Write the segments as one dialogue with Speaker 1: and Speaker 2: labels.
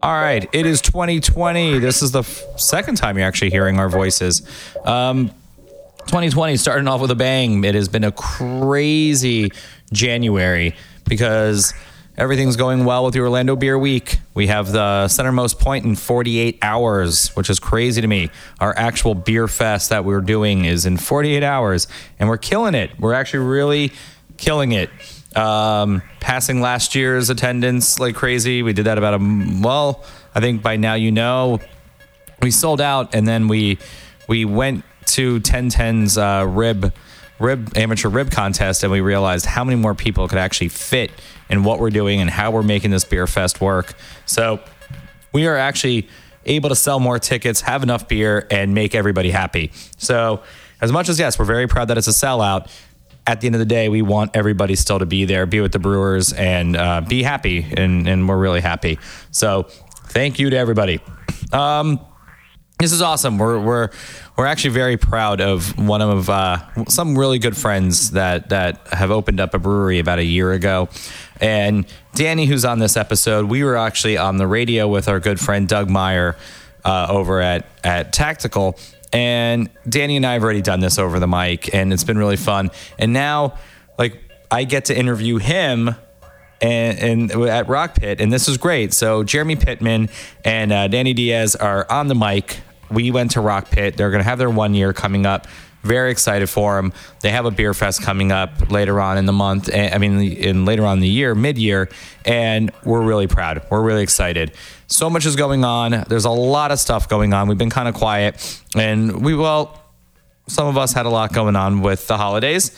Speaker 1: All right, it is 2020. This is the f- second time you're actually hearing our voices. Um, 2020 starting off with a bang. It has been a crazy January because everything's going well with the Orlando Beer Week. We have the centermost point in 48 hours, which is crazy to me. Our actual beer fest that we're doing is in 48 hours, and we're killing it. We're actually really killing it. Um, passing last year's attendance like crazy. We did that about a m- well. I think by now you know we sold out and then we we went to 1010's uh, rib rib amateur rib contest and we realized how many more people could actually fit in what we're doing and how we're making this beer fest work so we are actually able to sell more tickets have enough beer and make everybody happy so as much as yes we're very proud that it's a sellout at the end of the day, we want everybody still to be there, be with the Brewers, and uh, be happy. And, and we're really happy. So, thank you to everybody. Um, this is awesome. We're we're we're actually very proud of one of uh, some really good friends that that have opened up a brewery about a year ago, and Danny, who's on this episode, we were actually on the radio with our good friend Doug Meyer uh, over at at Tactical, and Danny and I have already done this over the mic, and it's been really fun. And now, like, I get to interview him and, and at Rock Pit, and this is great. So Jeremy Pittman and uh, Danny Diaz are on the mic. We went to Rock Pit. They're going to have their one year coming up. Very excited for them. They have a beer fest coming up later on in the month. eh, I mean, in later on in the year, mid year, and we're really proud. We're really excited. So much is going on. There's a lot of stuff going on. We've been kind of quiet, and we well, some of us had a lot going on with the holidays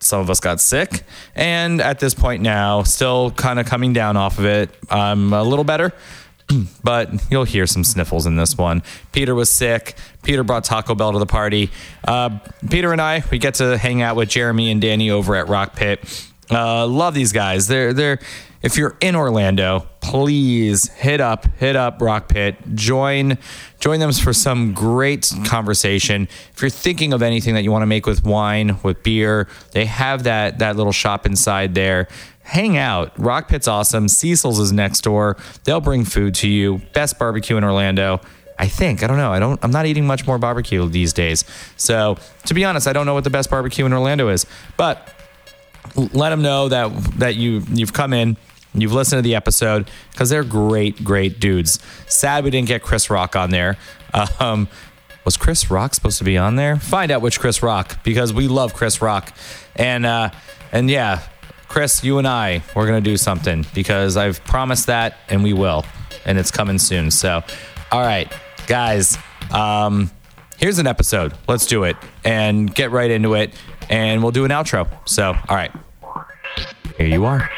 Speaker 1: some of us got sick and at this point now still kind of coming down off of it i'm a little better but you'll hear some sniffles in this one peter was sick peter brought taco bell to the party uh, peter and i we get to hang out with jeremy and danny over at rock pit uh, love these guys they're they're if you're in Orlando, please hit up hit up Rock Pit. Join join them for some great conversation. If you're thinking of anything that you want to make with wine, with beer, they have that that little shop inside there. Hang out. Rock Pit's awesome. Cecil's is next door. They'll bring food to you. Best barbecue in Orlando. I think. I don't know. I don't I'm not eating much more barbecue these days. So, to be honest, I don't know what the best barbecue in Orlando is. But let them know that that you you've come in you've listened to the episode because they're great great dudes sad we didn't get chris rock on there um was chris rock supposed to be on there find out which chris rock because we love chris rock and uh and yeah chris you and i we're gonna do something because i've promised that and we will and it's coming soon so all right guys um here's an episode let's do it and get right into it and we'll do an outro so all right here you are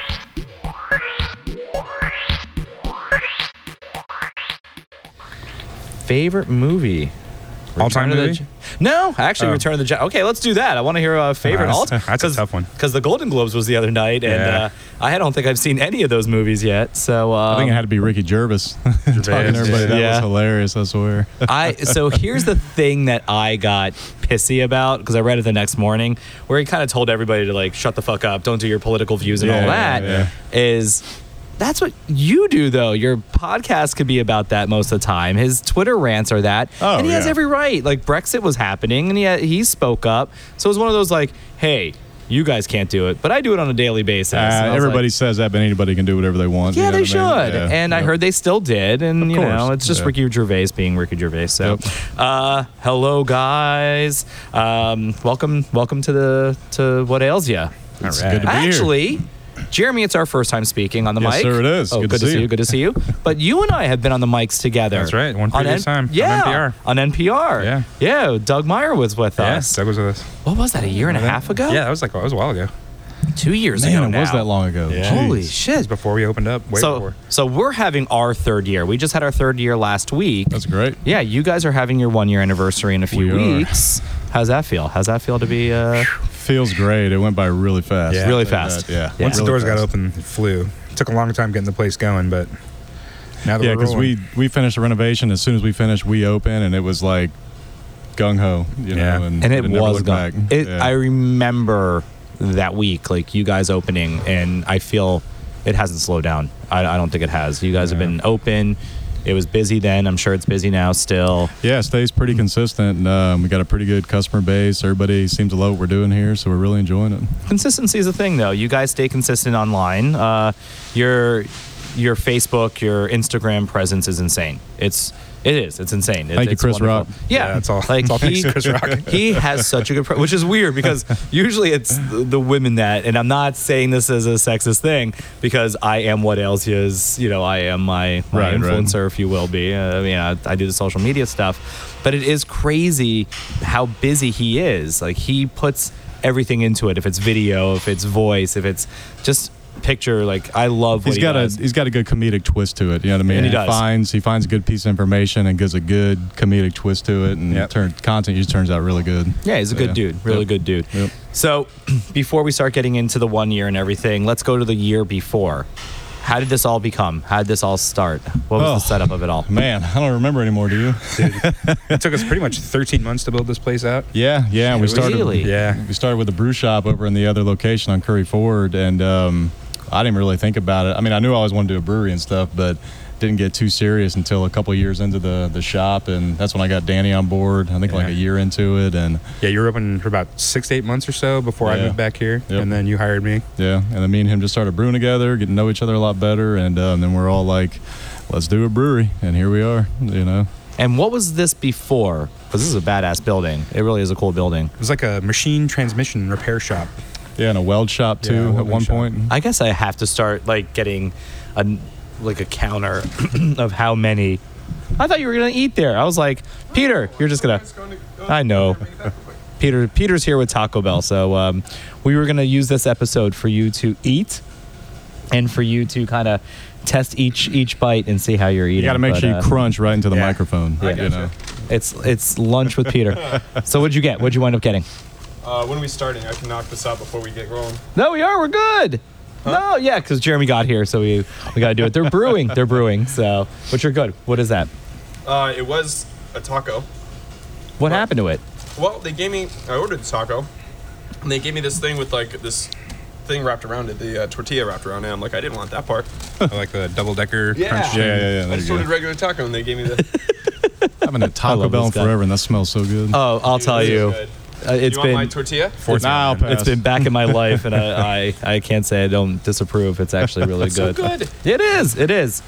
Speaker 1: favorite movie
Speaker 2: All-time
Speaker 1: Return of the
Speaker 2: movie?
Speaker 1: Je- no actually
Speaker 2: Oh.
Speaker 1: return of the Jedi. okay let's do that i want to hear a favorite
Speaker 2: Nice.
Speaker 1: all
Speaker 2: That's a tough one.
Speaker 1: because the golden globes was the other night and
Speaker 2: Yeah.
Speaker 1: uh, i don't think i've seen any of those movies yet so um,
Speaker 3: I think it had to be Ricky Gervais, talking to everybody. That
Speaker 1: yeah.
Speaker 3: was hilarious. I swear. Uh,
Speaker 1: I so here's the thing that I got pissy about because I read it the next morning, where he kind of told everybody to like shut the fuck up, don't do your political views and
Speaker 3: Yeah,
Speaker 1: all
Speaker 3: yeah,
Speaker 1: that. Is
Speaker 3: yeah.
Speaker 1: that's what you do though. Your podcast could be about that most of the time. His Twitter rants are that,
Speaker 3: Oh,
Speaker 1: and he has
Speaker 3: yeah.
Speaker 1: every right. Like Brexit was happening, and he had, he spoke up. So it was one of those like, hey, you guys can't do it, but I do it on a daily basis.
Speaker 3: Uh,
Speaker 1: And I was like,
Speaker 3: everybody says that, but anybody can do whatever they want. you
Speaker 1: yeah,
Speaker 3: know
Speaker 1: they should.
Speaker 3: what I mean? Yeah,
Speaker 1: and I
Speaker 3: yeah.
Speaker 1: heard they still did. And, you know,
Speaker 3: course,
Speaker 1: it's just
Speaker 3: yeah.
Speaker 1: Ricky Gervais being Ricky Gervais. So, uh, hello, guys. Um, welcome, welcome to the to what ails ya.
Speaker 3: It's good to be here.
Speaker 1: Actually, Jeremy, it's our first time speaking on the
Speaker 3: Yes,
Speaker 1: mic.
Speaker 3: sir, it is.
Speaker 1: Oh, good, to see, you. Good to see you. But you and I have been on the mics together.
Speaker 2: That's right, one previous time, on
Speaker 1: Yeah.
Speaker 2: NPR.
Speaker 1: On NPR.
Speaker 2: Yeah.
Speaker 1: Yeah. Doug Meyer was with us.
Speaker 2: Yes, that was with us.
Speaker 1: What was that? A year and a half ago?
Speaker 2: Yeah, that was like that was a while ago. It
Speaker 1: Two years
Speaker 3: Man,
Speaker 1: ago.
Speaker 3: it was
Speaker 1: now.
Speaker 3: that long ago.
Speaker 1: Holy
Speaker 3: Jeez.
Speaker 2: was
Speaker 1: shit!
Speaker 2: before we opened up. Way
Speaker 1: so,
Speaker 2: before.
Speaker 1: so we're having our third year. We just had our third year last week.
Speaker 3: That's great.
Speaker 1: Yeah, you guys are having your one year anniversary in a few
Speaker 3: We are.
Speaker 1: weeks. How's that feel? How's that feel to be? Uh,
Speaker 3: Feels great. It went by really fast.
Speaker 2: Yeah.
Speaker 1: Really
Speaker 3: Like that,
Speaker 1: fast.
Speaker 3: Yeah.
Speaker 1: Once
Speaker 2: Once
Speaker 3: really
Speaker 2: the doors got
Speaker 3: fast.
Speaker 2: open, it flew. It took a long time getting the place going, but now that
Speaker 3: Yeah,
Speaker 2: we're
Speaker 3: because
Speaker 2: rolling,
Speaker 3: we we finished the renovation. As soon as we finished, we opened, and it was like gung ho. You
Speaker 2: Yeah.
Speaker 3: know, and,
Speaker 1: and it
Speaker 3: never
Speaker 1: was
Speaker 3: looked
Speaker 1: gone.
Speaker 3: back.
Speaker 1: It,
Speaker 3: Yeah.
Speaker 1: I remember that week, like you guys opening, and I feel it hasn't slowed down. I, I don't think it has. You guys have been open. It was busy then. I'm sure it's busy now still.
Speaker 3: Yeah, it stays pretty consistent. And, um, we got a pretty good customer base. Everybody seems to love what we're doing here, so we're really enjoying it.
Speaker 1: Consistency is a thing, though. You guys stay consistent online. Uh, your your Facebook, your Instagram presence is insane. It's it is. It's insane. It-
Speaker 3: Thank you,
Speaker 1: it's
Speaker 3: Chris
Speaker 1: wonderful.
Speaker 3: Rock.
Speaker 1: Yeah,
Speaker 2: Yeah, that's all-
Speaker 1: Like
Speaker 2: that's all
Speaker 1: he,
Speaker 2: thanks to Chris Rock.
Speaker 1: he has such a good, pro- which is weird because usually it's the the women that, and I'm not saying this as a sexist thing because I am what else is. You know, I am my, my
Speaker 3: Right, right.
Speaker 1: influencer influencer, if you will be. Uh, I mean, I, I do the social media stuff, but it is crazy how busy he is. Like he puts everything into it. If it's video, if it's voice, if it's just picture. Like I love what
Speaker 3: He's
Speaker 1: he
Speaker 3: got
Speaker 1: does.
Speaker 3: a he's got a good comedic twist to it. You know what I mean?
Speaker 1: And he does.
Speaker 3: finds he finds a good piece of information and gives a good comedic twist to it, and
Speaker 2: Yep.
Speaker 3: turn, content just turns out really good.
Speaker 1: Yeah, he's a
Speaker 3: So,
Speaker 1: good
Speaker 3: yeah.
Speaker 1: dude. Really
Speaker 3: Yep.
Speaker 1: good dude.
Speaker 3: Yep.
Speaker 1: So, before we start getting into the one year and everything, let's go to the year before. How did this all become? How did this all start? What was
Speaker 3: Oh.
Speaker 1: the setup of it all?
Speaker 3: Man, I don't remember anymore. Do you?
Speaker 2: It took us pretty much 13 months to build this place out.
Speaker 3: Yeah, yeah. We started.
Speaker 1: Really?
Speaker 2: Yeah.
Speaker 3: We started with a brew shop over in the other location on Curry Ford, and um, I didn't really think about it. I mean, I knew I always wanted to do a brewery and stuff, but didn't get too serious until a couple years into the the shop, and that's when I got Danny on board. I think like
Speaker 2: Yeah.
Speaker 3: a year into it, and
Speaker 2: Yeah, you were open for about six to eight months or so before I
Speaker 3: Yeah.
Speaker 2: moved back here,
Speaker 3: Yep.
Speaker 2: and then you hired me.
Speaker 3: Yeah, and then me and him just started brewing together, getting to know each other a lot better, and um, then we're all like, "Let's do a brewery," and here we are. You know,
Speaker 1: And what was this before? Because this is a badass building. It really is a cool building.
Speaker 2: It was like a machine transmission repair shop.
Speaker 3: yeah, and a weld shop
Speaker 2: Yeah,
Speaker 3: too
Speaker 2: welding
Speaker 3: at one
Speaker 2: shop.
Speaker 3: point.
Speaker 1: I guess I have to start like getting a like a counter of how many. I thought you were gonna eat there. I was like, Peter, you're just gonna. I know. Peter, Peter's here with Taco Bell, so um, we were gonna use this episode for you to eat, and for you to kind of test each each bite and see how you're eating.
Speaker 3: You got to make
Speaker 1: But,
Speaker 3: sure you
Speaker 1: uh,
Speaker 3: crunch right into the
Speaker 2: yeah.
Speaker 3: microphone.
Speaker 1: Yeah.
Speaker 3: You know,
Speaker 1: It's it's lunch with Peter. so what'd you get? What'd you wind up getting?
Speaker 4: Uh, when are we starting? I can knock this out before we get going.
Speaker 1: No, we are. We're good. No, yeah, because Jeremy got here, so we we got to do it. They're brewing. They're brewing. So, but you're good. What is that?
Speaker 4: Uh, it was a taco.
Speaker 1: What happened to it?
Speaker 4: Well, they gave me. I ordered a taco, and they gave me this thing with like this thing wrapped around it, the uh, tortilla wrapped around it. I'm like, I didn't want that part.
Speaker 2: like the double decker
Speaker 4: Yeah.
Speaker 2: crunch.
Speaker 3: yeah, yeah, yeah.
Speaker 4: I
Speaker 3: There
Speaker 4: just
Speaker 3: you
Speaker 4: ordered
Speaker 3: go.
Speaker 4: regular taco, and they gave me the.
Speaker 3: Having a Taco
Speaker 1: love
Speaker 3: Bell
Speaker 1: this
Speaker 3: in
Speaker 1: guy.
Speaker 3: forever, and that smells so good.
Speaker 1: Oh, I'll
Speaker 4: Dude,
Speaker 1: tell
Speaker 4: this is
Speaker 1: you.
Speaker 4: good.
Speaker 1: Uh, It's
Speaker 4: you want my
Speaker 1: been
Speaker 4: tortilla?
Speaker 3: Fourth
Speaker 2: Nah,
Speaker 3: round.
Speaker 1: it's been back in my life, and I, I I can't say I don't disapprove. It's actually really
Speaker 4: So
Speaker 1: good.
Speaker 4: good.
Speaker 1: It is. It is.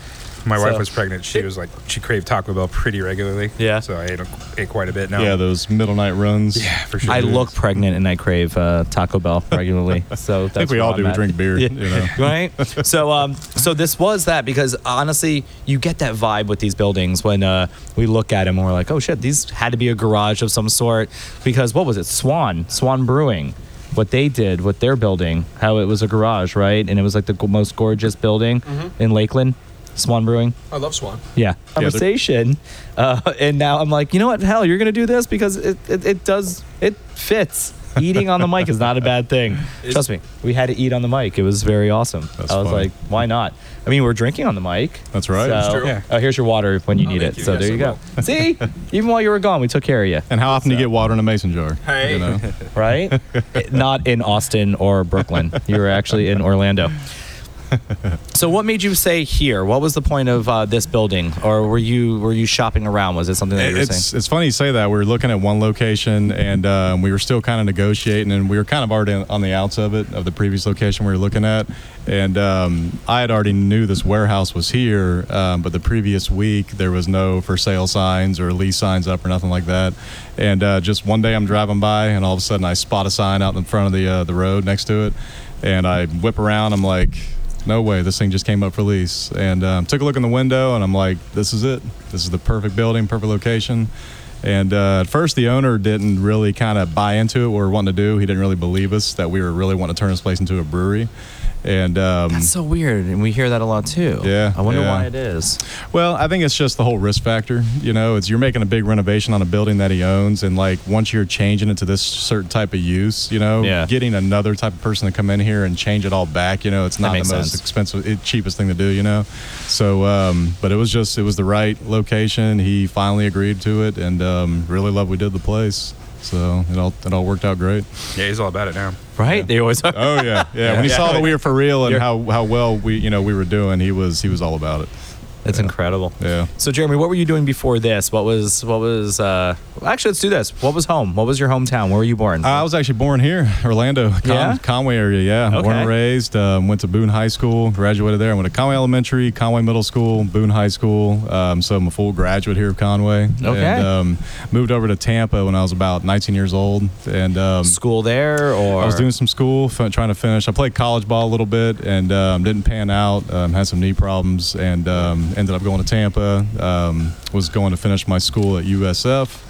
Speaker 2: My
Speaker 1: So-
Speaker 2: wife was pregnant. She was like, she craved Taco Bell pretty regularly.
Speaker 1: Yeah.
Speaker 2: So I ate, ate quite a bit now.
Speaker 3: yeah, those middle night runs.
Speaker 2: Yeah, for sure.
Speaker 1: I look pregnant, and I crave uh, Taco Bell regularly. So that's
Speaker 3: I think we
Speaker 1: where
Speaker 3: all
Speaker 1: I'm
Speaker 3: do. We
Speaker 1: at.
Speaker 3: drink beer.
Speaker 1: Yeah.
Speaker 3: You know.
Speaker 1: right? so, um, so this was that because honestly, you get that vibe with these buildings when uh, we look at them and we're like, oh shit, these had to be a garage of some sort because what was it? Swan, Swan Brewing. What they did with their building, how it was a garage, right? And it was like the g- most gorgeous building in Lakeland, Swan Brewing.
Speaker 4: I love Swan.
Speaker 1: Yeah,
Speaker 3: they're-
Speaker 1: conversation. uh, and now I'm like, you know what? Hell, you're gonna do this because it it, it does it fits. Eating on the mic is not a bad thing.
Speaker 4: It's-
Speaker 1: Trust me, we had to eat on the mic. It was very awesome.
Speaker 3: That's
Speaker 1: I was
Speaker 3: funny.
Speaker 1: like, why not? I mean, we're drinking on the mic.
Speaker 3: That's right.
Speaker 1: So,
Speaker 3: That's
Speaker 4: true. Yeah.
Speaker 1: Oh, here's your water when you
Speaker 4: Oh,
Speaker 1: need
Speaker 4: thank
Speaker 1: it.
Speaker 4: you.
Speaker 1: So
Speaker 4: Yes,
Speaker 1: there
Speaker 4: I
Speaker 1: you go. See, even while you were gone, we took care of you,
Speaker 3: And how often do you get water in a mason jar?
Speaker 4: Hey.
Speaker 3: You know?
Speaker 1: right? not in Austin or Brooklyn. You were actually in Orlando. So, what made you say here? What was the point of uh, this building, or were you were you shopping around? Was it something that you were saying?
Speaker 3: it's, it's funny you say that. We were looking at one location and um, we were still kind of negotiating and we were kind of already on the outs of it, of the previous location we were looking at. And um, I had already knew this warehouse was here, um, but the previous week there was no for sale signs or lease signs up or nothing like that. And uh, just one day I'm driving by and all of a sudden I spot a sign out in front of the, uh, the road next to it. And I whip around, I'm like, no way this thing just came up for lease and um, took a look in the window and i'm like this is it this is the perfect building perfect location and uh, at first the owner didn't really kind of buy into it what we were wanting to do he didn't really believe us that we were really wanting to turn this place into a brewery and um,
Speaker 1: That's so weird, and we hear that a lot too.
Speaker 3: Yeah,
Speaker 1: I wonder
Speaker 3: yeah.
Speaker 1: why it is.
Speaker 3: Well, I think it's just the whole risk factor. You know, it's you're making a big renovation on a building that he owns, and like once you're changing it to this certain type of use, you know,
Speaker 1: Yeah.
Speaker 3: getting another type of person to come in here and change it all back, you know, it's not the
Speaker 1: makes
Speaker 3: most
Speaker 1: sense.
Speaker 3: expensive, it, cheapest thing to do, you know. So, um, but it was just it was the right location. He finally agreed to it, and um, really love we did the place. So it all it all worked out great.
Speaker 2: Yeah, he's all about it now.
Speaker 1: Right? They always are.
Speaker 3: Oh yeah, yeah. When he
Speaker 1: Yeah.
Speaker 3: saw that we were for real and
Speaker 1: You're-
Speaker 3: how, how well we you know we were doing, he was he was all about it.
Speaker 1: That's incredible.
Speaker 3: Yeah.
Speaker 1: So Jeremy, what were you doing before this? What was what was uh actually let's do this. What was home? What was your hometown? Where were you born?
Speaker 3: I was actually born here, Orlando, Con-
Speaker 1: Yeah?
Speaker 3: Conway area. Yeah, born
Speaker 1: Okay.
Speaker 3: and raised. Um, went to Boone High School, graduated there. I went to Conway Elementary, Conway Middle School, Boone High School. Um, so I'm a full graduate here of Conway.
Speaker 1: Okay.
Speaker 3: And, um, moved over to Tampa when I was about 19 years old, and um,
Speaker 1: School there or
Speaker 3: I was doing some school, fin- trying to finish. I played college ball a little bit and um, didn't pan out. Um, had some knee problems and um, ended up going to Tampa. Um, was going to finish my school at USF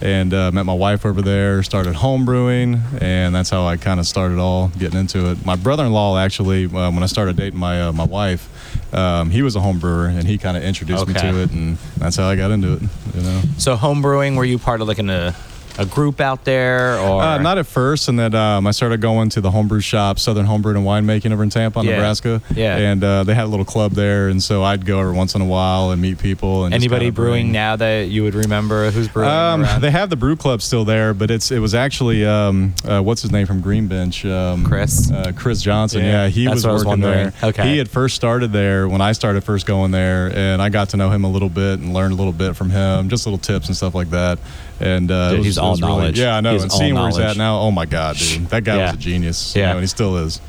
Speaker 3: and uh, met my wife over there. Started home brewing and that's how I kind of started all getting into it. My brother-in-law actually, uh, when I started dating my uh, my wife, um, he was a home brewer and he kind of introduced me
Speaker 1: Okay.
Speaker 3: to it, and that's how I got into it. You know.
Speaker 1: So home brewing, were you part of like an, a a group out there or
Speaker 3: Uh, not at first, and then um, I started going to the homebrew shop, Southern Homebrew and Winemaking over in Tampa,
Speaker 1: Yeah.
Speaker 3: Nebraska.
Speaker 1: Yeah.
Speaker 3: And uh, they had a little club there, and so I'd go every once in a while and meet people. And just
Speaker 1: anybody
Speaker 3: kinda
Speaker 1: brewing
Speaker 3: bring-
Speaker 1: now that you would remember who's brewing?
Speaker 3: Um,
Speaker 1: around?
Speaker 3: they have the brew club still there, but it's it was actually um, uh, what's his name from Greenbench, um,
Speaker 1: Chris?
Speaker 3: uh, Chris Johnson.
Speaker 1: Yeah.
Speaker 3: Yeah, he
Speaker 1: That's
Speaker 3: was
Speaker 1: what I was
Speaker 3: working there.
Speaker 1: wondering. Okay.
Speaker 3: he had first started there when I started first going there, and I got to know him a little bit and learned a little bit from him, just little tips and stuff like that. And uh,
Speaker 1: Dude,
Speaker 3: it was-
Speaker 1: he's
Speaker 3: it
Speaker 1: all
Speaker 3: was really-
Speaker 1: knowledge.
Speaker 3: yeah, I know.
Speaker 1: He's
Speaker 3: and
Speaker 1: all
Speaker 3: seeing where he's
Speaker 1: knowledge.
Speaker 3: at now, oh my god, dude, that guy
Speaker 1: Yeah.
Speaker 3: was a genius. you
Speaker 1: Yeah.
Speaker 3: know, and he still is.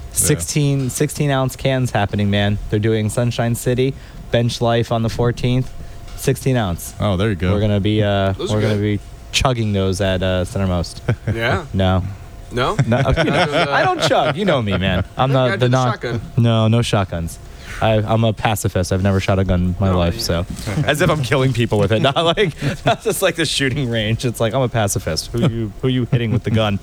Speaker 1: 16,
Speaker 3: Yeah.
Speaker 1: 16 ounce cans happening, man. They're doing Sunshine City, Bench Life on the 14th, 16 ounce.
Speaker 3: Oh, there you go.
Speaker 1: We're going to be uh,
Speaker 4: Those are
Speaker 1: we're going to be
Speaker 4: good.
Speaker 1: chugging those at uh, Centermost.
Speaker 4: Yeah.
Speaker 1: No.
Speaker 4: No.
Speaker 1: No, okay.
Speaker 4: Not just, uh,
Speaker 1: I don't chug. You know me, man. I'm
Speaker 4: I
Speaker 1: not
Speaker 4: did
Speaker 1: the
Speaker 4: the
Speaker 1: non.
Speaker 4: shotgun.
Speaker 1: No, no shotguns. I, I'm a pacifist. I've never shot a gun in my
Speaker 4: No,
Speaker 1: life,
Speaker 4: me
Speaker 1: so as if I'm killing people with it. Not like not just like the shooting range. It's like I'm a pacifist. Who you who you hitting with the gun?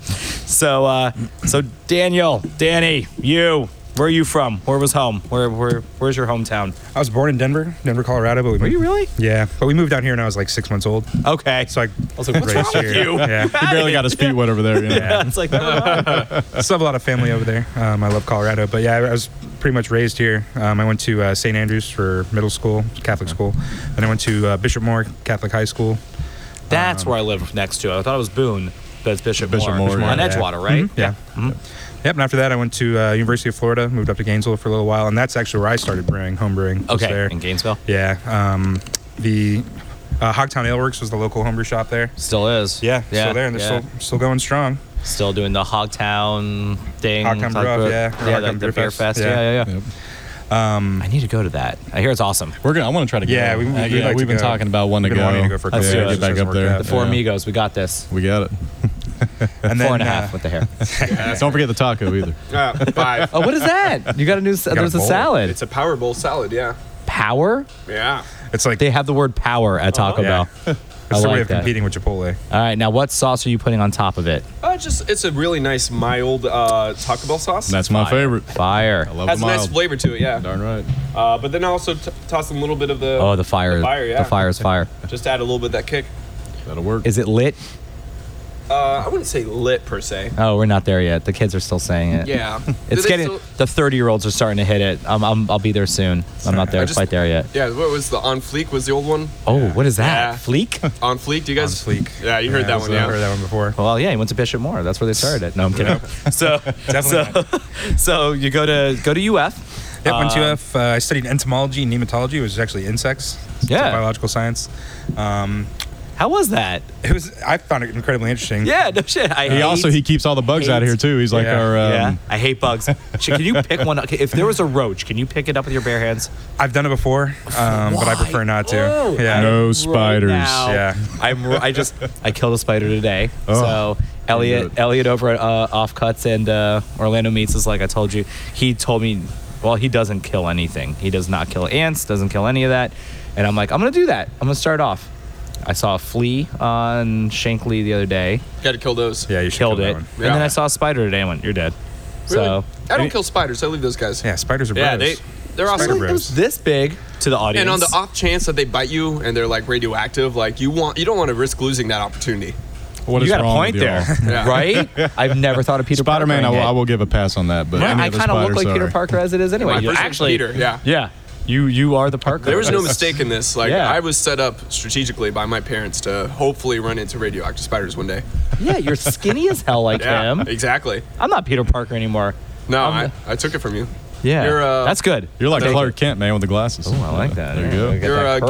Speaker 1: So uh, so Daniel, Danny, you, where are you from? Where was home? Where where where's your hometown?
Speaker 2: I was born in Denver, Denver, Colorado, but we
Speaker 1: Were
Speaker 2: moved.
Speaker 1: you really?
Speaker 2: Yeah, but we moved down here when I was like six months old.
Speaker 1: Okay.
Speaker 2: So I
Speaker 1: was like, what's
Speaker 2: raised
Speaker 1: wrong with
Speaker 2: here.
Speaker 1: you?
Speaker 2: Yeah,
Speaker 3: He barely got his feet wet over there. You know?
Speaker 1: Yeah, it's like never mind.
Speaker 2: still have a lot of family over there. Um, I love Colorado, but yeah, I I was pretty much raised here. Um, I went to uh, St. Andrews for middle school, Catholic school, and I went to uh, Bishop Moore Catholic High School.
Speaker 1: That's where I live next to. I thought it was Boone, but it's Bishop,
Speaker 3: Bishop Moore,
Speaker 1: on
Speaker 3: yeah.
Speaker 1: Edgewater, right? Mm-hmm.
Speaker 2: Mhm, Yeah. Yep. And after that, I went to uh, University of Florida, moved up to Gainesville for a little while, and that's actually where I started brewing, home brewing. was
Speaker 1: Okay,
Speaker 2: There.
Speaker 1: in Gainesville.
Speaker 2: Yeah. Um, the uh, Hogtown Aleworks was the local homebrew shop there.
Speaker 1: Still is.
Speaker 2: Yeah, still there, and they're
Speaker 1: yeah.
Speaker 2: still still going strong.
Speaker 1: Still doing the Hogtown thing.
Speaker 2: Hogtown Brew Up,
Speaker 1: Brew-
Speaker 2: yeah, or
Speaker 1: Yeah,
Speaker 2: Hogtown
Speaker 1: the, the
Speaker 2: Brew
Speaker 1: Beer Fest.
Speaker 2: Fest,
Speaker 1: Yeah,
Speaker 2: yeah.
Speaker 1: yeah, yeah.
Speaker 3: Yep.
Speaker 1: I need to go to that. I hear it's awesome.
Speaker 3: We're gonna. I want to try to. Go.
Speaker 2: Yeah, we-
Speaker 3: Uh,
Speaker 2: we'd like
Speaker 3: we've
Speaker 2: to
Speaker 3: been
Speaker 2: go.
Speaker 3: talking about one to
Speaker 2: We've been
Speaker 3: go.
Speaker 2: wanting to go for a
Speaker 3: yeah,
Speaker 1: couple years.
Speaker 3: get back
Speaker 2: Doesn't
Speaker 3: up
Speaker 2: work
Speaker 3: there.
Speaker 2: out.
Speaker 1: The Four
Speaker 3: yeah.
Speaker 1: Amigos, we got this.
Speaker 3: We got it.
Speaker 2: And
Speaker 1: Four and a half
Speaker 2: uh,
Speaker 1: with the hair.
Speaker 3: Don't forget the taco either.
Speaker 4: Yeah, five.
Speaker 1: oh, what is that? You got a new. Got
Speaker 2: a
Speaker 1: there's a,
Speaker 2: bowl.
Speaker 1: salad.
Speaker 4: It's a Power Bowl salad. Yeah.
Speaker 1: power.
Speaker 4: Yeah.
Speaker 2: It's like
Speaker 1: They have the word power at Taco
Speaker 2: Yeah.
Speaker 1: Bell. I
Speaker 2: It's the way
Speaker 1: like
Speaker 2: of
Speaker 1: that.
Speaker 2: competing with Chipotle.
Speaker 1: All right, now what sauce are you putting on top of it?
Speaker 4: Uh, just it's a really nice mild uh, Taco Bell sauce.
Speaker 3: That's my favorite.
Speaker 1: Fire.
Speaker 3: I love
Speaker 4: Has
Speaker 3: the
Speaker 4: a
Speaker 3: mild.
Speaker 4: nice flavor to it. Yeah.
Speaker 3: Darn right.
Speaker 4: Uh, but then I also t- toss a little bit of the.
Speaker 1: Oh, the fire.
Speaker 4: The fire. Yeah.
Speaker 1: The fire is fire.
Speaker 4: Just add a little bit of that kick.
Speaker 3: That'll work.
Speaker 1: Is it lit?
Speaker 4: Uh, I wouldn't say lit per se.
Speaker 1: Oh, we're not there yet. The kids are still saying it.
Speaker 4: Yeah.
Speaker 1: It's getting the thirty-year-olds are starting to hit it. I'm, I'm, I'll be there soon. I'm not there
Speaker 4: I just-
Speaker 1: quite there yet.
Speaker 4: yeah. What was the on fleek? Was the old one
Speaker 1: Oh, what is that?
Speaker 4: Yeah.
Speaker 1: Fleek?
Speaker 4: on fleek? Do you guys?
Speaker 2: On fleek.
Speaker 4: Yeah, you heard that
Speaker 2: so
Speaker 4: one.
Speaker 2: I've
Speaker 4: Yeah.
Speaker 2: heard that one before.
Speaker 1: Well, yeah, he went to Bishop Moore. That's where they started it. No, I'm kidding. so, so, so you go to go to UF.
Speaker 2: Yep, went to
Speaker 1: Um,
Speaker 2: UF. Uh, I studied entomology and nematology, which is actually insects. It's
Speaker 1: Yeah.
Speaker 2: a biological science. Um,
Speaker 1: How was that?
Speaker 2: it was. I found it incredibly interesting.
Speaker 1: Yeah, no shit. I
Speaker 3: He
Speaker 1: hate,
Speaker 3: also he keeps all the bugs out of
Speaker 1: hate-
Speaker 3: here too. He's like
Speaker 2: Yeah.
Speaker 3: our um,
Speaker 1: yeah, I hate bugs. Shit, can you pick one up? If there was a roach, can you pick it up with your bare hands?
Speaker 2: I've done it before, um, but I prefer not to.
Speaker 1: Oh,
Speaker 2: yeah.
Speaker 3: No
Speaker 1: right
Speaker 3: spiders.
Speaker 1: now.
Speaker 2: Yeah.
Speaker 1: I'm. I just. I killed a spider today.
Speaker 3: Oh.
Speaker 1: so Elliot,
Speaker 3: Good.
Speaker 1: Elliot over at uh, Offcuts and uh, Orlando Meats is like I told you. He told me. Well, he doesn't kill anything. He does not kill ants. Doesn't kill any of that. And I'm like, I'm gonna do that. I'm gonna start off. I saw a flea on Shankly the other day.
Speaker 4: Got to kill those.
Speaker 2: Yeah, you should
Speaker 1: Killed
Speaker 2: kill that
Speaker 1: it.
Speaker 2: one.
Speaker 1: And then
Speaker 4: Yeah.
Speaker 1: I saw a spider today. and went, you're dead.
Speaker 4: Really?
Speaker 1: So
Speaker 4: I don't kill spiders. I leave those guys.
Speaker 2: Yeah, spiders are.
Speaker 4: Yeah, they
Speaker 2: bros.
Speaker 4: they're
Speaker 2: Spider
Speaker 4: awesome.
Speaker 2: bro.
Speaker 1: It was this big to the audience.
Speaker 4: And on the off chance that they bite you and they're like radioactive, like you want, you don't want to risk losing that opportunity.
Speaker 3: What
Speaker 1: you
Speaker 3: is
Speaker 1: got a
Speaker 3: wrong
Speaker 1: point
Speaker 3: with y'all?
Speaker 1: there,
Speaker 4: Yeah.
Speaker 1: right? I've never thought of Peter
Speaker 3: Spider Man, I,
Speaker 1: Parker.
Speaker 3: will- I will give a pass on that. But
Speaker 1: Yeah,
Speaker 3: any
Speaker 1: I
Speaker 3: other
Speaker 1: kind of look
Speaker 3: spider,
Speaker 1: like Peter
Speaker 3: sorry.
Speaker 1: Parker as it is anyway.
Speaker 4: My
Speaker 1: You
Speaker 4: first name's
Speaker 1: actually,
Speaker 4: Peter. Yeah.
Speaker 1: yeah. You you are the park.
Speaker 4: There was no
Speaker 1: guard.
Speaker 4: mistake in this. Like
Speaker 1: Yeah.
Speaker 4: I was set up strategically by my parents to hopefully run into radioactive spiders one day.
Speaker 1: Yeah, you're skinny as hell like
Speaker 4: Yeah,
Speaker 1: him.
Speaker 4: exactly.
Speaker 1: I'm not Peter Parker anymore.
Speaker 4: No,
Speaker 1: I'm
Speaker 4: I,
Speaker 1: the-
Speaker 4: I took it from you.
Speaker 1: Yeah,
Speaker 4: You're, uh,
Speaker 1: that's good.
Speaker 3: You're like
Speaker 1: Thank
Speaker 3: Clark Kent, man, with the glasses.
Speaker 1: you. Ooh, I like
Speaker 3: Yeah,
Speaker 1: that.
Speaker 3: There
Speaker 1: Yeah,
Speaker 3: you go.
Speaker 1: look at
Speaker 4: You're
Speaker 1: that
Speaker 4: uh,
Speaker 1: curl.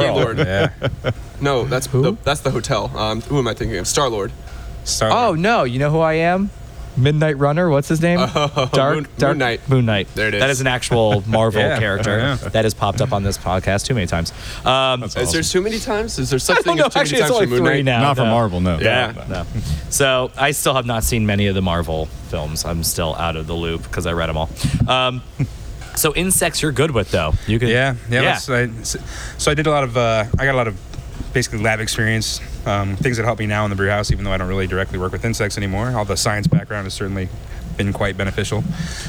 Speaker 4: Gaylord.
Speaker 2: Yeah.
Speaker 4: No, that's the, that's the hotel. Um, who am I thinking of? Star Lord.
Speaker 1: Oh no, you know who I am? Midnight Runner. What's his name? dark,
Speaker 4: Oh, Moon-
Speaker 1: dark
Speaker 4: Moon Knight.
Speaker 1: Moon Knight.
Speaker 4: There it
Speaker 1: That
Speaker 4: is.
Speaker 1: is an actual Marvel
Speaker 2: Yeah,
Speaker 1: character
Speaker 2: I know.
Speaker 1: that has popped up on this podcast too many times. Um,
Speaker 3: That's
Speaker 4: Is there
Speaker 3: awesome.
Speaker 4: too many times? Is there
Speaker 1: I
Speaker 4: such
Speaker 1: don't
Speaker 4: thing
Speaker 1: know.
Speaker 4: as too
Speaker 1: Actually,
Speaker 4: many
Speaker 1: it's
Speaker 4: times
Speaker 1: only
Speaker 4: for Moon
Speaker 1: three
Speaker 4: Knight?
Speaker 1: now.
Speaker 3: Not for
Speaker 1: no.
Speaker 3: Marvel, no.
Speaker 4: Yeah.
Speaker 3: No.
Speaker 1: No. So I still have not seen many of the Marvel films. I'm still out of the loop because I read them all. Um, so insects, you're good with though. You can.
Speaker 2: Yeah, yeah.
Speaker 1: Yeah.
Speaker 2: that's- I- so, I did a lot of. Uh, I got a lot of basically lab experience, um, things that help me now in the brew house. Even though I don't really directly work with insects anymore, all the science background has certainly been quite beneficial.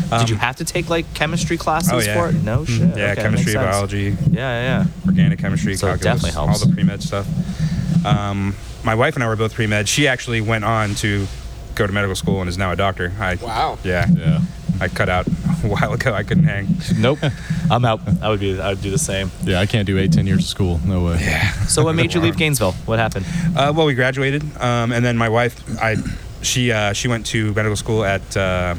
Speaker 2: Um,
Speaker 1: Did you have to take like chemistry classes
Speaker 2: oh, yeah.
Speaker 1: for it? No shit.
Speaker 2: yeah,
Speaker 1: Okay,
Speaker 2: chemistry,
Speaker 1: makes sense.
Speaker 2: biology,
Speaker 1: Yeah, yeah.
Speaker 2: organic chemistry,
Speaker 1: So it
Speaker 2: calculus,
Speaker 1: definitely helps.
Speaker 2: all the pre med stuff. Um, my wife and I were both pre med. She actually went on to go to medical school and is now a doctor. I,
Speaker 4: Wow.
Speaker 2: Yeah,
Speaker 3: Yeah.
Speaker 2: I cut out a while ago. I couldn't hang.
Speaker 1: Nope. I'm out. I would be. I would do the same.
Speaker 3: Yeah, I can't do eight, ten years of school. No way.
Speaker 1: So what made you leave Gainesville? What happened?
Speaker 2: Uh, well, we graduated, um, and then my wife, I, she, uh, she went to medical school at. Uh,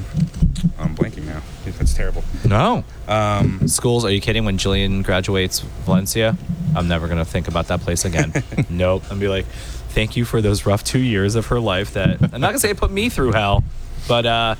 Speaker 2: I'm blanking now. That's terrible.
Speaker 1: No.
Speaker 2: Um,
Speaker 1: Schools? Are you kidding? When Jillian graduates Valencia, I'm never gonna think about that place again. nope. I'm be like, thank you for those rough two years of her life. That I'm not gonna say it put me through hell, but uh,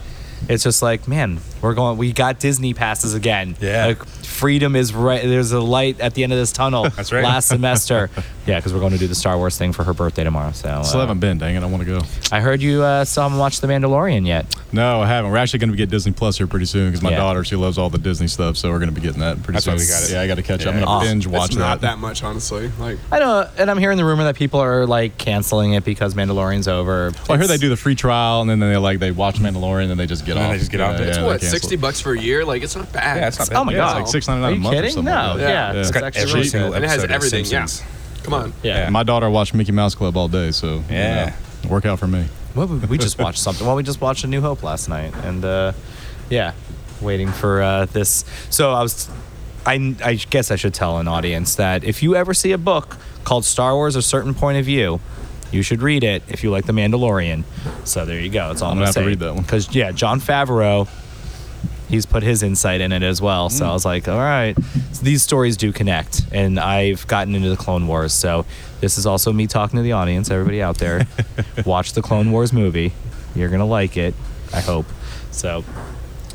Speaker 1: it's just like, man, we're going. We got Disney passes again.
Speaker 2: Yeah.
Speaker 1: Like, freedom is right. There's a light at the end of this tunnel.
Speaker 2: That's right.
Speaker 1: Last semester. yeah, because we're going to do the Star Wars thing for her birthday tomorrow. So. uh,
Speaker 3: Still haven't been. Dang it, I want to go.
Speaker 1: I heard you uh, still haven't watched The Mandalorian yet.
Speaker 3: No, I haven't. We're actually going to get Disney Plus here pretty soon because my
Speaker 1: Yeah.
Speaker 3: daughter she loves all the Disney stuff, so we're going to be getting that pretty
Speaker 2: That's
Speaker 3: soon.
Speaker 2: why we got it.
Speaker 3: Yeah, I got to catch up. I'm
Speaker 4: Yeah.
Speaker 3: going to
Speaker 1: Oh,
Speaker 3: binge watch
Speaker 4: it's not
Speaker 3: that.
Speaker 4: that much, honestly. Like
Speaker 1: I know, and I'm hearing the rumor that people are like canceling it because Mandalorian's over.
Speaker 3: Well, Oh, I heard they do the free trial and then they like they watch Mandalorian and then they just get
Speaker 2: And then
Speaker 3: off.
Speaker 2: they just get
Speaker 3: yeah,
Speaker 2: off. It's
Speaker 3: yeah, they
Speaker 4: what,
Speaker 3: cancel
Speaker 4: sixty
Speaker 3: it.
Speaker 4: bucks for a year? Like it's not bad.
Speaker 2: yeah, it's not bad.
Speaker 1: Oh my
Speaker 3: Yeah,
Speaker 1: god!
Speaker 3: it's like six ninety nine
Speaker 1: Are
Speaker 3: a
Speaker 1: you
Speaker 3: month or
Speaker 1: kidding?
Speaker 3: something
Speaker 1: No,
Speaker 3: like that.
Speaker 1: yeah,
Speaker 3: Yeah.
Speaker 1: it's
Speaker 3: It's
Speaker 2: got
Speaker 1: actually
Speaker 2: every
Speaker 1: really
Speaker 2: single
Speaker 1: good.
Speaker 4: and it has
Speaker 2: episode of
Speaker 4: everything. Yeah.
Speaker 2: Simpsons.
Speaker 4: Come on.
Speaker 1: Yeah.
Speaker 2: Yeah.
Speaker 3: My daughter watched Mickey Mouse Club all day, so
Speaker 2: Yeah.
Speaker 3: yeah, work out for me.
Speaker 1: What would- we just watched something. Well, we just watched A New Hope last night, and uh, yeah, waiting for uh, this. So I was, I, I guess I should tell an audience that if you ever see a book called Star Wars: A Certain Point of View, you should read it if you like The Mandalorian. So there you go. It's all I'm
Speaker 3: I'm
Speaker 1: gonna,
Speaker 3: gonna have to
Speaker 1: say.
Speaker 3: read that one.
Speaker 1: because yeah, John Favreau. He's put his insight in it as well.
Speaker 2: Mm.
Speaker 1: So I was like, all right, So these stories do connect. And I've gotten into the Clone Wars. So this is also me talking to the audience, everybody out there. watch the Clone Wars movie. You're going to like it, I hope. So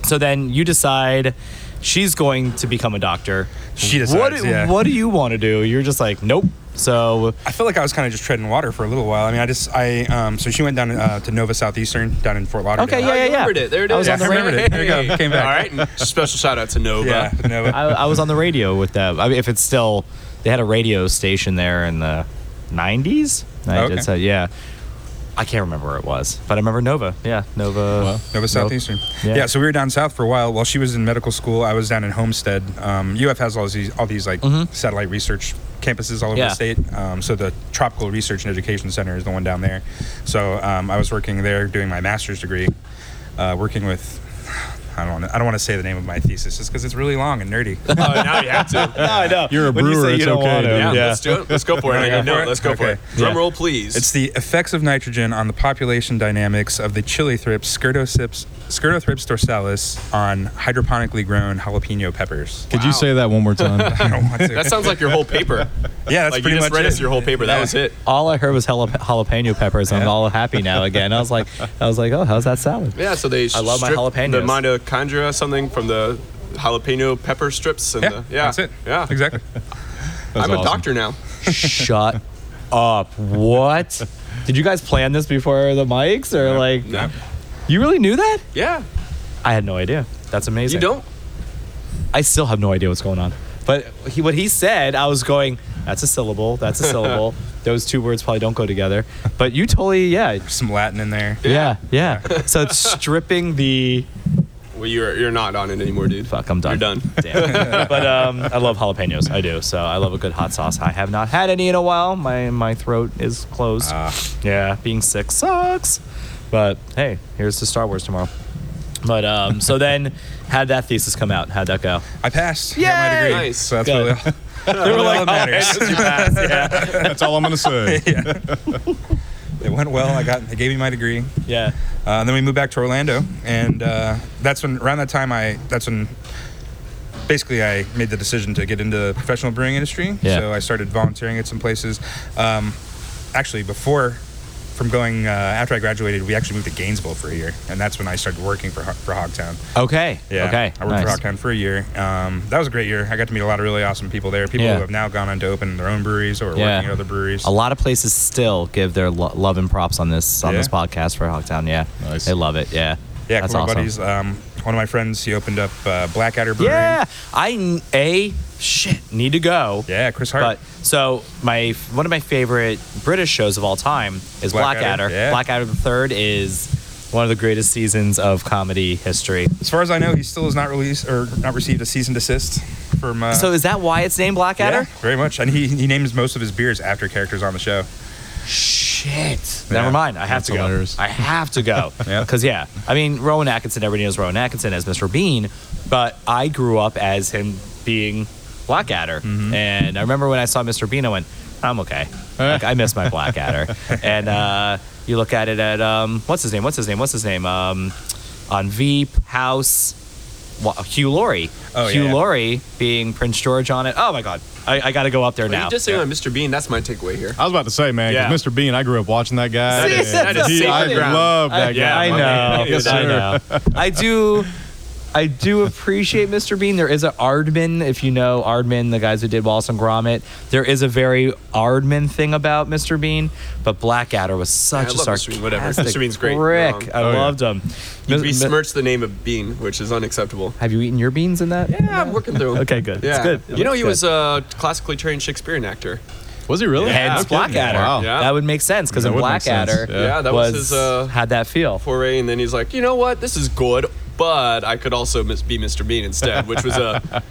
Speaker 1: so then you decide she's going to become a doctor.
Speaker 2: She
Speaker 1: what,
Speaker 2: decides,
Speaker 1: do-
Speaker 2: yeah.
Speaker 1: what do you want to do? You're just like, nope. So
Speaker 2: I feel like I was kind of just treading water for a little while. I mean, I just, I, um, so she went down uh, to Nova Southeastern down in Fort Lauderdale.
Speaker 1: Okay,
Speaker 4: Oh,
Speaker 1: yeah,
Speaker 4: you
Speaker 1: yeah.
Speaker 4: remembered it. There it is.
Speaker 1: I was on the
Speaker 2: I remembered it. There you go. Came back.
Speaker 4: All right. and special shout out to Nova.
Speaker 2: Yeah, Nova.
Speaker 1: I, I was on the radio with them. I mean, if it's still, they had a radio station there in the '90s. I
Speaker 3: Oh,
Speaker 2: Okay.
Speaker 1: did say, yeah. I can't remember where it was, but I remember Nova. Yeah, Nova.
Speaker 2: Nova Southeastern.
Speaker 1: Yeah.
Speaker 2: Yeah. so we were down south for a while. While she was in medical school, I was down in Homestead. Um, UF has all these all these like satellite research campuses all over
Speaker 1: Yeah.
Speaker 2: the state. Um, so the Tropical Research and Education Center is the one down there. So um, I was working there doing my master's degree, uh, working with. I don't. Wanna, I don't want to say the name of my thesis just because it's really long and nerdy.
Speaker 4: Oh, now you have to.
Speaker 1: I know.
Speaker 3: You're a
Speaker 1: When you say
Speaker 3: brewer,
Speaker 1: you
Speaker 3: it's
Speaker 1: don't
Speaker 3: okay,
Speaker 1: want to.
Speaker 3: dude.
Speaker 4: Yeah,
Speaker 1: Yeah.
Speaker 4: let's do it. Let's go for it.
Speaker 2: Wanna
Speaker 4: I
Speaker 2: go
Speaker 4: know.
Speaker 2: for it?
Speaker 4: Let's go for it.
Speaker 2: Okay.
Speaker 4: Drum
Speaker 1: Yeah.
Speaker 4: roll, please.
Speaker 2: It's the effects of nitrogen on the population dynamics of the chilithrips Scirdocyps, Scirdothrips dorsalis on hydroponically grown jalapeno peppers.
Speaker 3: Could
Speaker 4: Wow.
Speaker 3: you say that one more time?
Speaker 2: I don't want to.
Speaker 4: that sounds like your whole paper.
Speaker 2: yeah, that's
Speaker 4: like you
Speaker 2: pretty
Speaker 4: just
Speaker 2: much
Speaker 4: read
Speaker 2: it.
Speaker 4: us your whole paper. That
Speaker 2: Yeah.
Speaker 4: was it.
Speaker 1: All I heard was jalap- jalapeno peppers, and I'm all happy now again. I was like, I was like, oh, how's that salad?
Speaker 4: Yeah, so they
Speaker 1: I love my
Speaker 4: strip the
Speaker 1: jalapenos.
Speaker 4: mitochondria something from the jalapeno pepper strips and
Speaker 2: Yeah,
Speaker 4: the, yeah
Speaker 2: that's it.
Speaker 4: Yeah,
Speaker 2: exactly.
Speaker 3: That's
Speaker 4: I'm a
Speaker 3: awesome.
Speaker 4: doctor now.
Speaker 1: Shut up! What? Did you guys plan this before the mics, or like,
Speaker 4: No.
Speaker 1: you really knew that?
Speaker 4: Yeah,
Speaker 1: I had no idea. That's amazing.
Speaker 4: you don't.
Speaker 1: I still have no idea what's going on. But he, what he said, I was going, that's a syllable, that's a syllable. Those two words probably don't go together. But you totally, yeah.
Speaker 2: Some Latin in there.
Speaker 1: Yeah, yeah. So it's stripping the.
Speaker 4: Well, you're you're not on it anymore, dude.
Speaker 1: Fuck, I'm done.
Speaker 4: You're done.
Speaker 1: Damn. but um, I love jalapenos. I do. So I love a good hot sauce. I have not had any in a while. My my throat is closed.
Speaker 2: Ah.
Speaker 1: yeah, being sick sucks. But hey, here's to Star Wars tomorrow. But um, so then, how'd that thesis come out? How'd that go?
Speaker 2: I passed. I got my
Speaker 1: Yay!
Speaker 2: degree.
Speaker 4: Nice.
Speaker 2: So that's
Speaker 1: Good.
Speaker 2: really all,
Speaker 1: They were
Speaker 2: really all
Speaker 1: like, "Oh,
Speaker 2: that matters.
Speaker 1: "All right, you passed." yeah.
Speaker 3: That's all I'm gonna say.
Speaker 2: it went well. I got. They gave me my degree.
Speaker 1: yeah.
Speaker 2: Uh, then we moved back to Orlando, and uh, that's when around that time I that's when basically I made the decision to get into the professional brewing industry.
Speaker 1: Yeah.
Speaker 2: So I started volunteering at some places. Um, actually, before from going uh, after I graduated, we actually moved to Gainesville for a year, and that's when I started working for Ho- for Hogtown.
Speaker 1: Okay.
Speaker 2: Yeah.
Speaker 1: Okay.
Speaker 2: I worked
Speaker 1: nice.
Speaker 2: for Hogtown for a year. Um, that was a great year. I got to meet a lot of really awesome people there. People
Speaker 1: Yeah.
Speaker 2: who have now gone on to open their own breweries or
Speaker 1: Yeah.
Speaker 2: working at other breweries.
Speaker 1: A lot of places still give their lo- love and props on this on
Speaker 2: Yeah.
Speaker 1: this podcast for Hogtown. Yeah.
Speaker 3: Nice.
Speaker 1: They love it. Yeah.
Speaker 2: Yeah,
Speaker 1: That's
Speaker 2: cool
Speaker 1: awesome.
Speaker 2: buddies. Um, one of my friends, he opened up uh, Blackadder Brewery.
Speaker 1: Yeah. I n- a shit need to go.
Speaker 2: Yeah, Chris Hart.
Speaker 1: But so my one of my favorite British shows of all time is Blackadder.
Speaker 2: Blackadder, yeah.
Speaker 1: Blackadder the Third is one of the greatest seasons of comedy history.
Speaker 2: As far as I know, he still has not released or not received a cease and desist from. Uh,
Speaker 1: so is that why it's named
Speaker 2: yeah,
Speaker 1: Blackadder?
Speaker 2: very much, and he he names most of his beers after characters on the show.
Speaker 1: Shit.
Speaker 2: Yeah.
Speaker 1: Never mind. I have
Speaker 3: That's
Speaker 1: to go.
Speaker 3: hilarious.
Speaker 1: I have to go.
Speaker 2: Yeah.
Speaker 1: Because, yeah. I mean, Rowan Atkinson, everybody knows Rowan Atkinson as Mr. Bean, but I grew up as him being Blackadder. And I remember when I saw Mr. Bean, I went, I'm okay. Like, I miss my Blackadder. and uh, you look at it at, um, what's his name? What's his name? What's his name? Um, on Veep, House, wa- Hugh Laurie.
Speaker 2: Oh,
Speaker 1: Hugh
Speaker 2: yeah.
Speaker 1: Laurie being Prince George on it. Oh, my God. I, I got to go up there
Speaker 4: Well,
Speaker 1: now.
Speaker 4: You just say on Mr. Bean. That's my takeaway here.
Speaker 3: I was about to say, man, 'cause
Speaker 1: Yeah.
Speaker 3: Mr. Bean, I grew up watching that guy.
Speaker 1: See,
Speaker 3: and
Speaker 1: that is
Speaker 3: he-
Speaker 1: sacred
Speaker 3: I
Speaker 1: ground.
Speaker 3: love
Speaker 1: I,
Speaker 3: that guy.
Speaker 1: I know.
Speaker 3: Yes,
Speaker 1: I
Speaker 3: sir.
Speaker 1: know. I do. I do appreciate Mr. Bean. There is a Ardman, if you know Ardman, the guys who did Wallace and Gromit. There is a very Ardman thing about Mr. Bean, but Blackadder was such a
Speaker 4: Yeah, I love Mr.
Speaker 1: sarcastic
Speaker 4: Bean, whatever. Mr. Bean's great. Um,
Speaker 1: prick. I
Speaker 3: Oh, yeah.
Speaker 1: loved him.
Speaker 4: You
Speaker 1: Mi- mi-
Speaker 4: besmirched the name of Bean, which is unacceptable.
Speaker 1: Have you eaten your beans in that?
Speaker 4: Yeah, I'm working through. 'em.
Speaker 1: Okay, good. It's
Speaker 4: Yeah.
Speaker 1: good.
Speaker 4: You know,
Speaker 1: It's
Speaker 4: he
Speaker 1: good.
Speaker 4: was a classically trained Shakespearean actor.
Speaker 3: Was he really?
Speaker 1: Hence
Speaker 3: No kidding.
Speaker 1: Blackadder.
Speaker 3: Wow.
Speaker 4: Yeah.
Speaker 1: That would make sense because
Speaker 3: That
Speaker 1: in
Speaker 3: would make sense.
Speaker 1: Blackadder,
Speaker 3: Yeah.
Speaker 4: Yeah, that was his, uh,
Speaker 1: had that feel.
Speaker 4: Foray, and then he's like, you know what? This is good, but I could also mis- be Mr. Bean instead, which was a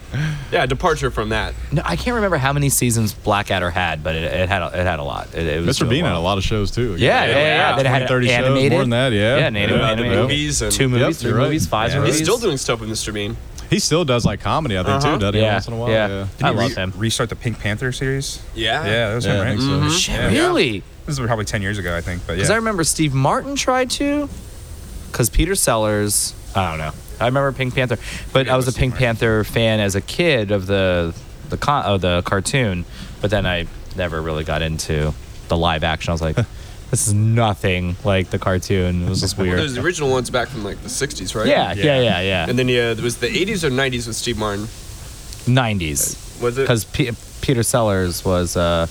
Speaker 4: yeah departure from that.
Speaker 1: No, I can't remember how many seasons Blackadder had, but it, it had a, it had a lot. It, it was
Speaker 3: Mr.
Speaker 1: doing
Speaker 3: Bean
Speaker 1: well.
Speaker 3: had a lot of shows too.
Speaker 1: Yeah, yeah, yeah.
Speaker 4: yeah.
Speaker 1: Then it had
Speaker 3: 20, 30 shows,
Speaker 1: animated.
Speaker 3: more than that, yeah.
Speaker 1: Yeah, an anim-
Speaker 4: Yeah, the
Speaker 1: animated.
Speaker 4: movies and-
Speaker 1: two movies,
Speaker 3: Yep,
Speaker 1: three
Speaker 3: you're right.
Speaker 1: movies, five
Speaker 2: Yeah.
Speaker 1: movies.
Speaker 4: He's still doing stuff with Mr. Bean.
Speaker 3: He still does like comedy, I think,
Speaker 4: Uh-huh.
Speaker 3: too, doesn't he?
Speaker 1: Yeah,
Speaker 3: Once in a while.
Speaker 1: yeah.
Speaker 3: Yeah.
Speaker 1: I
Speaker 2: Did he
Speaker 1: love
Speaker 2: re-
Speaker 1: him.
Speaker 2: Restart the Pink Panther series.
Speaker 4: Yeah.
Speaker 2: Yeah, that was him,
Speaker 3: Yeah, I
Speaker 2: right?
Speaker 3: think so.
Speaker 4: Mhm.
Speaker 1: Shit,
Speaker 2: Yeah.
Speaker 1: really?
Speaker 2: This was probably ten years ago, I think. But
Speaker 1: Because
Speaker 2: yeah,
Speaker 1: I remember Steve Martin tried to. Because Peter Sellers, I don't know. I remember Pink Panther, but
Speaker 2: Yeah,
Speaker 1: I was a
Speaker 2: Steve
Speaker 1: Pink
Speaker 2: Martin.
Speaker 1: Panther fan as a kid of the the con- of the cartoon, but then I never really got into the live action. I was like, this is nothing like the cartoon. It was just
Speaker 4: Well,
Speaker 1: weird.
Speaker 4: there's the original ones back from like the '60s, right?
Speaker 1: yeah, yeah, yeah, yeah.
Speaker 4: And then yeah, it was the '80s or '90s with Steve Martin.
Speaker 1: 90s.
Speaker 4: Was it?
Speaker 1: because P- Peter Sellers was. Uh,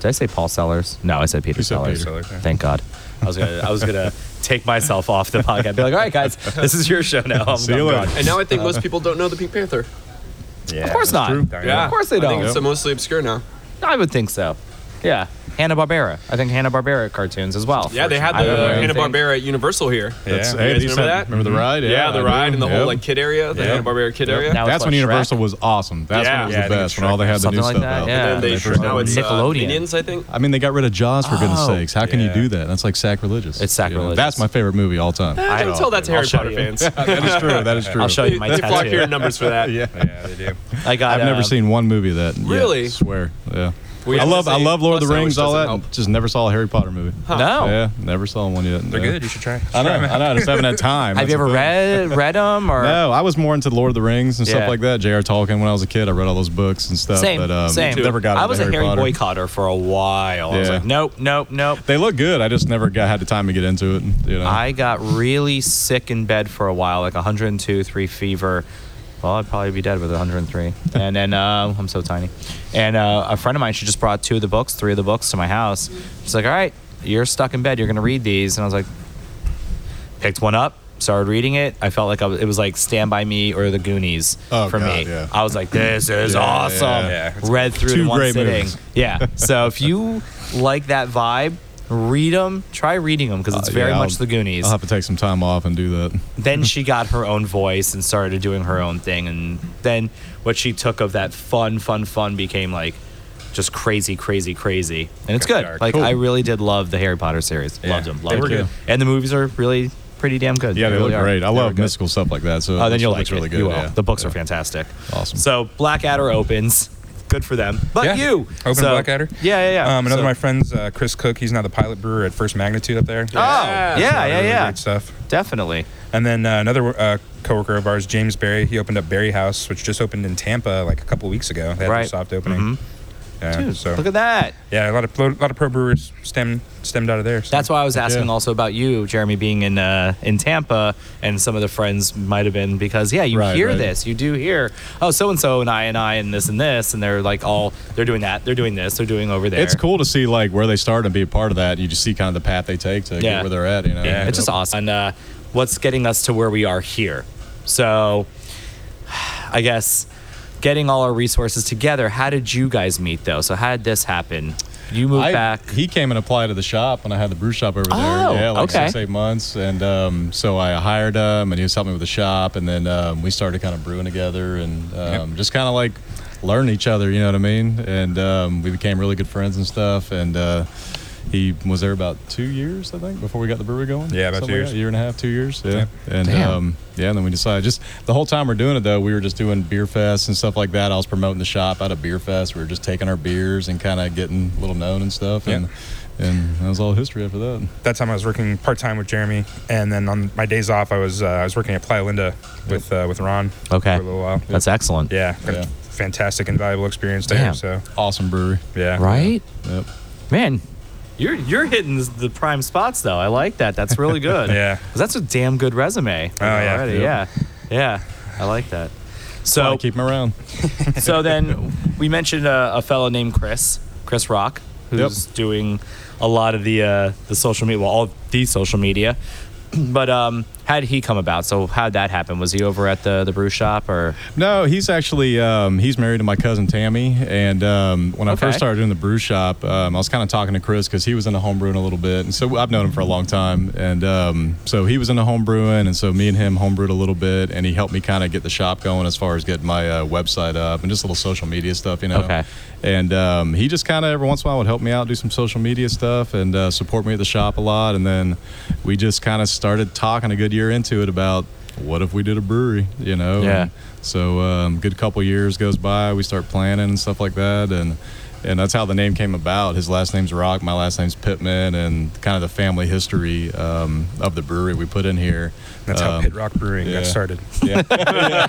Speaker 1: did I say Paul Sellers? No, I said Peter
Speaker 3: You said
Speaker 1: Sellers.
Speaker 2: Peter Sellers, yeah.
Speaker 1: Thank God. I was gonna. I was gonna take myself off the podcast. and Be like, all right, guys, this is your show now. I'm,
Speaker 3: See you
Speaker 1: I'm
Speaker 3: later.
Speaker 1: gone."
Speaker 4: and now I think most people don't know the Pink Panther.
Speaker 2: yeah,
Speaker 1: of course
Speaker 2: that's
Speaker 1: not.
Speaker 2: true.
Speaker 4: Yeah,
Speaker 1: Of course they
Speaker 4: I
Speaker 1: don't.
Speaker 4: think it's uh, mostly obscure now.
Speaker 1: I would think so. Yeah, Hanna Barbera. I think Hanna Barbera cartoons as well.
Speaker 4: Yeah, they had
Speaker 1: I
Speaker 4: the
Speaker 1: remember
Speaker 4: Hanna
Speaker 1: everything.
Speaker 4: Barbera at Universal here.
Speaker 3: That's,
Speaker 2: Yeah.
Speaker 3: hey,
Speaker 4: You guys
Speaker 3: they
Speaker 4: remember
Speaker 3: said-
Speaker 4: that?
Speaker 3: Remember the ride?
Speaker 4: Yeah, the
Speaker 3: I
Speaker 4: ride
Speaker 3: do.
Speaker 4: and the whole
Speaker 3: Yep.
Speaker 4: like kid area, the
Speaker 2: Yeah.
Speaker 4: Hanna Barbera kid area.
Speaker 1: Now-
Speaker 4: Now,
Speaker 1: it's
Speaker 3: That's
Speaker 1: what,
Speaker 3: when Universal
Speaker 1: Shrek?
Speaker 3: was awesome. That's when
Speaker 4: Yeah.
Speaker 3: it was
Speaker 2: Yeah,
Speaker 3: the
Speaker 2: they did
Speaker 3: best. When all they had the
Speaker 1: Something
Speaker 3: new
Speaker 1: like
Speaker 3: stuff
Speaker 1: that,
Speaker 3: out.
Speaker 1: yeah.
Speaker 4: and then
Speaker 1: They
Speaker 4: they
Speaker 1: first
Speaker 4: now
Speaker 1: opened
Speaker 4: it's uh,
Speaker 1: Nickelodeon.
Speaker 4: Minions, I think.
Speaker 3: I mean, they got rid of Jaws for goodness
Speaker 1: Oh.
Speaker 3: sakes. How can
Speaker 2: Yeah.
Speaker 3: you do that? That's like sacrilegious.
Speaker 1: It's
Speaker 3: You know,
Speaker 1: sacrilegious.
Speaker 3: That's my favorite movie all time.
Speaker 4: Eh, Don't tell that to
Speaker 1: I'll
Speaker 4: Harry
Speaker 1: show
Speaker 4: Potter
Speaker 1: you.
Speaker 4: fans.
Speaker 3: that is true. That is true.
Speaker 1: I'll show you my
Speaker 4: they flock
Speaker 1: tattoo.
Speaker 4: here in numbers for that.
Speaker 3: Yeah.
Speaker 2: Yeah, they do.
Speaker 1: I got.
Speaker 3: I've never
Speaker 1: uh,
Speaker 3: seen one movie of that. yet,
Speaker 4: Really?
Speaker 3: swear. Yeah.
Speaker 4: We
Speaker 3: I
Speaker 4: have the
Speaker 3: love I
Speaker 4: same
Speaker 3: love Lord of the
Speaker 4: mustache,
Speaker 3: Rings,
Speaker 4: which
Speaker 3: all that.
Speaker 4: doesn't
Speaker 3: and
Speaker 4: help.
Speaker 3: Just never saw a Harry Potter movie.
Speaker 1: No.
Speaker 3: Yeah, never saw one yet.
Speaker 2: They're
Speaker 3: Yeah.
Speaker 2: good. You should try.
Speaker 3: I know. I know. I just haven't had time.
Speaker 1: Have
Speaker 3: That's
Speaker 1: you ever
Speaker 3: the thing.
Speaker 1: read read them or?
Speaker 3: No, I was more into Lord of the Rings and
Speaker 1: Yeah.
Speaker 3: stuff like that. J.R. Tolkien. When I was a kid, I read all those books and stuff.
Speaker 1: Same,
Speaker 3: but um,
Speaker 1: same.
Speaker 3: Never got.
Speaker 1: I
Speaker 3: into
Speaker 1: was a
Speaker 3: Harry
Speaker 1: Harry
Speaker 3: Potter.
Speaker 1: boycotter for a while. I was
Speaker 3: Yeah.
Speaker 1: like, nope, nope, nope.
Speaker 3: They look good. I just never got had the time to get into it. You know.
Speaker 1: I got really sick in bed for a while, like 102, 3 fever. Well, I'd probably be dead with 103. and then uh, I'm so tiny. And uh, a friend of mine, she just brought two of the books, three of the books to my house. She's like, all right, you're stuck in bed. You're going to read these. And I was like, picked one up. Started reading it. I felt like I was, it was like Stand by Me or The Goonies
Speaker 3: Oh,
Speaker 1: for me.
Speaker 3: God, yeah.
Speaker 1: I was like, "This is
Speaker 3: Yeah,
Speaker 1: awesome."
Speaker 3: yeah.
Speaker 2: Yeah, it's
Speaker 1: Read through it
Speaker 3: Two
Speaker 1: in one
Speaker 3: great
Speaker 1: sitting.
Speaker 3: movies.
Speaker 1: Yeah. So if you like that vibe, read them. Try reading them because it's
Speaker 3: Uh,
Speaker 1: very
Speaker 3: yeah,
Speaker 1: much
Speaker 3: I'll-
Speaker 1: The Goonies
Speaker 3: I'll have to take some time off and do that.
Speaker 1: then she got her own voice and started doing her own thing and then what she took of that fun fun fun became like just crazy crazy crazy and it's
Speaker 2: Got
Speaker 1: good
Speaker 2: dark.
Speaker 1: like
Speaker 3: Cool.
Speaker 1: i really did love the harry potter series loved them
Speaker 2: they
Speaker 1: loved
Speaker 2: were
Speaker 1: them
Speaker 2: good.
Speaker 1: and the movies are really pretty damn good.
Speaker 3: Yeah, they,
Speaker 1: really
Speaker 3: look
Speaker 1: are.
Speaker 3: great. I
Speaker 1: They were
Speaker 3: love
Speaker 1: good.
Speaker 3: mystical stuff like that. So
Speaker 1: Oh, then you'll
Speaker 3: looks
Speaker 1: like
Speaker 3: really
Speaker 1: it.
Speaker 3: good.
Speaker 1: You will.
Speaker 3: yeah.
Speaker 1: The books
Speaker 3: Yeah.
Speaker 1: are fantastic.
Speaker 3: Awesome.
Speaker 1: So Blackadder opens. Good for them. But
Speaker 2: Yeah.
Speaker 1: you
Speaker 2: Open
Speaker 1: so,
Speaker 2: Blackadder?
Speaker 1: Yeah, yeah, yeah.
Speaker 2: Um, another
Speaker 1: So-
Speaker 2: of my friends, uh, Chris Cook, he's now the pilot brewer at First Magnitude up there.
Speaker 1: Oh, yeah, yeah, yeah.
Speaker 2: Really Great stuff.
Speaker 1: Definitely.
Speaker 2: And then uh, another uh, coworker of ours, James Berry, he opened up Berry House, which just opened in Tampa like a couple weeks ago. They had their
Speaker 1: Right.
Speaker 2: soft opening.
Speaker 1: Mhm.
Speaker 2: Yeah,
Speaker 1: Dude,
Speaker 2: so
Speaker 1: look at that.
Speaker 2: yeah, a lot of lot of pro brewers stemmed stemmed out of there. so.
Speaker 1: That's why I was asking
Speaker 3: Yeah.
Speaker 1: also about you, Jeremy, being in uh, in Tampa, and some of the friends might have been because yeah, you
Speaker 3: Right,
Speaker 1: hear
Speaker 3: right.
Speaker 1: this, you do hear oh so and so and I and I and this and this, and they're like all they're doing that, they're doing this, they're doing over there.
Speaker 3: It's cool to see like where they start and be a part of that. and You just see kind of the path they take to
Speaker 1: Yeah.
Speaker 3: get where they're at. You know,
Speaker 2: Yeah.
Speaker 1: It's just awesome. And uh, what's getting us to where we are here? So, I guess getting all our resources together. How did you guys meet though? So how did this happen? You moved
Speaker 3: I-
Speaker 1: back.
Speaker 3: He came and applied to the shop when I had the brew shop over there.
Speaker 1: Oh,
Speaker 3: yeah, like
Speaker 1: okay.
Speaker 3: six, eight months. And um, so I hired him and he was helping me with the shop. And then um, we started kind of brewing together and um, just kind of like learn each other, you know what I mean? And um, we became really good friends and stuff. And uh, he was there about two years, I think, before we got the brewery going.
Speaker 2: Yeah, about two
Speaker 3: Something like
Speaker 2: years.
Speaker 3: that, A year and a half, two years. Yeah.
Speaker 2: Yeah.
Speaker 3: And
Speaker 1: Damn.
Speaker 3: um, yeah, and then we decided just the whole time we're doing it though, we were just doing beer fest and stuff like that. I was promoting the shop out of beer fest. We were just taking our beers and kind of getting a little known and stuff. And and that was all history after that.
Speaker 2: that time I was working part time with Jeremy, and then on my days off, I was uh, I was working at Playa Linda with uh, with Ron.
Speaker 1: Okay.
Speaker 2: For a little while.
Speaker 1: That's excellent.
Speaker 2: yeah,
Speaker 3: Yeah.
Speaker 2: fantastic and valuable experience there.
Speaker 1: Damn.
Speaker 2: So
Speaker 3: Awesome brewery.
Speaker 2: yeah,
Speaker 1: Right.
Speaker 3: Yep.
Speaker 1: Man, you're you're hitting the prime spots though. I like that. That's really good.
Speaker 2: Yeah.
Speaker 1: 'Cause that's a damn good resume.
Speaker 2: Oh, yeah.
Speaker 1: already. yeah,
Speaker 3: Yep.
Speaker 1: yeah. I like that. So
Speaker 3: Gotta keep him around.
Speaker 1: so then we mentioned a, a fellow named Chris, Chris Rock, who's doing a lot of the uh, the social media, well, all the social media. But um, how did he come about? So how'd that happen? Was he over at the the brew shop or?
Speaker 3: No, he's actually um, he's married to my cousin Tammy, and um, when I
Speaker 1: Okay.
Speaker 3: first started doing the brew shop, um, I was kind of talking to Chris because he was into homebrewing a little bit, and so I've known him for a long time, and um, so he was into homebrewing, and so me and him homebrewed a little bit, and he helped me kind of get the shop going as far as getting my uh, website up and just little social media stuff, you know.
Speaker 1: Okay.
Speaker 3: And um, he just kind of every once in a while would help me out, do some social media stuff, and uh, support me at the shop a lot. And then we just kind of started talking a good year into it about what if we did a brewery, you know?
Speaker 1: Yeah.
Speaker 3: And so um, good couple years goes by, we start planning and stuff like that, and and that's how the name came about. His last name's Rock, my last name's Pittman, and kind of the family history um, of the brewery we put in here.
Speaker 2: That's how
Speaker 3: Um,
Speaker 2: Pit Rock Brewing
Speaker 3: yeah.
Speaker 2: got started.
Speaker 3: yeah.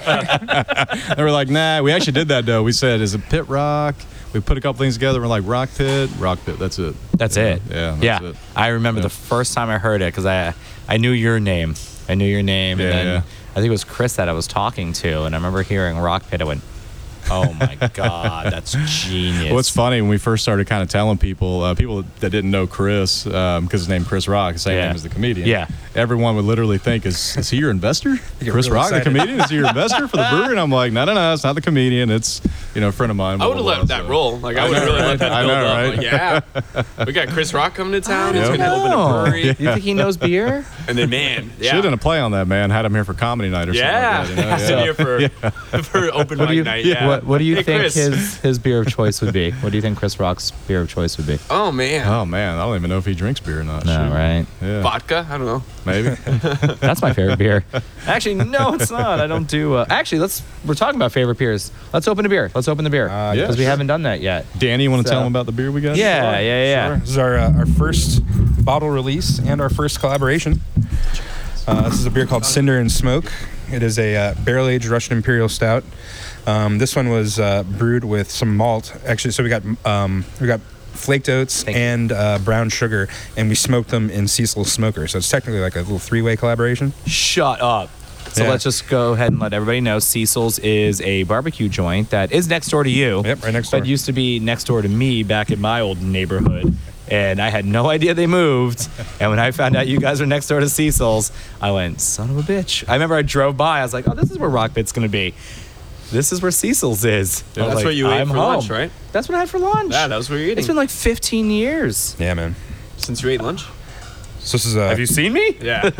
Speaker 3: they were like, nah, we actually did that though. We said, is it pit rock? We put a couple things together. We're like, rock pit, rock pit. That's it.
Speaker 1: That's
Speaker 3: Yeah,
Speaker 1: it.
Speaker 3: Yeah. That's
Speaker 1: yeah.
Speaker 3: It.
Speaker 1: I remember
Speaker 3: Yeah.
Speaker 1: the first time I heard it because I I knew your name. I knew your name,
Speaker 3: Yeah,
Speaker 1: and then
Speaker 3: yeah.
Speaker 1: I think it was Chris that I was talking to, and I remember hearing Rock Pit. I went, "Oh my god, that's genius!"
Speaker 3: Well, it's funny when we first started kind of telling people, uh, people that didn't know Chris, because his name Chris Rock, the same
Speaker 1: Yeah.
Speaker 3: name as the comedian.
Speaker 1: Yeah.
Speaker 3: Everyone would literally think, is, is he your investor?
Speaker 2: get
Speaker 3: Chris
Speaker 2: real
Speaker 3: Rock,
Speaker 2: excited.
Speaker 3: the comedian, is he your investor for the brewery? And I'm like, no, no, no, it's not the comedian. It's, you know, a friend of mine.
Speaker 4: I
Speaker 3: blah,
Speaker 4: would have
Speaker 3: blah,
Speaker 4: let
Speaker 3: blah,
Speaker 4: that
Speaker 3: so-
Speaker 4: roll. Like I, would have really let that
Speaker 3: I
Speaker 4: build
Speaker 3: know,
Speaker 4: up.
Speaker 3: right?
Speaker 4: Like, yeah, we got Chris Rock coming to town. He's
Speaker 3: Yep.
Speaker 4: gonna open
Speaker 1: No.
Speaker 4: a brewery,
Speaker 1: You think he knows beer?
Speaker 4: and then man, yeah,
Speaker 3: Should have done a play on that, man. Had him here for comedy night or
Speaker 4: yeah,
Speaker 3: something. Like that, you know?
Speaker 4: Sit here for for open
Speaker 1: What do
Speaker 4: mic
Speaker 1: you,
Speaker 4: night. Yeah.
Speaker 1: what, what do you
Speaker 4: Hey,
Speaker 1: think
Speaker 4: Chris.
Speaker 1: his his beer of choice would be? What do you think Chris Rock's beer of choice would be?
Speaker 4: Oh man,
Speaker 3: Oh man, I don't even know if he drinks beer or not.
Speaker 1: No,
Speaker 3: Shoot.
Speaker 1: right?
Speaker 3: Yeah,
Speaker 4: vodka. I don't know.
Speaker 3: maybe.
Speaker 1: That's my favorite beer. Actually, no, it's not. I don't do. Uh, actually, let's. We're talking about favorite beers. Let's open a beer. Let's open the beer
Speaker 2: Uh,
Speaker 1: because
Speaker 3: yeah,
Speaker 1: we
Speaker 3: sure.
Speaker 1: haven't done that yet.
Speaker 3: Danny, you want to
Speaker 1: So-
Speaker 3: tell him about the beer we got?
Speaker 1: Yeah, yeah, yeah.
Speaker 2: Sure. This is our uh, our first bottle release and our first collaboration. Uh, this is a beer called Cinder and Smoke. It is a uh, barrel aged Russian Imperial Stout. Um, this one was uh, brewed with some malt. Actually, so we got um, we got flaked oats
Speaker 1: Thank you.
Speaker 2: and uh, brown sugar, and we smoked them in Cecil's smoker. So it's technically like a little three way collaboration.
Speaker 1: Shut up. So
Speaker 2: Yeah.
Speaker 1: let's just go ahead and let everybody know Cecil's is a barbecue joint that is next door to you.
Speaker 2: Yep, right next
Speaker 1: But
Speaker 2: door.
Speaker 1: used to be next door to me back in my old neighborhood. And I had no idea they moved. And when I found out you guys were next door to Cecil's, I went, son of a bitch. I remember I drove by. I was like, oh, this is where Rock Pit's going to be. This is where Cecil's is. I was
Speaker 4: that's
Speaker 1: like,
Speaker 4: what you ate
Speaker 1: "I'm
Speaker 4: for lunch,
Speaker 1: home."
Speaker 4: right?
Speaker 1: That's what I had for lunch.
Speaker 4: Yeah, that was what you're eating
Speaker 1: it's been like 15 years.
Speaker 2: Yeah, man.
Speaker 4: since you ate lunch.
Speaker 2: So this is a
Speaker 1: Have you seen me?
Speaker 4: Yeah,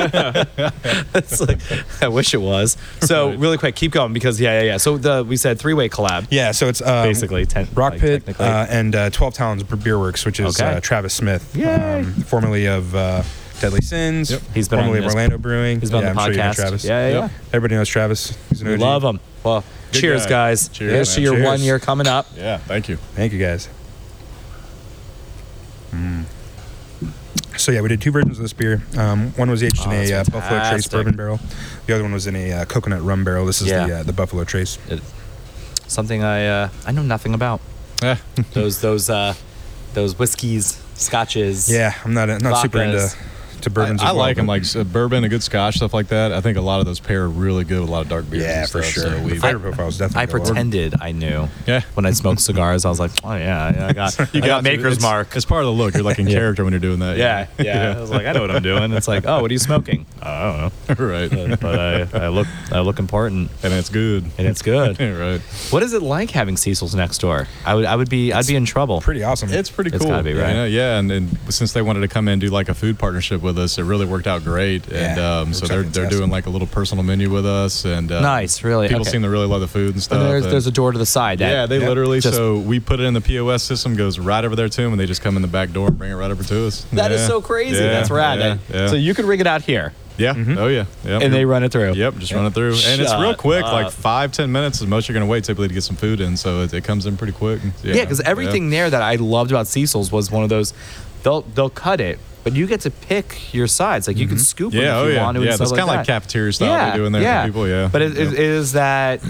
Speaker 1: it's like, I wish it was. So really quick, keep going because yeah, yeah, yeah. So the we said three way collab.
Speaker 2: yeah. So it's um,
Speaker 1: Basically, ten,
Speaker 2: Rock
Speaker 1: like,
Speaker 2: Pit
Speaker 1: technically.
Speaker 2: uh, and uh, 12 Towns Beer Works, which is
Speaker 1: Okay.
Speaker 2: uh, Travis Smith,
Speaker 1: Yay.
Speaker 2: formerly of uh, Deadly Sins.
Speaker 3: Yep.
Speaker 1: He's been on
Speaker 2: formerly of
Speaker 1: this-
Speaker 2: Orlando Brewing.
Speaker 1: He's been
Speaker 2: yeah,
Speaker 1: on the
Speaker 2: I'm sure you know
Speaker 1: podcast.
Speaker 2: Travis.
Speaker 1: yeah, yeah,
Speaker 3: Yep.
Speaker 1: yeah.
Speaker 2: Everybody knows Travis. He's an
Speaker 1: We
Speaker 2: OG.
Speaker 1: love him. Well,
Speaker 3: Good
Speaker 1: cheers,
Speaker 3: guy.
Speaker 1: guys.
Speaker 3: Cheers,
Speaker 1: Here's to
Speaker 2: man.
Speaker 1: your
Speaker 2: Cheers.
Speaker 1: one year coming up.
Speaker 3: Yeah, thank you.
Speaker 2: Thank you guys. Hmm. So yeah, we did two versions of this beer. Um, one was aged
Speaker 1: Oh,
Speaker 2: in
Speaker 1: that's
Speaker 2: a uh, Buffalo Trace
Speaker 1: fantastic.
Speaker 2: bourbon barrel. The other one was in a uh, coconut rum barrel. This is the
Speaker 1: Yeah.
Speaker 2: uh, the Buffalo Trace.
Speaker 1: It- something I uh, I know nothing about.
Speaker 3: Yeah.
Speaker 1: Those those uh, those whiskeys, scotches.
Speaker 2: Yeah, I'm not uh, not super into
Speaker 1: Vodkas.
Speaker 2: to
Speaker 3: I,
Speaker 2: bourbons.
Speaker 3: I
Speaker 2: as well,
Speaker 3: like them,
Speaker 2: but-
Speaker 3: like uh, bourbon, a good scotch, stuff like that. I think a lot of those pair really good with a lot of dark beers.
Speaker 2: yeah,
Speaker 3: and
Speaker 2: for
Speaker 3: stuff,
Speaker 2: sure.
Speaker 3: So
Speaker 2: the
Speaker 3: we,
Speaker 2: flavor profile is definitely.
Speaker 1: I
Speaker 2: good.
Speaker 1: pretended I knew.
Speaker 3: Yeah.
Speaker 1: When I smoked cigars, I was like, oh yeah, yeah I got, you got, Maker's
Speaker 3: it's,
Speaker 1: Mark.
Speaker 3: It's part of the look. You're like in
Speaker 1: Yeah.
Speaker 3: character when you're doing that.
Speaker 1: Yeah, yeah. I was like, I know what I'm doing. It's like, oh, what are you smoking? I
Speaker 3: right.
Speaker 1: don't know,
Speaker 3: and
Speaker 1: but I, I look I look important,
Speaker 3: it's good.
Speaker 1: and it's good.
Speaker 3: right.
Speaker 1: what is it like having Cecil's next door? I would I would be I'd be in trouble.
Speaker 2: Pretty awesome.
Speaker 3: It's pretty
Speaker 1: It's
Speaker 3: cool.
Speaker 1: gotta be, right?
Speaker 3: You know, yeah, and, and since they wanted to come in and do like a food partnership with us, it really worked out great. And
Speaker 2: Yeah,
Speaker 3: um,
Speaker 2: works
Speaker 3: so
Speaker 2: out
Speaker 3: they're they're
Speaker 2: fantastic.
Speaker 3: doing like a little personal menu with us. And uh,
Speaker 1: Nice, really.
Speaker 3: People
Speaker 1: Okay.
Speaker 3: seem to really love the food and stuff.
Speaker 1: And there's
Speaker 3: and-
Speaker 1: there's a door to the side. That,
Speaker 3: yeah, they
Speaker 2: Yep.
Speaker 3: literally.
Speaker 1: Just-
Speaker 3: so we put it in the POS system, goes right over there to them, and they just come in the back door and bring it right over to us.
Speaker 1: that is
Speaker 3: Yeah.
Speaker 1: so crazy.
Speaker 3: Yeah,
Speaker 1: That's rad.
Speaker 3: Yeah. yeah.
Speaker 1: So you could rig it out here,
Speaker 3: yeah. Oh yeah. Yep.
Speaker 1: and they run it through.
Speaker 3: Yep, just run it through, and it's
Speaker 1: Shut
Speaker 3: real quick, like
Speaker 1: up.
Speaker 3: five ten minutes is most you're gonna wait typically to get some food in, so it, it comes in pretty quick.
Speaker 1: Yeah, because everything there that I loved about Cecil's was one of those. They'll they'll cut it, but you get to pick your sides. Like you can scoop
Speaker 3: Yeah,
Speaker 1: them if
Speaker 3: oh
Speaker 1: you
Speaker 3: yeah,
Speaker 1: want to.
Speaker 3: yeah.
Speaker 1: and
Speaker 3: That's
Speaker 1: stuff
Speaker 3: kind of like,
Speaker 1: that.
Speaker 3: cafeteria style they do in there for people. Yeah,
Speaker 1: But it, it-
Speaker 3: Yeah.
Speaker 1: it is that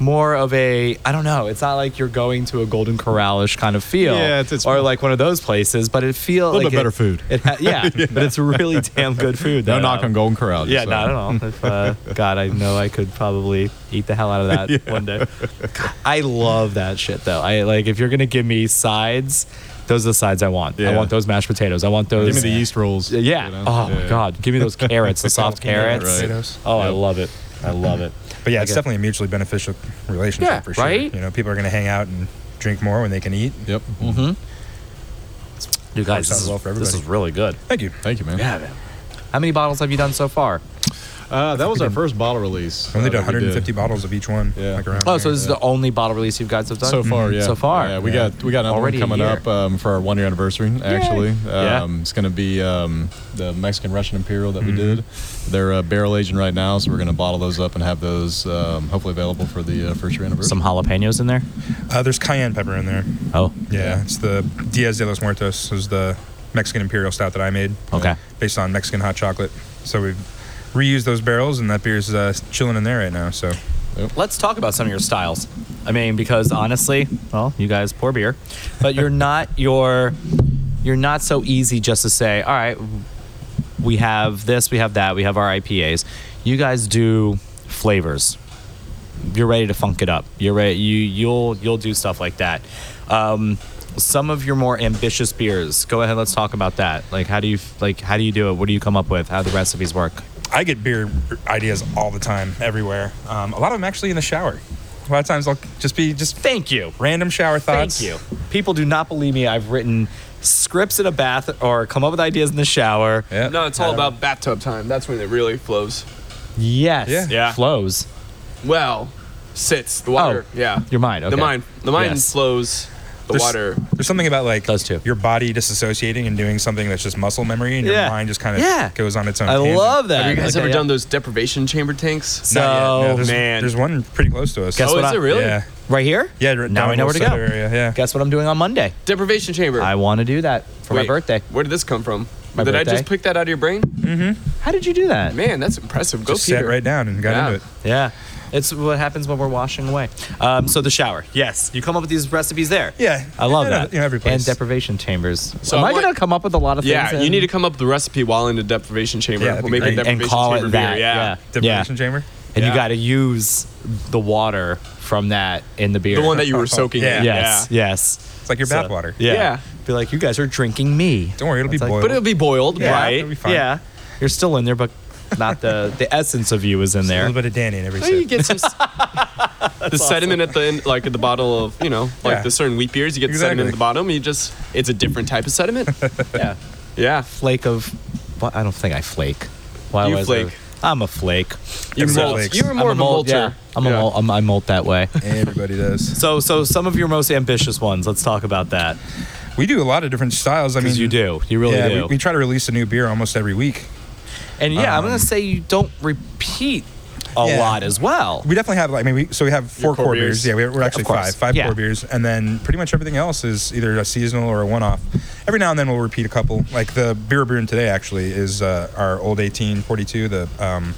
Speaker 1: more of a I don't know. It's not like you're going to a Golden Corral-ish kind of feel.
Speaker 3: Yeah, it's- it's
Speaker 1: or
Speaker 3: more-
Speaker 1: like one of those places, but it feels a
Speaker 3: little
Speaker 1: like
Speaker 3: bit
Speaker 1: it-
Speaker 3: better food.
Speaker 1: It ha- yeah, but it's really damn good food.
Speaker 3: no
Speaker 1: that,
Speaker 3: knock
Speaker 1: uh,
Speaker 3: on Golden Corral. just
Speaker 1: Yeah,
Speaker 3: so.
Speaker 1: no, I don't know. If, uh, God, I know I could probably eat the hell out of that one day. God, I love that shit though. I like if you're gonna give me sides, those are the sides I want. I
Speaker 3: Yeah.
Speaker 1: want those mashed potatoes. I want those.
Speaker 3: Give me the yeast rolls.
Speaker 1: Yeah.
Speaker 3: you know?
Speaker 1: Oh my
Speaker 3: Yeah.
Speaker 1: God. Give me those carrots, the soft carrots.
Speaker 3: right.
Speaker 2: Potatoes.
Speaker 1: Oh, I love it. I love it.
Speaker 2: Uh, But yeah, it's
Speaker 1: Okay.
Speaker 2: definitely a mutually beneficial relationship
Speaker 1: Yeah,
Speaker 2: for sure.
Speaker 1: right?
Speaker 2: You know, people are going to hang out and drink more when they can eat.
Speaker 3: Yep.
Speaker 1: Mm-hmm. You guys,
Speaker 2: Works out
Speaker 1: this is,
Speaker 2: well for
Speaker 1: this
Speaker 2: everybody.
Speaker 1: is really good.
Speaker 2: Thank you.
Speaker 3: Thank you, man.
Speaker 1: Yeah, man. How many bottles have you done so far?
Speaker 3: Uh, that was our first bottle release.
Speaker 2: I only
Speaker 3: uh,
Speaker 2: did
Speaker 3: that we
Speaker 2: 150 bottles of each one.
Speaker 3: Yeah.
Speaker 2: Like around
Speaker 1: Oh, so
Speaker 2: there.
Speaker 1: this is the only bottle release you guys have done
Speaker 3: So far, yeah.
Speaker 1: So far.
Speaker 3: yeah. We
Speaker 2: Yeah.
Speaker 3: got we got another
Speaker 1: Already a
Speaker 3: one coming
Speaker 1: year.
Speaker 3: up um, for our one year anniversary. Actually,
Speaker 1: Yeah.
Speaker 3: um, it's going to be um, the Mexican Russian Imperial that we did. They're uh, barrel aging right now, so we're going to bottle those up and have those um, hopefully available for the uh, first year anniversary.
Speaker 1: Some jalapenos in there.
Speaker 2: Uh, there's cayenne pepper in there.
Speaker 1: Oh,
Speaker 2: Yeah,
Speaker 3: Yeah.
Speaker 2: it's the Diaz de los Muertos. is the Mexican imperial stout that I made. uh,
Speaker 1: Okay.
Speaker 2: Based on Mexican hot chocolate. So we've reused those barrels, and that beer's uh, chilling in there right now. So
Speaker 1: Let's talk about some of your styles. I mean, because honestly, well, you guys pour beer, but you're not your you're not so easy just to say, all right, we have this, we have that, we have our IPAs. You guys do flavors. You're ready to funk it up. You're ready. You you'll you'll do stuff like that. Um, some of your more ambitious beers. Go ahead. Let's talk about that. Like, how do you like? How do you do it? What do you come up with? How do the recipes work?
Speaker 2: I get beer ideas all the time, everywhere. Um, a lot of them actually in the shower. A lot of times I'll just be just
Speaker 1: Thank you.
Speaker 2: random shower thoughts.
Speaker 1: Thank you. People do not believe me. I've written scripts in a bath or come up with ideas in the shower.
Speaker 2: Yeah.
Speaker 4: No, it's all about bathtub time. That's when it really flows.
Speaker 1: Yes.
Speaker 2: Yeah.
Speaker 4: Yeah.
Speaker 1: Flows.
Speaker 4: Well, sits the water.
Speaker 1: Oh,
Speaker 4: yeah,
Speaker 1: your mind, okay.
Speaker 4: The mind. The mind
Speaker 1: Yes.
Speaker 4: flows. The
Speaker 2: There's-
Speaker 4: water.
Speaker 2: There's something about like
Speaker 1: Those two.
Speaker 2: your body disassociating and doing something that's just muscle memory, and
Speaker 1: Yeah.
Speaker 2: your mind just kind of
Speaker 1: Yeah.
Speaker 2: goes on its own.
Speaker 1: I
Speaker 2: tangent.
Speaker 1: love that.
Speaker 4: Have you guys
Speaker 1: Okay,
Speaker 4: ever
Speaker 1: yeah.
Speaker 4: done those deprivation chamber tanks?
Speaker 1: So,
Speaker 2: Not yet, no. there's,
Speaker 4: man.
Speaker 2: there's one pretty close to us.
Speaker 1: Oh, Guess
Speaker 4: oh,
Speaker 1: what
Speaker 4: is
Speaker 1: I-
Speaker 4: it really?
Speaker 2: Yeah,
Speaker 1: right here?
Speaker 2: yeah. right
Speaker 1: Now I
Speaker 2: down
Speaker 1: know where to
Speaker 2: Los
Speaker 1: go.
Speaker 2: Sutter Area. Yeah.
Speaker 1: Guess what I'm doing on Monday?
Speaker 4: Deprivation chamber.
Speaker 1: I want to do that for
Speaker 4: Wait,
Speaker 1: my birthday.
Speaker 4: Where did this come from?
Speaker 1: My
Speaker 4: did I
Speaker 1: birthday. Mm.
Speaker 4: just pick that out of your brain?
Speaker 1: How did you do that?
Speaker 4: Man, that's impressive. Go
Speaker 2: just
Speaker 4: Peter.
Speaker 2: sat right down and got
Speaker 4: Yeah.
Speaker 2: into it.
Speaker 1: Yeah. It's what happens when we're washing away. Um, so the shower. Yes. You come up with these recipes there.
Speaker 2: Yeah.
Speaker 1: I love
Speaker 2: Yeah,
Speaker 1: that.
Speaker 2: you know, every place.
Speaker 1: And deprivation chambers.
Speaker 4: So
Speaker 1: Am
Speaker 4: I
Speaker 1: I
Speaker 4: want-
Speaker 1: going to come up with a lot of things?
Speaker 4: Yeah, you
Speaker 1: in-
Speaker 4: need to come up with a recipe while in the deprivation chamber.
Speaker 2: Yeah, that'd
Speaker 4: we'll
Speaker 2: be
Speaker 4: make a
Speaker 2: great.
Speaker 4: deprivation
Speaker 1: and call
Speaker 4: chamber
Speaker 1: it that.
Speaker 4: beer. Yeah.
Speaker 2: Deprivation chamber.
Speaker 1: and you
Speaker 4: Yeah.
Speaker 1: got to use the water from that in the beer.
Speaker 4: The one that you were soaking
Speaker 2: Yeah.
Speaker 4: in.
Speaker 1: Yes,
Speaker 4: Yeah.
Speaker 1: yes.
Speaker 2: It's like your
Speaker 1: So-
Speaker 2: bathwater.
Speaker 1: Yeah.
Speaker 4: Yeah.
Speaker 1: Be like, you guys are drinking me.
Speaker 2: Don't worry, it'll be
Speaker 1: That's like-
Speaker 2: boiled.
Speaker 4: But it'll be boiled,
Speaker 2: Yeah,
Speaker 4: right?
Speaker 2: it'll be fine.
Speaker 1: Yeah. You're still in there, but not the the essence of you is in
Speaker 2: a
Speaker 1: there.
Speaker 2: little bit of Danny in every
Speaker 4: Well, you
Speaker 2: sip.
Speaker 4: get some s- the sediment at the end, like at the bottle of you know, like
Speaker 2: Yeah.
Speaker 4: the certain wheat beers. You get the
Speaker 2: Exactly.
Speaker 4: sediment at the bottom. You just it's a different type of sediment.
Speaker 1: Yeah.
Speaker 4: yeah,
Speaker 1: Flake of. Well, I don't think I flake. Why
Speaker 4: You
Speaker 1: was
Speaker 4: flake.
Speaker 1: I, am a flake.
Speaker 4: you
Speaker 2: Everybody
Speaker 4: molt.
Speaker 2: likes-
Speaker 4: You were more
Speaker 1: I'm
Speaker 4: of a
Speaker 1: mold-
Speaker 4: molter.
Speaker 1: yeah. I'm a
Speaker 4: Yeah.
Speaker 1: molt, I'm, I molt that way.
Speaker 2: Everybody does.
Speaker 1: So so some of your most ambitious ones. Let's talk about that.
Speaker 2: We do a lot of different styles. I mean,
Speaker 1: Because you do. You really
Speaker 2: yeah,
Speaker 1: do.
Speaker 2: We, we try to release a new beer almost every week.
Speaker 1: and yeah, I'm gonna say you don't repeat a
Speaker 2: um, Yeah.
Speaker 1: lot as well.
Speaker 2: We definitely have. like, I mean, we so we have four
Speaker 4: core
Speaker 2: core,
Speaker 4: beers.
Speaker 2: beers. Yeah, we, we're actually
Speaker 1: course.
Speaker 2: five, five
Speaker 1: Yeah.
Speaker 2: core beers, and then pretty much everything else is either a seasonal or a one-off. Every now and then we'll repeat a couple. Like the beer brewing today actually is uh, our old 1842, the um,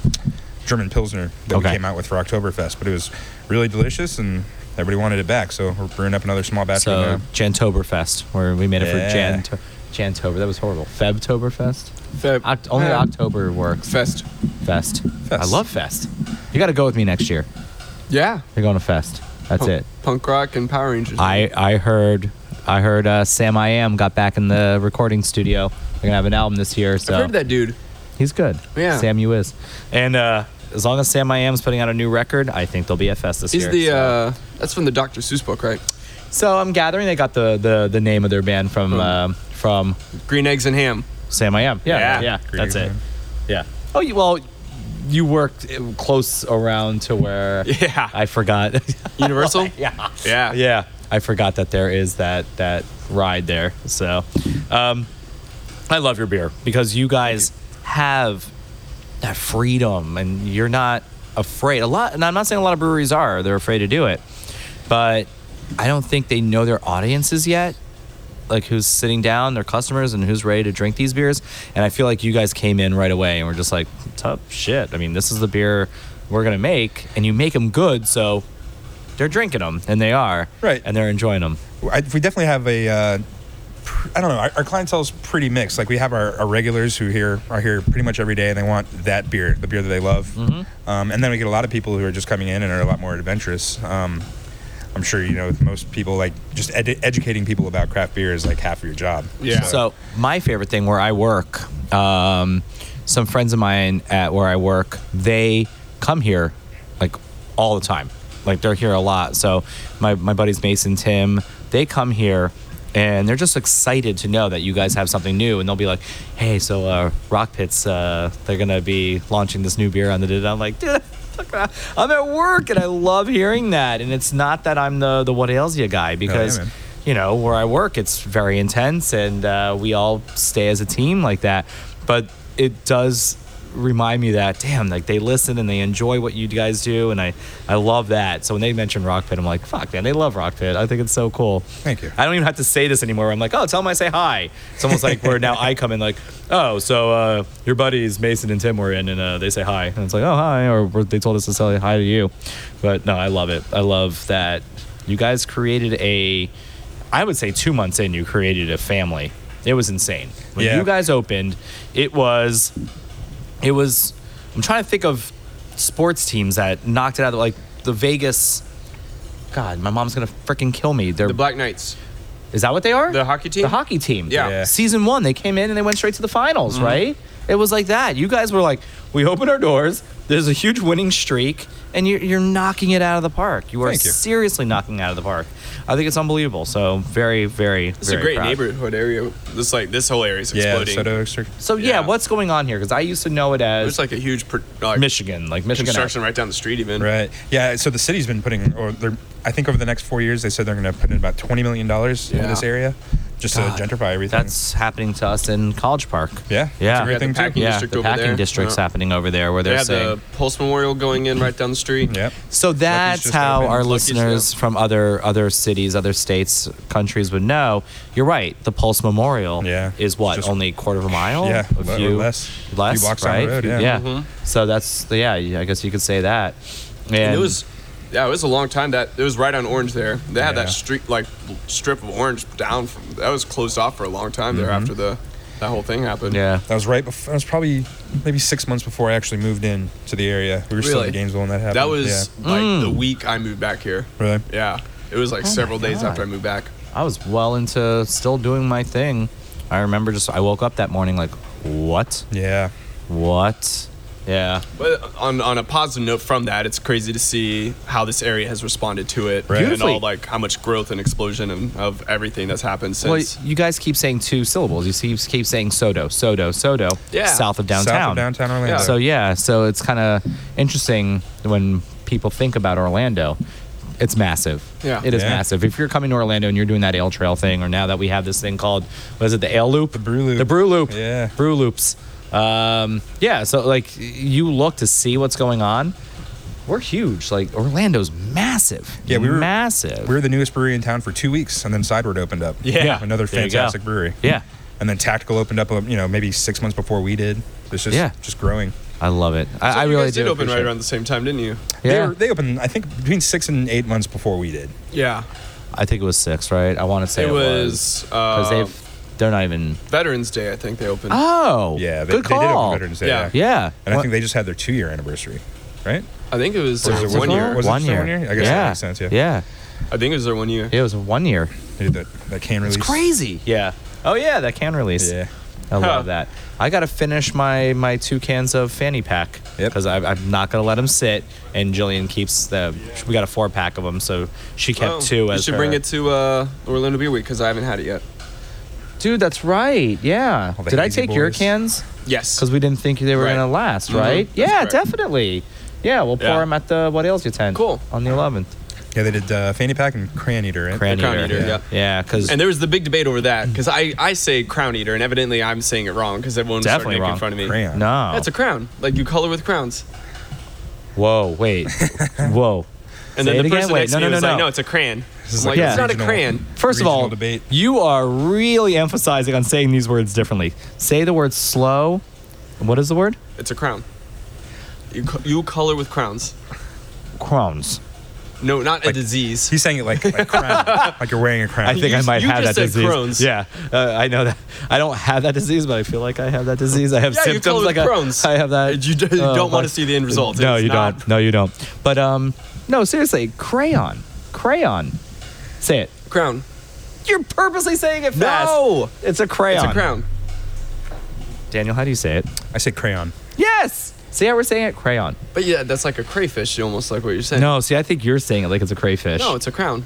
Speaker 2: German Pilsner that
Speaker 1: Okay.
Speaker 2: we came out with for Oktoberfest, but it was really delicious and everybody wanted it back, so we're brewing up another small batch
Speaker 1: So
Speaker 2: right now.
Speaker 1: Jantoberfest, where we made it
Speaker 2: Yeah.
Speaker 1: for Jan Jantober. That was horrible. Febtoberfest.
Speaker 4: Feb-
Speaker 1: Oct- only
Speaker 4: Yeah.
Speaker 1: October works.
Speaker 4: Fest.
Speaker 1: Fest. I
Speaker 2: Fest.
Speaker 1: love Fest. You got to go with me next year.
Speaker 4: Yeah.
Speaker 1: You're going to Fest. That's
Speaker 4: punk,
Speaker 1: it.
Speaker 4: Punk rock and Power Rangers.
Speaker 1: I I heard I heard uh, Sam I Am got back in the recording studio. They're gonna have an album this year,
Speaker 4: I've
Speaker 1: so
Speaker 4: heard of that dude.
Speaker 1: he's good.
Speaker 4: Yeah.
Speaker 1: Sam you is. And uh, as long as Sam I Am's putting out a new record, I think they'll be at Fest this
Speaker 4: He's
Speaker 1: year.
Speaker 4: the
Speaker 1: so.
Speaker 4: uh, that's from the Dr. Seuss book, right?
Speaker 1: So I'm gathering they got the the, the name of their band from
Speaker 4: Hmm.
Speaker 1: um, from
Speaker 4: Green Eggs and Ham.
Speaker 1: Sam I Am. Yeah,
Speaker 4: Yeah.
Speaker 1: yeah,
Speaker 2: Green
Speaker 1: that's it.
Speaker 2: Man.
Speaker 1: Yeah. Oh, you, well, you worked uh, close around to where
Speaker 4: Yeah.
Speaker 1: I forgot.
Speaker 4: Universal.
Speaker 1: yeah.
Speaker 4: yeah.
Speaker 1: Yeah, I forgot that there is that that ride there. So, um, I love your beer because you guys have that freedom and you're not afraid. A lot, and I'm not saying a lot of breweries are. They're afraid to do it, but I don't think they know their audiences yet. Like who's sitting down, their customers, and who's ready to drink these beers. And I feel like you guys came in right away and were just like, tough shit. I mean, this is the beer we're gonna make, and you make them good, so they're drinking them, and they are
Speaker 2: Right.
Speaker 1: and they're enjoying them.
Speaker 2: I, we definitely have a. Uh, pr- I don't know. Our, our clientele's pretty mixed. Like we have our, our regulars who here are here pretty much every day, and they want that beer, the beer that they love.
Speaker 1: Mm-hmm.
Speaker 2: Um, and then we get a lot of people who are just coming in and are a lot more adventurous. Um, I'm sure you know most people like just edu- educating people about craft beer is like half of your job.
Speaker 4: Yeah.
Speaker 1: So my favorite thing where I work, um, some friends of mine at where I work, they come here like all the time. Like they're here a lot. So my, my buddies Mason, Tim, they come here and they're just excited to know that you guys have something new and they'll be like, Hey, so uh Rock Pits, uh, they're gonna be launching this new beer on the da-da." I'm like, dude, I'm at work and I love hearing that. And it's not that I'm the the what ails you guy because
Speaker 2: man.
Speaker 1: you know, where I work, it's very intense, and uh, we all stay as a team like that. But it does remind me that damn, like they listen and they enjoy what you guys do, and I I love that. So when they mention Rock Pit, I'm like, fuck, man, they love Rock Pit. I think it's so cool.
Speaker 2: Thank you.
Speaker 1: I don't even have to say this anymore. I'm like, oh, tell them I say hi. It's almost like where now I come in like, oh, so uh, your buddies Mason and Tim were in, and uh, they say hi, and it's like, oh, hi, or we're- they told us to say hi to you. But no, I love it. I love that you guys created a. I would say two months in, you created a family. It was insane. When
Speaker 2: Yeah.
Speaker 1: you guys opened, it was it was I'm trying to think of sports teams that knocked it out of like the Vegas God, my mom's gonna freaking kill me. They're
Speaker 4: The Black Knights.
Speaker 1: is that what they are?
Speaker 4: The hockey team?
Speaker 1: The hockey team.
Speaker 4: Yeah. Mm-hmm.
Speaker 2: Yeah.
Speaker 1: Season one, they came in and they went straight to the finals, right? It was like that. You guys were like, we open our doors. There's a huge winning streak, and you're, you're knocking it out of the park. You are
Speaker 2: Thank you.
Speaker 1: seriously knocking it out of the park. I think it's unbelievable. So very, very.
Speaker 4: It's a
Speaker 1: very
Speaker 4: great
Speaker 1: proud.
Speaker 4: neighborhood area. This like this whole area is
Speaker 2: Yeah.
Speaker 4: exploding.
Speaker 2: Soda Oaks are-
Speaker 1: So yeah.
Speaker 4: Yeah.
Speaker 1: what's going on here? Because I used to know it as
Speaker 4: There's like a huge pr- like,
Speaker 1: Michigan, like Michigan.
Speaker 4: construction right down the street even.
Speaker 2: Right. Yeah. So the city's been putting, or they're, I think over the next four years, they said they're going to put in about twenty million dollars
Speaker 4: Yeah.
Speaker 2: into this area, just
Speaker 1: God,
Speaker 2: to gentrify everything.
Speaker 1: That's happening to us in College Park.
Speaker 2: yeah.
Speaker 1: Yeah.
Speaker 2: It's a great
Speaker 1: Yeah,
Speaker 2: thing
Speaker 4: the
Speaker 2: too.
Speaker 4: packing
Speaker 1: yeah,
Speaker 4: district
Speaker 1: the
Speaker 4: over
Speaker 1: packing
Speaker 4: there.
Speaker 1: district's
Speaker 4: Yeah.
Speaker 1: happening over there where
Speaker 4: They
Speaker 1: they're
Speaker 4: have
Speaker 1: saying
Speaker 4: the Pulse Memorial going in right down the street.
Speaker 2: Yep.
Speaker 1: So that's
Speaker 2: just
Speaker 1: how
Speaker 2: opened.
Speaker 1: our
Speaker 4: Lucky's
Speaker 1: listeners
Speaker 4: now.
Speaker 1: from other other cities, other states, countries would know. You're right. The Pulse Memorial
Speaker 2: Yeah.
Speaker 1: is what
Speaker 2: Just-
Speaker 1: only a quarter of a mile.
Speaker 2: Yeah,
Speaker 1: a
Speaker 2: le- or
Speaker 1: few
Speaker 2: less.
Speaker 1: less,
Speaker 2: Oh, Few blocks down
Speaker 1: right?
Speaker 2: the road, yeah.
Speaker 1: So that's yeah. I guess you could say that. And,
Speaker 4: Mm-hmm. And it was yeah, it was a long time that it was right on Orange there. They had
Speaker 2: Yeah.
Speaker 4: that street like strip of orange down from that was closed off for a long time there after the that whole thing happened.
Speaker 1: Mm-hmm. yeah.
Speaker 2: That was right before. That was probably maybe six months before I actually moved in to the area. We were still
Speaker 4: Really?
Speaker 2: in Gainesville when that happened.
Speaker 4: That was like the week I moved back here.
Speaker 2: yeah. really.
Speaker 4: Yeah. It was like
Speaker 1: Mm. Oh my
Speaker 4: several days
Speaker 1: God.
Speaker 4: after I moved back.
Speaker 1: I was well into still doing my thing. I remember just I woke up that morning like what
Speaker 2: Yeah,
Speaker 1: what yeah
Speaker 4: But on, on a positive note from that, it's crazy to see how this area has responded to it
Speaker 2: Right.
Speaker 4: and all
Speaker 1: Beautifully.
Speaker 4: like how much growth and explosion and of everything that's happened
Speaker 1: Well,
Speaker 4: since.
Speaker 1: you guys keep saying two syllables. You keep keep saying Sodo, Sodo, Sodo,
Speaker 4: Yeah.
Speaker 1: south of downtown.
Speaker 2: South of downtown Orlando.
Speaker 4: Yeah.
Speaker 1: So yeah, so it's kind of interesting when people think about Orlando. It's massive.
Speaker 4: Yeah.
Speaker 1: It is
Speaker 2: Yeah.
Speaker 1: massive. If you're coming to Orlando and you're doing that ale trail thing, or now that we have this thing called, what is it, the ale loop? The
Speaker 2: brew loop.
Speaker 1: The brew loop.
Speaker 2: Yeah.
Speaker 1: Brew loops. Um, yeah. So, like, you look to see what's going on. We're huge. Like, Orlando's massive.
Speaker 2: Yeah, we were-
Speaker 1: massive.
Speaker 2: We were the newest brewery in town for two weeks, and then Sideward opened up.
Speaker 1: Yeah.
Speaker 2: another
Speaker 1: There you go.
Speaker 2: fantastic brewery.
Speaker 1: yeah.
Speaker 2: and then Tactical opened up, um, you know, maybe six months before we did. It's just
Speaker 1: Yeah.
Speaker 2: just growing.
Speaker 1: I love it. I,
Speaker 4: So
Speaker 1: I
Speaker 4: you
Speaker 1: really
Speaker 4: guys did
Speaker 1: do
Speaker 4: open right
Speaker 1: appreciate it.
Speaker 4: around the same time, didn't you?
Speaker 1: Yeah.
Speaker 2: They, were, they opened, I think, between six and eight months before we did.
Speaker 4: Yeah.
Speaker 1: I think it was six, right? I want to say it,
Speaker 4: it was
Speaker 1: because
Speaker 4: uh,
Speaker 1: they've they're not even.
Speaker 4: Veterans Day. I think they opened.
Speaker 1: Oh,
Speaker 2: Yeah, they,
Speaker 1: good
Speaker 2: they did
Speaker 1: call.
Speaker 2: open Veterans Day.
Speaker 4: Yeah.
Speaker 1: Yeah,
Speaker 2: And I
Speaker 1: What-
Speaker 2: think they just had their two year anniversary, right?
Speaker 4: I think it was their
Speaker 2: Was it
Speaker 4: one
Speaker 2: one-
Speaker 4: year.
Speaker 2: was it
Speaker 1: one
Speaker 2: just
Speaker 1: year.
Speaker 2: one year? I guess
Speaker 1: yeah.
Speaker 2: that makes sense, yeah.
Speaker 1: yeah,
Speaker 4: I think it was their one year.
Speaker 1: it was one year.
Speaker 2: They did that, that can release.
Speaker 1: It's crazy. Yeah. Oh yeah, that can release.
Speaker 2: Yeah.
Speaker 1: I
Speaker 4: Huh.
Speaker 1: love that. I gotta finish my my two cans of fanny pack
Speaker 2: Yep.
Speaker 1: because I'm not gonna let them sit. And Jillian keeps the. We got a four pack of them, so she kept
Speaker 4: Oh,
Speaker 1: two
Speaker 4: You
Speaker 1: as
Speaker 4: should
Speaker 1: her.
Speaker 4: bring it to uh, Orlando Beer Week because I haven't had it yet.
Speaker 1: Dude, that's right. Yeah.
Speaker 2: All the
Speaker 1: Did I
Speaker 2: hazy
Speaker 1: take your
Speaker 2: boys. Mm-hmm.
Speaker 1: cans?
Speaker 4: Yes.
Speaker 1: Because we didn't think they were
Speaker 4: Right.
Speaker 1: gonna last,
Speaker 4: Mhm.
Speaker 1: right?
Speaker 4: That's
Speaker 1: Yeah,
Speaker 4: correct.
Speaker 1: definitely. Yeah, we'll pour
Speaker 4: Yeah.
Speaker 1: them at the what ails you tent.
Speaker 4: Cool.
Speaker 1: On the 11th.
Speaker 2: Yeah, they did uh, Fanny Pack and Crayon Eater, right?
Speaker 1: Crayon
Speaker 4: Crown
Speaker 1: eater.
Speaker 4: Eater, yeah.
Speaker 1: Yeah, because
Speaker 4: And there was the big debate over that because I, I say crown eater and evidently I'm saying it wrong because everyone started
Speaker 1: Definitely
Speaker 4: making
Speaker 1: wrong.
Speaker 4: fun of me.
Speaker 2: Crayon.
Speaker 1: no.
Speaker 4: That's a crown. Like you color with crowns.
Speaker 1: Whoa, wait. Whoa.
Speaker 4: And
Speaker 1: Say it
Speaker 4: then the
Speaker 1: again?
Speaker 4: person
Speaker 1: Wait,
Speaker 4: next
Speaker 1: no,
Speaker 4: to
Speaker 1: no,
Speaker 4: me
Speaker 1: no,
Speaker 4: was like,
Speaker 1: no.
Speaker 4: no, it's a crayon.
Speaker 2: This is
Speaker 4: I'm
Speaker 2: like
Speaker 4: like,
Speaker 1: a
Speaker 4: it's not a
Speaker 2: regional-
Speaker 4: crayon.
Speaker 1: First of all,
Speaker 2: Regional debate.
Speaker 1: you are really emphasizing on saying these words differently. Say the word slow. And what is the word?
Speaker 4: It's a crown. You, co- you color with crowns.
Speaker 1: Crohn's.
Speaker 4: No, not a
Speaker 2: Like-
Speaker 4: disease.
Speaker 2: He's saying it like like, crown, like you're wearing a crown.
Speaker 1: I think
Speaker 4: You-
Speaker 1: I might
Speaker 4: you
Speaker 1: have
Speaker 4: just
Speaker 1: that
Speaker 4: said
Speaker 1: disease.
Speaker 4: Crohn's.
Speaker 1: Yeah, uh, I know that. I don't have that disease, but I feel like I have that disease. I have
Speaker 4: Yeah, you
Speaker 1: symptoms
Speaker 4: call it
Speaker 1: like a-
Speaker 4: Crohn's.
Speaker 1: I have that.
Speaker 4: You d- you don't wanna
Speaker 1: like-
Speaker 4: see the end result.
Speaker 1: No,
Speaker 4: It's
Speaker 1: you
Speaker 4: not-
Speaker 1: don't. No, you don't. But um, no, seriously, crayon, crayon. Say it.
Speaker 4: crown.
Speaker 1: You're purposely saying it fast.
Speaker 4: No!
Speaker 1: it's a crayon.
Speaker 4: It's a crown.
Speaker 1: Daniel, how do you say it?
Speaker 2: I say crayon.
Speaker 1: Yes. See how we're saying it? Crayon.
Speaker 4: But yeah, that's like a crayfish, almost like what you're saying.
Speaker 1: No, see, I think you're saying it like it's a crayfish.
Speaker 4: No, it's a crown.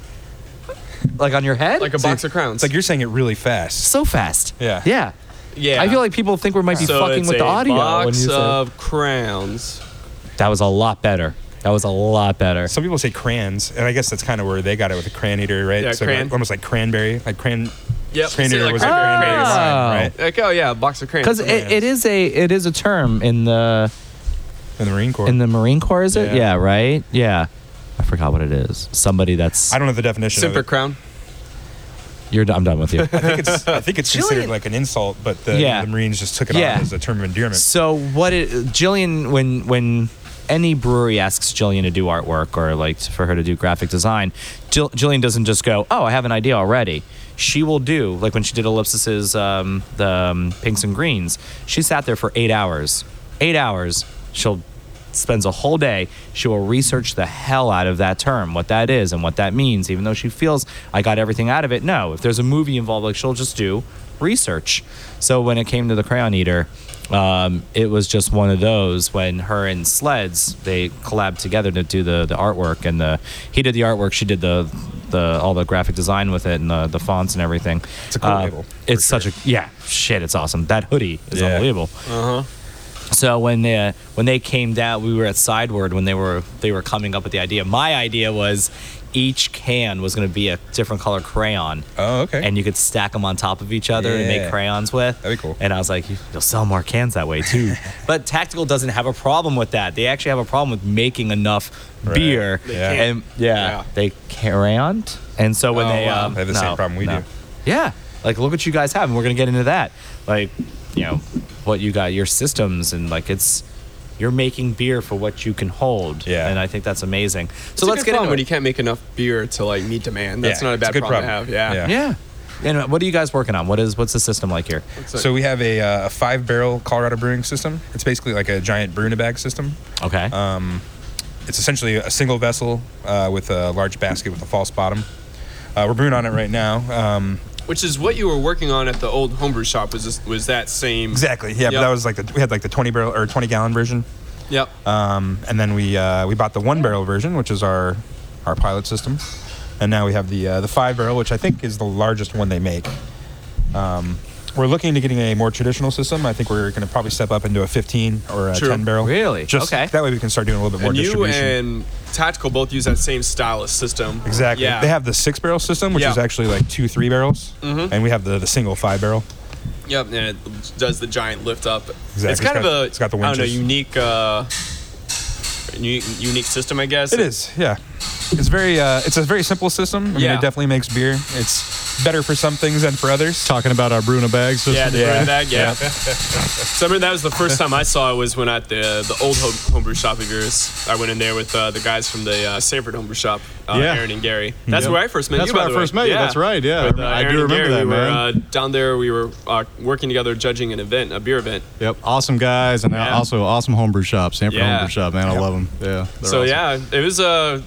Speaker 1: like on your head.
Speaker 4: Like a box of crowns.
Speaker 2: It's like you're saying it really fast.
Speaker 1: so fast.
Speaker 2: Yeah.
Speaker 1: Yeah.
Speaker 4: yeah.
Speaker 1: I feel like people think we might be
Speaker 4: so
Speaker 1: fucking
Speaker 4: it's
Speaker 1: with
Speaker 4: a
Speaker 1: the audio
Speaker 4: Box
Speaker 1: when you say
Speaker 4: of crowns.
Speaker 1: that was a lot better. That was a lot better.
Speaker 2: Some people say crayons, and I guess that's kind of where they got it with a crayon eater, right?
Speaker 4: Yeah,
Speaker 2: so
Speaker 4: crayon.
Speaker 2: like- almost like cranberry, like cran.
Speaker 4: Yep,
Speaker 2: Crayon
Speaker 4: say
Speaker 2: eater
Speaker 4: like
Speaker 2: was a
Speaker 4: cranberry
Speaker 2: cranberry
Speaker 1: crayons.
Speaker 2: wine, right?
Speaker 4: Like, oh yeah, a box of crayons.
Speaker 1: Because it, it is a it is a term in the
Speaker 2: In the Marine Corps.
Speaker 1: in the Marine Corps, is it?
Speaker 4: Yeah.
Speaker 1: Yeah. Right. Yeah. I forgot what it is. Somebody that's
Speaker 2: I don't know the definition.
Speaker 4: Simper
Speaker 2: of it.
Speaker 4: crown.
Speaker 1: you're. done- I'm done with you.
Speaker 2: I think it's I think it's considered
Speaker 1: Jillian-
Speaker 2: like an insult, but the,
Speaker 1: Yeah.
Speaker 2: the Marines just took it
Speaker 1: Yeah.
Speaker 2: on as a term of endearment.
Speaker 1: So what it, Jillian when when any brewery asks Jillian to do artwork or like for her to do graphic design, Jill, Jillian doesn't just go, "Oh, I have an idea already." She will do like when she did Ellipsis's um, the um, pinks and greens. She sat there for eight hours. Eight hours. She'll spends a whole day. She will research the hell out of that term, what that is and what that means, even though she feels I got everything out of it. No, if there's a movie involved, like she'll just do research. So when it came to the crayon eater, um, it was just one of those when her and Sleds they collabed together to do the, the artwork and the he did the artwork, she did the the all the graphic design with it and the, the fonts and everything. It's
Speaker 2: a cool label, for
Speaker 1: It's such a yeah shit. It's awesome. That hoodie is
Speaker 2: Yeah.
Speaker 1: unbelievable.
Speaker 4: Uh huh.
Speaker 1: So when they uh, when they came down, we were at Sideward when they were they were coming up with the idea. My idea was each can was going to be a different color crayon,
Speaker 2: Oh, okay.
Speaker 1: and you could stack them on top of each other and
Speaker 2: Yeah.
Speaker 1: make crayons with.
Speaker 2: That'd be cool.
Speaker 1: And I was like, "You- you'll sell more cans that way too. but Tactical doesn't have a problem with that. They actually have a problem with making enough
Speaker 2: Right.
Speaker 1: beer.
Speaker 2: They can't.
Speaker 1: And yeah,
Speaker 4: Yeah.
Speaker 1: they crayoned. And so when
Speaker 4: Oh,
Speaker 1: they
Speaker 4: wow.
Speaker 1: um,
Speaker 2: They have the
Speaker 1: no,
Speaker 2: same problem we
Speaker 1: no.
Speaker 2: do.
Speaker 1: Yeah. Like, look what you guys have, and we're gonna get into that. Like, you know, what you got, your systems, and like it's you're making beer for what you can hold.
Speaker 2: Yeah.
Speaker 1: And I think that's amazing. so
Speaker 4: So
Speaker 1: let's get
Speaker 4: problem
Speaker 1: into
Speaker 4: when
Speaker 1: it.
Speaker 4: you can't make enough beer to like meet demand. That's
Speaker 2: Yeah,
Speaker 4: not a
Speaker 2: it's a
Speaker 4: bad
Speaker 2: good
Speaker 4: problem, to
Speaker 2: problem.
Speaker 4: have. Yeah.
Speaker 2: Yeah.
Speaker 1: yeah. And what are you guys working on? What is what's the system like here?
Speaker 4: It's like-
Speaker 2: So we have a, uh, a five barrel Colorado brewing system. It's basically like a giant brew in a bag system.
Speaker 1: Okay.
Speaker 2: It's essentially a single vessel uh, with a large basket with a false bottom. Uh, we're brewing on it right now. Um,
Speaker 4: which is what you were working on at the old homebrew shop. Was this, was that same?
Speaker 2: exactly. Yeah, but
Speaker 4: Yep.
Speaker 2: that was like the, we had like the twenty barrel or twenty gallon version.
Speaker 4: Yep.
Speaker 2: Um, and then we uh, we bought the one barrel version, which is our our pilot system, and now we have the uh, the five barrel, which I think is the largest one they make. Um, we're looking to getting a more traditional system. I think we're going to probably step up into a 15 or a
Speaker 4: Sure.
Speaker 2: 10 barrel.
Speaker 5: Really?
Speaker 2: Just
Speaker 5: Okay.
Speaker 2: That way we can start doing a little bit more
Speaker 4: and you
Speaker 2: distribution.
Speaker 4: and Tactical both use that same stylus system.
Speaker 2: exactly.
Speaker 4: Yeah.
Speaker 2: They have the six barrel system, which
Speaker 4: Yeah. Mm-hmm.
Speaker 2: is actually like two three barrels, and we have the, the single five barrel.
Speaker 4: Yep, and it does the giant lift up.
Speaker 2: Exactly.
Speaker 4: It's
Speaker 2: It's
Speaker 4: kind of
Speaker 2: got-
Speaker 4: a
Speaker 2: it's got the
Speaker 4: I don't know
Speaker 2: winches.
Speaker 4: unique uh, unique unique system I guess.
Speaker 2: It is, yeah. It's very, uh, it's a very simple system. I mean,
Speaker 4: Yeah.
Speaker 2: it definitely makes beer. It's better for some things than for others.
Speaker 3: Talking about our Bruna bags.
Speaker 4: Yeah, the
Speaker 2: Yeah.
Speaker 4: yeah. bag. Yeah. so I remember that was the first time I saw it was when at the the old home, homebrew shop of yours. I went in there with uh, the guys from the uh, Sanford homebrew shop, uh,
Speaker 3: Yeah.
Speaker 4: Aaron and Gary. That's
Speaker 3: Yeah.
Speaker 4: where I first met
Speaker 3: That's
Speaker 4: you.
Speaker 3: where
Speaker 4: by
Speaker 3: I
Speaker 4: the way.
Speaker 3: first met you. That's right, yeah.
Speaker 4: With, uh,
Speaker 3: I do
Speaker 4: Aaron and
Speaker 3: remember
Speaker 4: Gary,
Speaker 3: that,
Speaker 4: we
Speaker 3: man.
Speaker 4: Were, uh, down there, we were uh, working together, judging an event, a beer event.
Speaker 3: Yep. Awesome guys, and
Speaker 4: Yeah.
Speaker 3: also awesome homebrew shop, Sanford
Speaker 4: Yeah.
Speaker 3: Homebrew Shop. Man, I love them. Yeah. they're
Speaker 4: so
Speaker 3: awesome.
Speaker 4: yeah, it was Uh,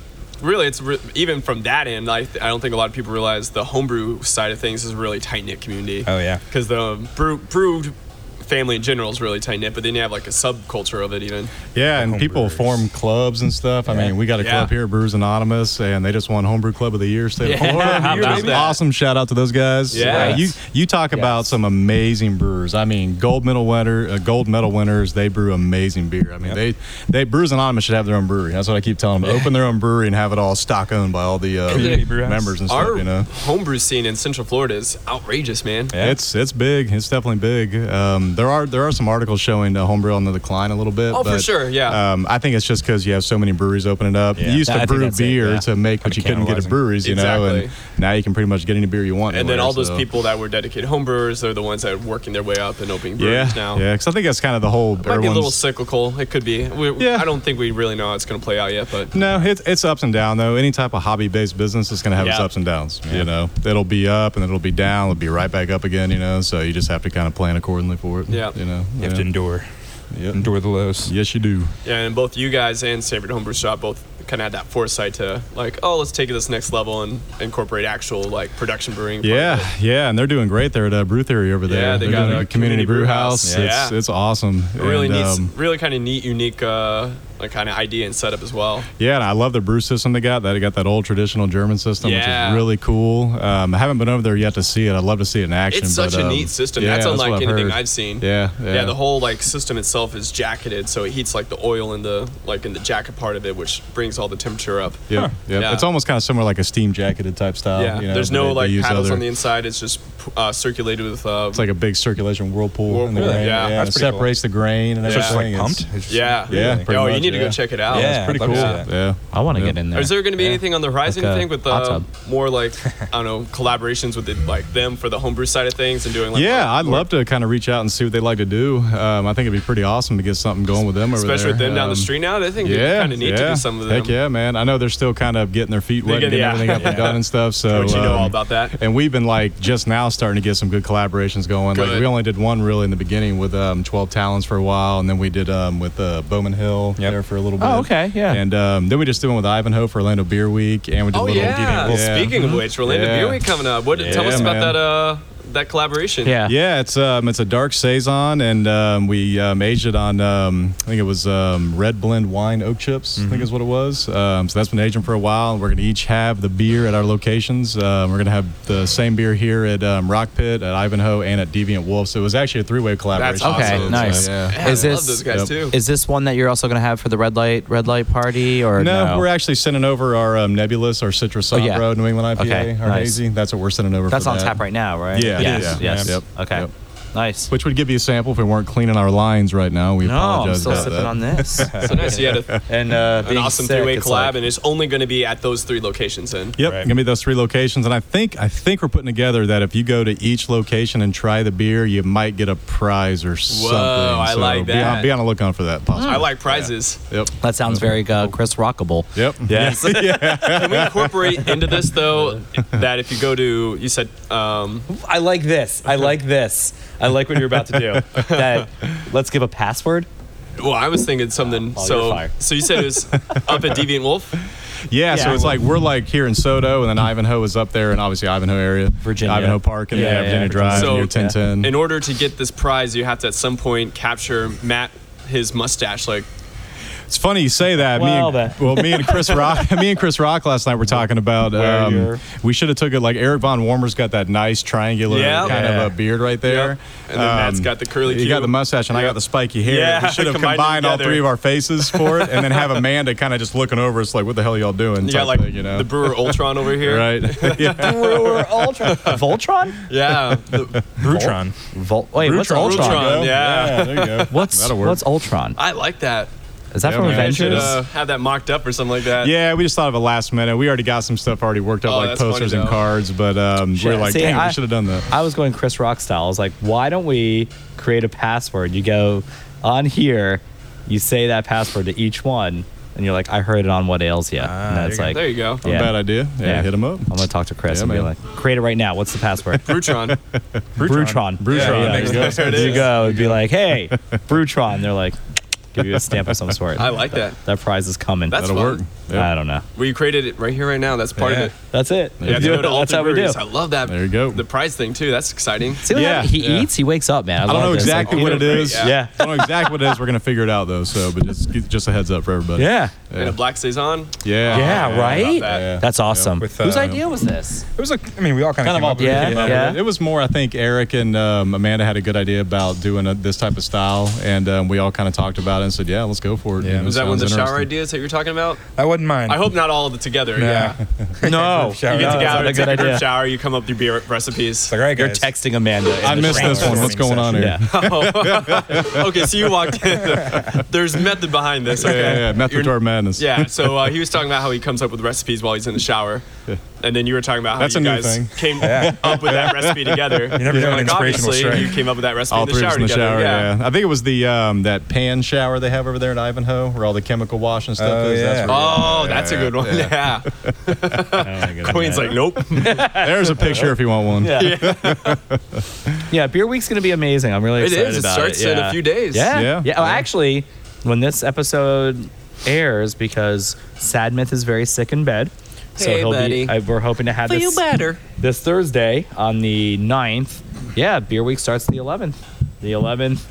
Speaker 4: Really, it's re- even from that end. I, I don't think a lot of people realize the homebrew side of things is a really tight knit community.
Speaker 2: Oh, yeah.
Speaker 4: because the brew, brewed family in general is really tight knit, but then you have like a subculture of it even.
Speaker 3: Yeah, and
Speaker 2: home
Speaker 3: people
Speaker 2: brewers.
Speaker 3: form clubs and stuff. I mean, we got a
Speaker 4: Yeah.
Speaker 3: club here, Brewers Anonymous, and they just won Homebrew Club of the Year. State of
Speaker 4: Yeah,
Speaker 3: Florida.
Speaker 4: how
Speaker 3: Which
Speaker 4: about
Speaker 3: is
Speaker 4: that?
Speaker 3: Awesome shout out to those guys.
Speaker 4: Yeah.
Speaker 3: Uh, you you talk about some amazing brewers. I mean, gold medal winner, uh, gold medal winners. They brew amazing beer. I mean, they they Brewers Anonymous should have their own brewery. That's what I keep telling them. Open their own brewery and have it all stock owned by all the uh,
Speaker 2: Community brew house.
Speaker 3: members and stuff.
Speaker 4: Our
Speaker 3: you know,
Speaker 4: homebrew scene in Central Florida is outrageous, man.
Speaker 3: It's it's big. It's definitely big. Um, there are there are some articles showing uh, homebrew on the decline a little bit.
Speaker 4: Oh, for
Speaker 3: but,
Speaker 4: sure, yeah.
Speaker 3: Um, I think it's just because you have so many breweries opening up. You used
Speaker 1: That-
Speaker 3: to
Speaker 1: I think
Speaker 3: brew
Speaker 1: that's it,
Speaker 3: beer
Speaker 1: yeah.
Speaker 3: to make what you couldn't get at
Speaker 2: cannibalizing.
Speaker 3: breweries, you know, and
Speaker 4: Exactly.
Speaker 3: now you can pretty much get any beer you want.
Speaker 4: And then
Speaker 3: anywhere,
Speaker 4: all those
Speaker 3: so.
Speaker 4: people that were dedicated homebrewers, they're the ones that are working their way up and opening
Speaker 3: Yeah,
Speaker 4: breweries now.
Speaker 3: yeah, because I think that's kind of the whole.
Speaker 4: Might be a little
Speaker 3: everyone's-
Speaker 4: cyclical. It could be. We,
Speaker 3: Yeah.
Speaker 4: I don't think we really know how it's going to play out yet, but
Speaker 3: No, it's it's ups and downs though. Any type of hobby based business is going to have its
Speaker 4: Yeah.
Speaker 3: ups and downs. You know, it'll be up and then it'll be down. It'll be right back up again. You know, so you just have to kind of plan accordingly for it.
Speaker 4: Yeah.
Speaker 3: you know,
Speaker 2: You have to
Speaker 3: yeah.
Speaker 2: endure,
Speaker 3: Yep.
Speaker 2: endure the lows.
Speaker 3: Yes, you do.
Speaker 4: yeah. And both you guys and Sanford Homebrew Shop both kind of had that foresight to like, oh, let's take it this next level and incorporate actual like production brewing. part of
Speaker 3: Yeah,
Speaker 4: it.
Speaker 3: yeah, and they're doing great there at uh, Brew Theory over there.
Speaker 4: Yeah, they
Speaker 3: are
Speaker 4: got
Speaker 3: doing
Speaker 4: a
Speaker 3: a community,
Speaker 4: community
Speaker 3: brew
Speaker 4: brew
Speaker 3: house.
Speaker 4: house. Yeah.
Speaker 3: It's, it's awesome.
Speaker 4: It really
Speaker 3: And,
Speaker 4: neat,
Speaker 3: um,
Speaker 4: really kind of neat, unique, uh, like kind of idea and setup as well.
Speaker 3: yeah, and I love the brew system they got. They got that old traditional German system, which
Speaker 4: Yeah.
Speaker 3: is really cool. Um, I haven't been over there yet to see it. I'd love to see it in action.
Speaker 4: It's such
Speaker 3: but,
Speaker 4: a
Speaker 3: um,
Speaker 4: neat system.
Speaker 3: yeah,
Speaker 4: that's unlike
Speaker 3: what
Speaker 4: anything
Speaker 3: heard.
Speaker 4: I've seen.
Speaker 3: Yeah, yeah.
Speaker 4: yeah. The whole like system itself is jacketed, so it heats like the oil in the like in the jacket part of it, which brings all the temperature up.
Speaker 3: Yeah, yeah.
Speaker 4: Yeah.
Speaker 3: It's almost kind of similar like a steam jacketed type style.
Speaker 4: Yeah.
Speaker 3: you know,
Speaker 4: There's
Speaker 3: but they-
Speaker 4: no
Speaker 3: they
Speaker 4: like
Speaker 3: use
Speaker 4: paddles
Speaker 3: other-
Speaker 4: on the inside. It's just uh, circulated with. Uh,
Speaker 3: It's like a big circulation whirlpool. in the
Speaker 4: Whirlpool,
Speaker 3: grain.
Speaker 4: yeah.
Speaker 3: it
Speaker 2: That's pretty cool.
Speaker 3: separates the grain and
Speaker 4: So it's
Speaker 2: It's
Speaker 4: just,
Speaker 3: everything.
Speaker 2: like
Speaker 3: It's-
Speaker 2: pumped. It's just-
Speaker 4: yeah.
Speaker 3: Yeah, pretty
Speaker 4: Oh, you
Speaker 3: much,
Speaker 4: need to
Speaker 3: yeah.
Speaker 4: go check it out.
Speaker 2: Yeah.
Speaker 3: It's pretty
Speaker 2: I'd love
Speaker 3: cool.
Speaker 2: to see
Speaker 3: Yeah.
Speaker 5: I want to
Speaker 3: Yeah.
Speaker 5: get in there.
Speaker 4: Is there going to be
Speaker 5: Yeah.
Speaker 4: anything on the horizon?
Speaker 5: Like a
Speaker 4: you think with
Speaker 5: hot
Speaker 4: uh,
Speaker 5: tub.
Speaker 4: more like I don't know collaborations with the, like them for the homebrew side of things and doing like
Speaker 3: Yeah,
Speaker 4: more-
Speaker 3: I'd love to kind of reach out and see what they like to do. Um, I think it'd be pretty awesome to get something going with them over there.
Speaker 4: especially with them down the
Speaker 3: Um,
Speaker 4: street now. They think
Speaker 3: Yeah,
Speaker 4: kind of need
Speaker 3: yeah.
Speaker 4: to do some of them.
Speaker 3: Heck yeah, man! I know they're still kind of getting their feet
Speaker 4: They
Speaker 3: wet,
Speaker 4: get-
Speaker 3: and getting
Speaker 4: yeah.
Speaker 3: everything up and done and stuff. So,
Speaker 4: But you know all
Speaker 3: um,
Speaker 4: about that.
Speaker 3: and we've been like just now starting to get some good collaborations going. Like
Speaker 4: Good.
Speaker 3: we only did one really in the beginning with um, Twelve Talents for a while, and then we did um, with uh, Bowman Hill
Speaker 2: Yep.
Speaker 3: there for a little bit.
Speaker 5: Oh, okay, yeah.
Speaker 3: And um, then we just did one with Ivanhoe for Orlando Beer Week, and we did a
Speaker 4: Oh
Speaker 3: little.
Speaker 4: yeah.
Speaker 3: yeah. Mm-hmm.
Speaker 4: Speaking of which, Orlando
Speaker 3: Yeah.
Speaker 4: Beer Week coming up. What? tell
Speaker 3: Yeah,
Speaker 4: us
Speaker 3: man.
Speaker 4: about that. Uh, that collaboration.
Speaker 5: Yeah.
Speaker 3: Yeah, it's um, it's a dark saison, and um, we um, aged it on um, I think it was um, red blend wine oak chips. I
Speaker 5: Mm-hmm.
Speaker 3: think is what it was. Um, so that's been aging for a while. And we're gonna each have the beer at our locations. Um, we're gonna have the same beer here at um, Rock Pit, at Ivanhoe, and at Deviant Wolf. So it was actually a three-way collaboration.
Speaker 4: awesome.
Speaker 5: Okay,
Speaker 3: So,
Speaker 5: nice.
Speaker 3: yeah.
Speaker 4: Man,
Speaker 5: Is
Speaker 4: I
Speaker 5: this-
Speaker 4: love those guys
Speaker 3: Yep.
Speaker 4: too.
Speaker 5: Is this one that you're also going to have for the red light red light party or
Speaker 3: No,
Speaker 5: no?
Speaker 3: we're actually sending over our um, Nebulous, our Citrus Sombro,
Speaker 5: Oh, yeah.
Speaker 3: New England IPA,
Speaker 5: Okay,
Speaker 3: our
Speaker 5: nice.
Speaker 3: hazy. That's what we're sending over.
Speaker 5: That's
Speaker 3: for
Speaker 5: on
Speaker 3: that.
Speaker 5: tap right now, right?
Speaker 3: Yeah, it
Speaker 5: Yes.
Speaker 3: is,
Speaker 5: Yes.
Speaker 3: yeah. Yep,
Speaker 5: Okay.
Speaker 3: yep.
Speaker 5: Nice.
Speaker 3: Which would give you a sample if we weren't cleaning our lines right now. We
Speaker 5: no, I'm
Speaker 3: apologize
Speaker 5: still
Speaker 3: about
Speaker 5: sipping
Speaker 3: that.
Speaker 5: on this.
Speaker 4: so nice. You had a,
Speaker 5: and uh,
Speaker 4: an
Speaker 5: being
Speaker 4: awesome
Speaker 5: sick,
Speaker 4: three-way
Speaker 5: it's
Speaker 4: collab,
Speaker 5: like-
Speaker 4: and it's only going to be at those three locations. Then.
Speaker 3: Yep,
Speaker 2: Right.
Speaker 3: gonna be those three locations, and I think I think we're putting together that if you go to each location and try the beer, you might get a prize or something.
Speaker 4: I like
Speaker 3: Be on,
Speaker 4: that.
Speaker 3: be on the lookout for that. Possibly.
Speaker 4: I like prizes.
Speaker 3: Yep.
Speaker 5: that sounds very uh, Chris Rockable.
Speaker 3: Yep.
Speaker 5: Yes.
Speaker 4: Can we incorporate into this though that if you go to you said um,
Speaker 5: I like this. I like this. I like what you're about to do. That let's give a password.
Speaker 4: well I was thinking something
Speaker 5: Oh, you're
Speaker 4: so
Speaker 5: fired.
Speaker 4: so you said it was up at Deviant Wolf
Speaker 3: Yeah, so
Speaker 5: Yeah.
Speaker 3: it's like we're like here in Soto, and then Ivanhoe is up there, and obviously Ivanhoe area,
Speaker 5: Virginia.
Speaker 3: Ivanhoe Park, and
Speaker 5: Yeah,
Speaker 3: yeah,
Speaker 5: yeah,
Speaker 3: Virginia
Speaker 5: yeah.
Speaker 3: Drive,
Speaker 4: So-
Speaker 3: near ten ten.
Speaker 4: in order to get this prize you have to at some point capture Matt his mustache like
Speaker 3: It's funny you say that.
Speaker 1: Well,
Speaker 3: me and,
Speaker 1: then.
Speaker 3: well, me and Chris Rock, me and Chris Rock last night were talking about.
Speaker 2: Where
Speaker 3: Um,
Speaker 2: you're-
Speaker 3: we should have took it like Eric Von Warmer's got that nice triangular
Speaker 4: Yeah.
Speaker 3: kind
Speaker 2: Yeah.
Speaker 3: of a beard right there.
Speaker 4: Yep. And then Matt's got the curly
Speaker 3: You got
Speaker 4: cue.
Speaker 3: the mustache, and I got
Speaker 4: Yep.
Speaker 3: the spiky hair.
Speaker 4: Yeah,
Speaker 3: we should have
Speaker 4: combined them
Speaker 3: combined all
Speaker 4: together.
Speaker 3: three of our faces for it, and then have Amanda kind of just looking over us like, "What the hell y'all doing?"
Speaker 4: You
Speaker 3: type
Speaker 4: got like
Speaker 3: thing, you know,
Speaker 4: the Brewer Ultron over here.
Speaker 3: right? yeah.
Speaker 1: Brewer Ultron. Voltron?
Speaker 4: Yeah. The,
Speaker 2: Brutron.
Speaker 1: Vol- Wait, what's
Speaker 3: Ultron,
Speaker 1: Ultron?
Speaker 4: Ultron.
Speaker 3: go.
Speaker 4: yeah.
Speaker 3: there you go.
Speaker 1: What's
Speaker 3: That'll work.
Speaker 1: what's Ultron?
Speaker 4: I like that.
Speaker 1: Is that
Speaker 3: Yeah,
Speaker 1: from
Speaker 3: man.
Speaker 4: You should
Speaker 1: Avengers?
Speaker 4: uh, have that mocked up or something like that.
Speaker 3: Yeah, we just thought of a last minute. We already got some stuff already worked up,
Speaker 4: Oh,
Speaker 3: like
Speaker 4: that's funny,
Speaker 3: posters and
Speaker 4: though.
Speaker 3: cards, but um, we
Speaker 1: Shit,
Speaker 3: are like,
Speaker 1: see,
Speaker 3: dang,
Speaker 1: I-
Speaker 3: we should have done that.
Speaker 1: I was going Chris Rock style. I was like, why don't we create a password? You go on here, you say that password to each one, and you're like, I heard it on What Ails Ya.
Speaker 2: Ah,
Speaker 1: and that's
Speaker 2: there
Speaker 1: like,
Speaker 2: you
Speaker 4: There you go.
Speaker 1: Yeah.
Speaker 3: Bad idea. Yeah,
Speaker 1: Yeah.
Speaker 3: hit him up.
Speaker 1: I'm going to talk to Chris
Speaker 3: Yeah,
Speaker 1: and be
Speaker 3: man.
Speaker 1: like, create it right now. What's the password?
Speaker 4: Brutron.
Speaker 1: Brutron. Brutron.
Speaker 3: Yeah,
Speaker 1: Yeah,
Speaker 3: there you
Speaker 1: yeah.
Speaker 3: go.
Speaker 1: There you go. It'd be like, hey, Brutron. They're like, give you a stamp of some sort.
Speaker 4: I like that.
Speaker 1: That, prize is coming.
Speaker 4: That's
Speaker 3: That'll
Speaker 4: fun.
Speaker 3: work. Yeah.
Speaker 1: I don't know.
Speaker 4: We created it right here, right now. That's part
Speaker 3: Yeah.
Speaker 4: of it.
Speaker 1: That's it.
Speaker 4: You have to go to all
Speaker 1: That's
Speaker 4: three
Speaker 1: how we do.
Speaker 4: breweries. I love that.
Speaker 3: There you go.
Speaker 4: The prize thing too. That's exciting.
Speaker 1: See what
Speaker 3: Yeah,
Speaker 1: happened? He
Speaker 3: yeah.
Speaker 1: eats, he wakes up, man.
Speaker 3: I don't
Speaker 1: love
Speaker 3: know
Speaker 1: this.
Speaker 3: exactly
Speaker 4: like,
Speaker 3: what
Speaker 4: you
Speaker 3: it
Speaker 4: know,
Speaker 3: is.
Speaker 4: yeah.
Speaker 1: Yeah.
Speaker 3: I don't know exactly what it is. We're gonna figure it out though. So, but just just a heads up for everybody.
Speaker 1: Yeah.
Speaker 4: And a
Speaker 3: Yeah.
Speaker 4: black saison.
Speaker 3: Oh, Yeah.
Speaker 1: Yeah, right?
Speaker 4: that.
Speaker 3: Yeah. um,
Speaker 1: That's awesome.
Speaker 2: With,
Speaker 1: Whose
Speaker 2: uh,
Speaker 1: idea was this?
Speaker 2: It was like, I mean, we all kind,
Speaker 1: Kind of
Speaker 2: of came
Speaker 1: all-
Speaker 2: up with
Speaker 1: yeah,
Speaker 2: it.
Speaker 1: yeah.
Speaker 3: It, was more, I think Eric and um, Amanda had a good idea about doing a, this type of style, and um, we all kind of talked about it and said, "Yeah, let's go for it."
Speaker 2: Yeah.
Speaker 3: You know,
Speaker 4: Was that one of
Speaker 3: sounds
Speaker 4: the shower
Speaker 3: interesting.
Speaker 4: ideas that you're talking about?
Speaker 2: I wouldn't mind.
Speaker 4: I hope not all of it together. Yeah.
Speaker 2: Yeah.
Speaker 4: You
Speaker 1: No.
Speaker 2: Shower. No,
Speaker 4: get
Speaker 2: that's
Speaker 4: together,
Speaker 1: not a
Speaker 4: take a
Speaker 1: good
Speaker 4: group
Speaker 1: idea.
Speaker 4: shower, you come up with your beer recipes.
Speaker 2: It's like, all right,
Speaker 1: You're
Speaker 2: guys.
Speaker 1: texting Amanda. in
Speaker 3: I
Speaker 1: the
Speaker 3: missed
Speaker 1: shower.
Speaker 3: this one. Oh, What's going on here?
Speaker 1: Yeah.
Speaker 4: Oh. okay, so you walked in. There's method behind this. Okay.
Speaker 3: Yeah, yeah, yeah. Method
Speaker 4: You're-
Speaker 3: to our madness.
Speaker 4: Yeah, so uh, he was talking about how he comes up with recipes while he's in the shower, and then you were talking about how
Speaker 3: That's
Speaker 4: you
Speaker 3: a new
Speaker 4: guys
Speaker 3: thing.
Speaker 4: came up with that recipe together. You
Speaker 2: never know an inspirational
Speaker 4: obviously,
Speaker 2: strength.
Speaker 4: you came up with that recipe
Speaker 3: All
Speaker 4: in the
Speaker 3: three of us
Speaker 4: shower
Speaker 3: in the
Speaker 4: together.
Speaker 3: shower.
Speaker 4: yeah.
Speaker 3: Yeah. I think it was the um, that pan shower they have over there in Ivanhoe, where all the chemical wash and stuff
Speaker 2: Oh,
Speaker 3: is.
Speaker 2: yeah.
Speaker 3: That's where
Speaker 4: Oh, that's a good one. Yeah. Queen's like, nope. Oh.
Speaker 3: There's a picture if you want one.
Speaker 1: Yeah. yeah. Beer Week's going to be amazing. I'm really
Speaker 4: It
Speaker 1: excited
Speaker 4: is. It
Speaker 1: about
Speaker 4: starts in a
Speaker 1: Yeah.
Speaker 4: few days.
Speaker 1: Yeah.
Speaker 3: Yeah.
Speaker 1: Yeah. Oh, actually, when this episode airs, because Sad Myth is very sick in bed. So
Speaker 4: Hey,
Speaker 1: he'll
Speaker 4: buddy.
Speaker 1: be, I, we're hoping to have this, this Thursday on the 9th. Yeah, Beer Week starts the 11th. The 11th.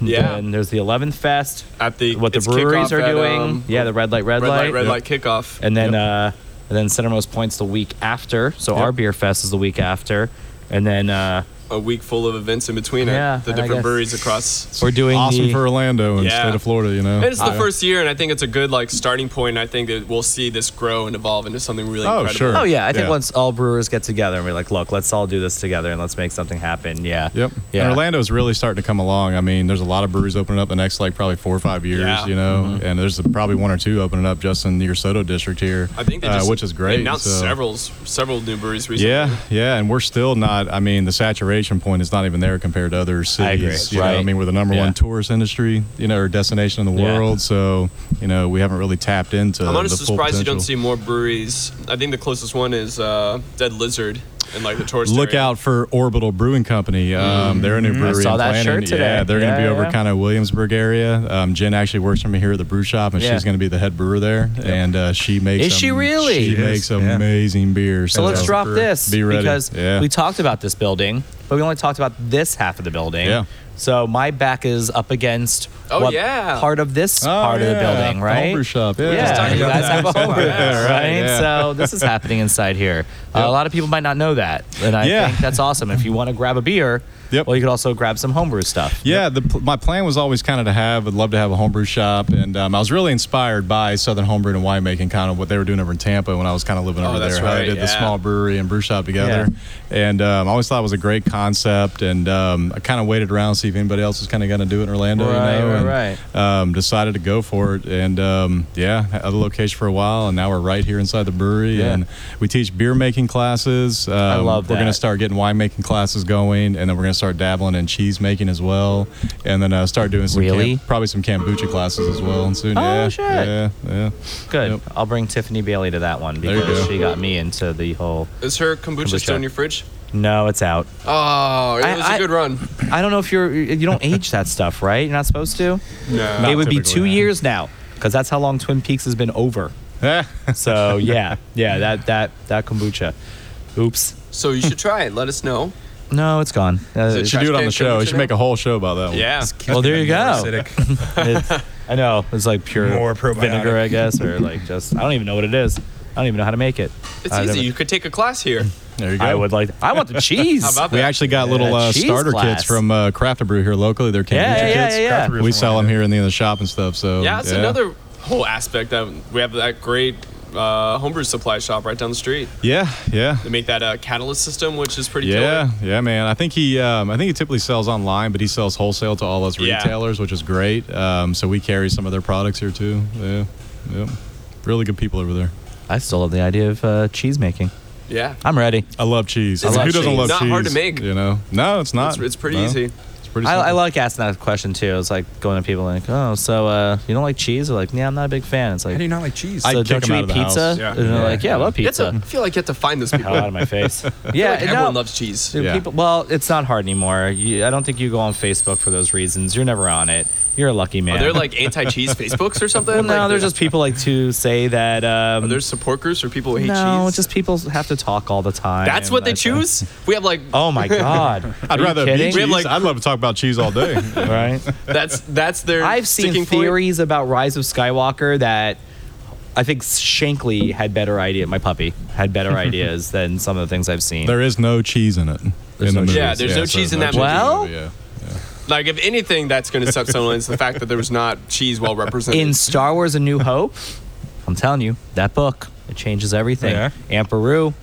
Speaker 4: Yeah.
Speaker 1: And there's the 11th Fest.
Speaker 4: At the
Speaker 1: What the
Speaker 4: it's
Speaker 1: breweries
Speaker 4: kickoff
Speaker 1: are
Speaker 4: at,
Speaker 1: doing.
Speaker 4: um,
Speaker 1: yeah, the red light, red,
Speaker 4: red light, red
Speaker 1: Yep.
Speaker 4: light kickoff.
Speaker 1: and then uh, and then Centermost Points the week after. So our beer fest is the week after, and then uh,
Speaker 4: a week full of events in between it.
Speaker 1: Yeah,
Speaker 4: the
Speaker 1: and I
Speaker 4: different
Speaker 1: guess-
Speaker 4: breweries across.
Speaker 1: we're doing
Speaker 3: Awesome
Speaker 1: the,
Speaker 3: for Orlando and
Speaker 4: Yeah.
Speaker 3: state of Florida, you know.
Speaker 4: And it's the
Speaker 3: Yeah.
Speaker 4: first year, and I think it's a good like starting point. And I think that we'll see this grow and evolve into something really
Speaker 3: Oh,
Speaker 4: incredible.
Speaker 3: sure.
Speaker 1: Oh yeah, I think
Speaker 3: Yeah.
Speaker 1: once all brewers get together and we're like, look, let's all do this together and let's make something happen. Yeah.
Speaker 3: Yep.
Speaker 1: Yeah.
Speaker 3: And Orlando's really starting to come along. I mean, there's a lot of breweries opening up the next like probably four or five years,
Speaker 4: Yeah.
Speaker 3: you know,
Speaker 1: Mm-hmm.
Speaker 3: and there's probably one or two opening up just in your Soto district here,
Speaker 4: I think they
Speaker 3: uh,
Speaker 4: just
Speaker 3: which is great.
Speaker 4: They announced
Speaker 3: so-
Speaker 4: several several new breweries recently.
Speaker 3: Yeah, yeah, and we're still not. I mean, the saturation point is not even there compared to other cities.
Speaker 1: I agree.
Speaker 3: You know, I
Speaker 1: Right.
Speaker 3: mean, we're the number
Speaker 1: Yeah.
Speaker 3: one tourist industry, you know, or destination in the
Speaker 1: Yeah.
Speaker 3: world. So, you know, we haven't really tapped into.
Speaker 4: I'm honestly
Speaker 3: the full
Speaker 4: surprised you don't see
Speaker 3: potential.
Speaker 4: more breweries. I think the closest one is uh, Dead Lizard in like the tourist.
Speaker 3: Look
Speaker 4: area.
Speaker 3: out for Orbital Brewing Company. Um, they're a new brewery.
Speaker 1: Mm-hmm. saw
Speaker 3: in
Speaker 1: that
Speaker 3: Flanders.
Speaker 1: shirt today.
Speaker 3: Yeah, they're going to
Speaker 1: Yeah,
Speaker 3: be over
Speaker 1: yeah.
Speaker 3: kind of Williamsburg area. Um, Jen actually works for me here at the brew shop, and
Speaker 1: Yeah.
Speaker 3: she's going to be the head brewer there. And uh, she makes
Speaker 1: Is she
Speaker 3: am-
Speaker 1: really?
Speaker 3: She
Speaker 1: She
Speaker 3: makes
Speaker 2: is, yeah.
Speaker 3: amazing beers.
Speaker 1: So let's drop this
Speaker 3: Be ready.
Speaker 1: because
Speaker 3: Yeah.
Speaker 1: we talked about this building, but we only talked about this half of the building.
Speaker 3: Yeah.
Speaker 1: So my back is up against
Speaker 4: Oh,
Speaker 1: what
Speaker 4: yeah.
Speaker 1: part of this
Speaker 3: Oh,
Speaker 1: part of the
Speaker 3: yeah.
Speaker 1: building,
Speaker 3: The home
Speaker 1: right?
Speaker 3: brew shop. Yeah.
Speaker 1: Yeah,
Speaker 3: Just
Speaker 4: talking
Speaker 1: you
Speaker 4: about
Speaker 1: guys
Speaker 4: that.
Speaker 1: have a home brew,
Speaker 3: Yeah,
Speaker 1: right?
Speaker 3: right, yeah.
Speaker 1: So this is happening inside here. Uh, a
Speaker 3: Yep.
Speaker 1: lot of people might not know that, and I
Speaker 3: Yeah.
Speaker 1: think that's awesome. If you want to grab a beer,
Speaker 3: Yep.
Speaker 1: well, you could also grab some homebrew stuff.
Speaker 3: Yeah, the, pl- my plan was always kind of to have. I'd love to have a homebrew shop, and um, I was really inspired by Southern homebrew and winemaking, kind of what they were doing over in Tampa when I was kind of living
Speaker 4: Oh,
Speaker 3: over
Speaker 4: that's
Speaker 3: there. how
Speaker 4: right,
Speaker 3: they did the
Speaker 4: yeah.
Speaker 3: small brewery and brew shop together, and um, I always thought it was a great concept. And um, I kind of waited around to see if anybody else was kind of going to do it in Orlando,
Speaker 1: Right,
Speaker 3: you know,
Speaker 1: right,
Speaker 3: and, Um, decided to go for it, and um, yeah, had a location for a while, and now we're right here inside the brewery,
Speaker 1: Yeah.
Speaker 3: and we teach beer making classes. Um,
Speaker 1: love
Speaker 3: We're going
Speaker 1: that.
Speaker 3: to start start getting winemaking classes going, and then we're gonna start dabbling in cheese making as well, and then uh, start doing some cam-
Speaker 1: Really?
Speaker 3: probably some kombucha classes as well. And soon,
Speaker 1: Oh,
Speaker 3: yeah,
Speaker 1: shit.
Speaker 3: yeah, yeah.
Speaker 1: Good.
Speaker 3: Yep.
Speaker 1: I'll bring Tiffany Bailey to that one
Speaker 3: There you
Speaker 1: because
Speaker 3: go.
Speaker 1: she got me into the whole.
Speaker 4: Is her kombucha,
Speaker 1: Kombucha.
Speaker 4: still in your fridge?
Speaker 1: No, it's out.
Speaker 4: Oh, it
Speaker 1: I-
Speaker 4: was a
Speaker 1: I-
Speaker 4: good run.
Speaker 1: I don't know if you're. You don't age that stuff, right? You're not supposed to.
Speaker 4: No.
Speaker 1: it would be
Speaker 3: typically,
Speaker 1: two
Speaker 3: no.
Speaker 1: years now because that's how long Twin Peaks has been over. So yeah, yeah, that that that kombucha. Oops.
Speaker 4: So you should try it. Let us know.
Speaker 1: No, it's gone. Uh,
Speaker 4: it
Speaker 3: Oh. should do it on the show. We should make a whole show about that one.
Speaker 4: Yeah.
Speaker 1: well, there you go.
Speaker 2: Acidic.
Speaker 1: It's- I know it's like pure
Speaker 2: More probiotic.
Speaker 1: vinegar, I guess, or like just I don't even know what it is. I don't even know how to make it.
Speaker 4: It's
Speaker 1: I
Speaker 4: easy.
Speaker 1: never-
Speaker 4: You could take a class here.
Speaker 3: There you go.
Speaker 1: I would like. I want the cheese.
Speaker 4: How about
Speaker 3: we
Speaker 4: that?
Speaker 3: actually got little
Speaker 1: Yeah,
Speaker 3: uh,
Speaker 1: cheese
Speaker 3: starter
Speaker 1: class.
Speaker 3: kits from uh, Craft Brew here locally. They're
Speaker 1: Yeah,
Speaker 3: kombucha
Speaker 1: yeah, yeah,
Speaker 3: kits.
Speaker 1: yeah.
Speaker 2: Craft Brew's
Speaker 3: We
Speaker 2: the
Speaker 3: sell
Speaker 2: one
Speaker 3: them
Speaker 2: that-
Speaker 3: here in the, in the shop and stuff. So
Speaker 1: Um,
Speaker 4: Yeah, that's another whole aspect. Of, we have that great uh, homebrew supply shop right down the street.
Speaker 3: Yeah, yeah.
Speaker 4: They make that uh, catalyst system, which is pretty
Speaker 3: Yeah,
Speaker 4: killer.
Speaker 3: yeah, man. I think he, um, I think he typically sells online, but he sells wholesale to all us
Speaker 4: Yeah.
Speaker 3: retailers, which is great. Um, so we carry some of their products here too. Yeah, yep. Really good people over there.
Speaker 1: I still love the idea of uh, cheese making.
Speaker 4: Yeah.
Speaker 1: I'm ready.
Speaker 3: I love cheese. I
Speaker 4: It's
Speaker 3: mean, who
Speaker 4: actually
Speaker 3: doesn't love
Speaker 4: not
Speaker 3: cheese?
Speaker 4: hard to make.
Speaker 3: You know, no, it's not.
Speaker 4: It's, it's pretty
Speaker 3: No.
Speaker 4: easy.
Speaker 3: It's pretty.
Speaker 1: I, I
Speaker 3: simple.
Speaker 1: like asking that question too. It's like going to people like, oh, so uh, you don't like cheese? They're like, yeah, I'm not a big fan. It's like,
Speaker 2: How do you not like cheese?
Speaker 1: so
Speaker 3: I'd kick
Speaker 1: don't
Speaker 3: 'em
Speaker 1: you
Speaker 3: out
Speaker 1: eat
Speaker 3: of the house.
Speaker 1: pizza?
Speaker 4: Yeah.
Speaker 1: And they're like, yeah, I love
Speaker 4: It's a,
Speaker 1: pizza.
Speaker 4: I feel like you have to find those people.
Speaker 1: Hell out of my face.
Speaker 4: I
Speaker 1: yeah,
Speaker 4: feel like everyone
Speaker 1: no.
Speaker 4: loves cheese.
Speaker 1: Dude,
Speaker 3: Yeah.
Speaker 1: people, well, it's not hard anymore. You, I don't think you go on Facebook for those reasons. You're never on it. You're a lucky man.
Speaker 4: Are there like anti-cheese Facebooks or something?
Speaker 1: Well, no,
Speaker 4: Like,
Speaker 1: there's just people like to say that. Um,
Speaker 4: Are there support groups for people who hate
Speaker 1: no,
Speaker 4: cheese?
Speaker 1: just people have to talk all the time.
Speaker 4: That's what they
Speaker 1: That's a-
Speaker 4: choose. We have like
Speaker 1: Oh my god!
Speaker 3: I'd
Speaker 1: Are you
Speaker 3: rather be
Speaker 1: kidding?
Speaker 3: cheese.
Speaker 4: have, like-
Speaker 3: I'd love to talk about cheese all day.
Speaker 1: right?
Speaker 4: that's that's their.
Speaker 1: I've seen
Speaker 4: sticking point.
Speaker 1: theories about Rise of Skywalker that I think Shankly had better idea. My puppy had better ideas than some of the things I've seen.
Speaker 3: there is no cheese in it.
Speaker 1: There's
Speaker 3: in
Speaker 1: no
Speaker 3: the
Speaker 1: cheese.
Speaker 4: Yeah, there's no cheese in that
Speaker 3: cheese
Speaker 1: Well-
Speaker 3: in the movie, yeah.
Speaker 4: Like if anything, that's going to suck someone is the fact that there was not cheese well represented.
Speaker 1: in Star Wars: A New Hope, I'm telling you, that book it changes everything.
Speaker 2: Yeah?
Speaker 1: Aunt Beru,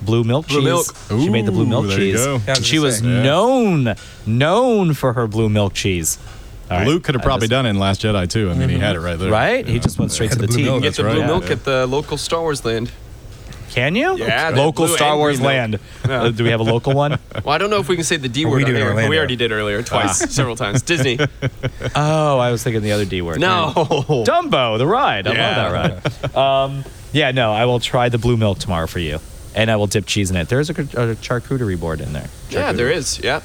Speaker 1: blue milk
Speaker 4: Blue
Speaker 1: cheese.
Speaker 4: milk.
Speaker 1: she made the blue
Speaker 3: Ooh,
Speaker 1: milk
Speaker 3: there you
Speaker 1: cheese.
Speaker 3: go.
Speaker 2: Yeah, I was
Speaker 1: she
Speaker 2: gonna
Speaker 1: was
Speaker 2: say.
Speaker 3: Yeah.
Speaker 1: known known for her blue milk cheese. All right.
Speaker 3: Luke could have
Speaker 1: I
Speaker 3: probably
Speaker 1: just-
Speaker 3: done it in Last Jedi too. I mean, he had it right there.
Speaker 1: Right?
Speaker 3: Yeah.
Speaker 1: He just went straight
Speaker 2: Yeah,
Speaker 1: to the,
Speaker 2: the blue
Speaker 1: tea.
Speaker 2: milk.
Speaker 4: Get
Speaker 3: That's
Speaker 4: the blue
Speaker 3: right.
Speaker 4: milk
Speaker 3: Yeah.
Speaker 4: at the local Star Wars land.
Speaker 1: Can you?
Speaker 4: Yeah, the
Speaker 1: Local
Speaker 4: blue
Speaker 1: Star
Speaker 4: and
Speaker 1: Wars
Speaker 4: green milk.
Speaker 1: land.
Speaker 4: Yeah.
Speaker 1: Uh, do we have a local one?
Speaker 4: Well, I don't know if we can say the D
Speaker 2: Well,
Speaker 4: word.
Speaker 2: we
Speaker 4: on
Speaker 2: do in
Speaker 4: air. Ah.
Speaker 2: Orlando.
Speaker 4: We already did earlier, twice, several times. Disney.
Speaker 1: Oh, I was thinking the other D word.
Speaker 4: No.
Speaker 1: Dumbo, the ride. I love that ride. Um, yeah, no, I will try the blue milk tomorrow for you, and I will dip cheese in it. There's a, ch- a charcuterie board in there.
Speaker 4: Yeah, there is. Yeah,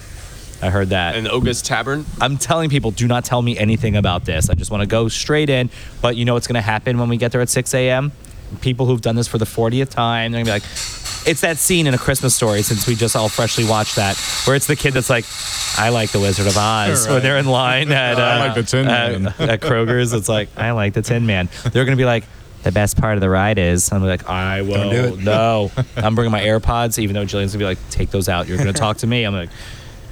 Speaker 1: I heard that.
Speaker 4: and Oga's Tavern.
Speaker 1: I'm telling people, do not tell me anything about this. I just want to go straight in. But you know what's going to happen when we get there at 6 a.m.? People who've done this for the 40th time, they're going to be like, it's that scene in A Christmas Story since we just all freshly watched that, where it's the kid that's like, I like The Wizard of Oz. When they're in line at, uh,
Speaker 3: I like the Tin Man.
Speaker 1: at, at Kroger's, it's like, I like The Tin Man. They're going to be like, the best part of the ride is, I'm like, I will.
Speaker 2: do it.
Speaker 1: No. I'm bringing my AirPods, even though Jillian's going to be like, take those out. You're going to talk to me. I'm like,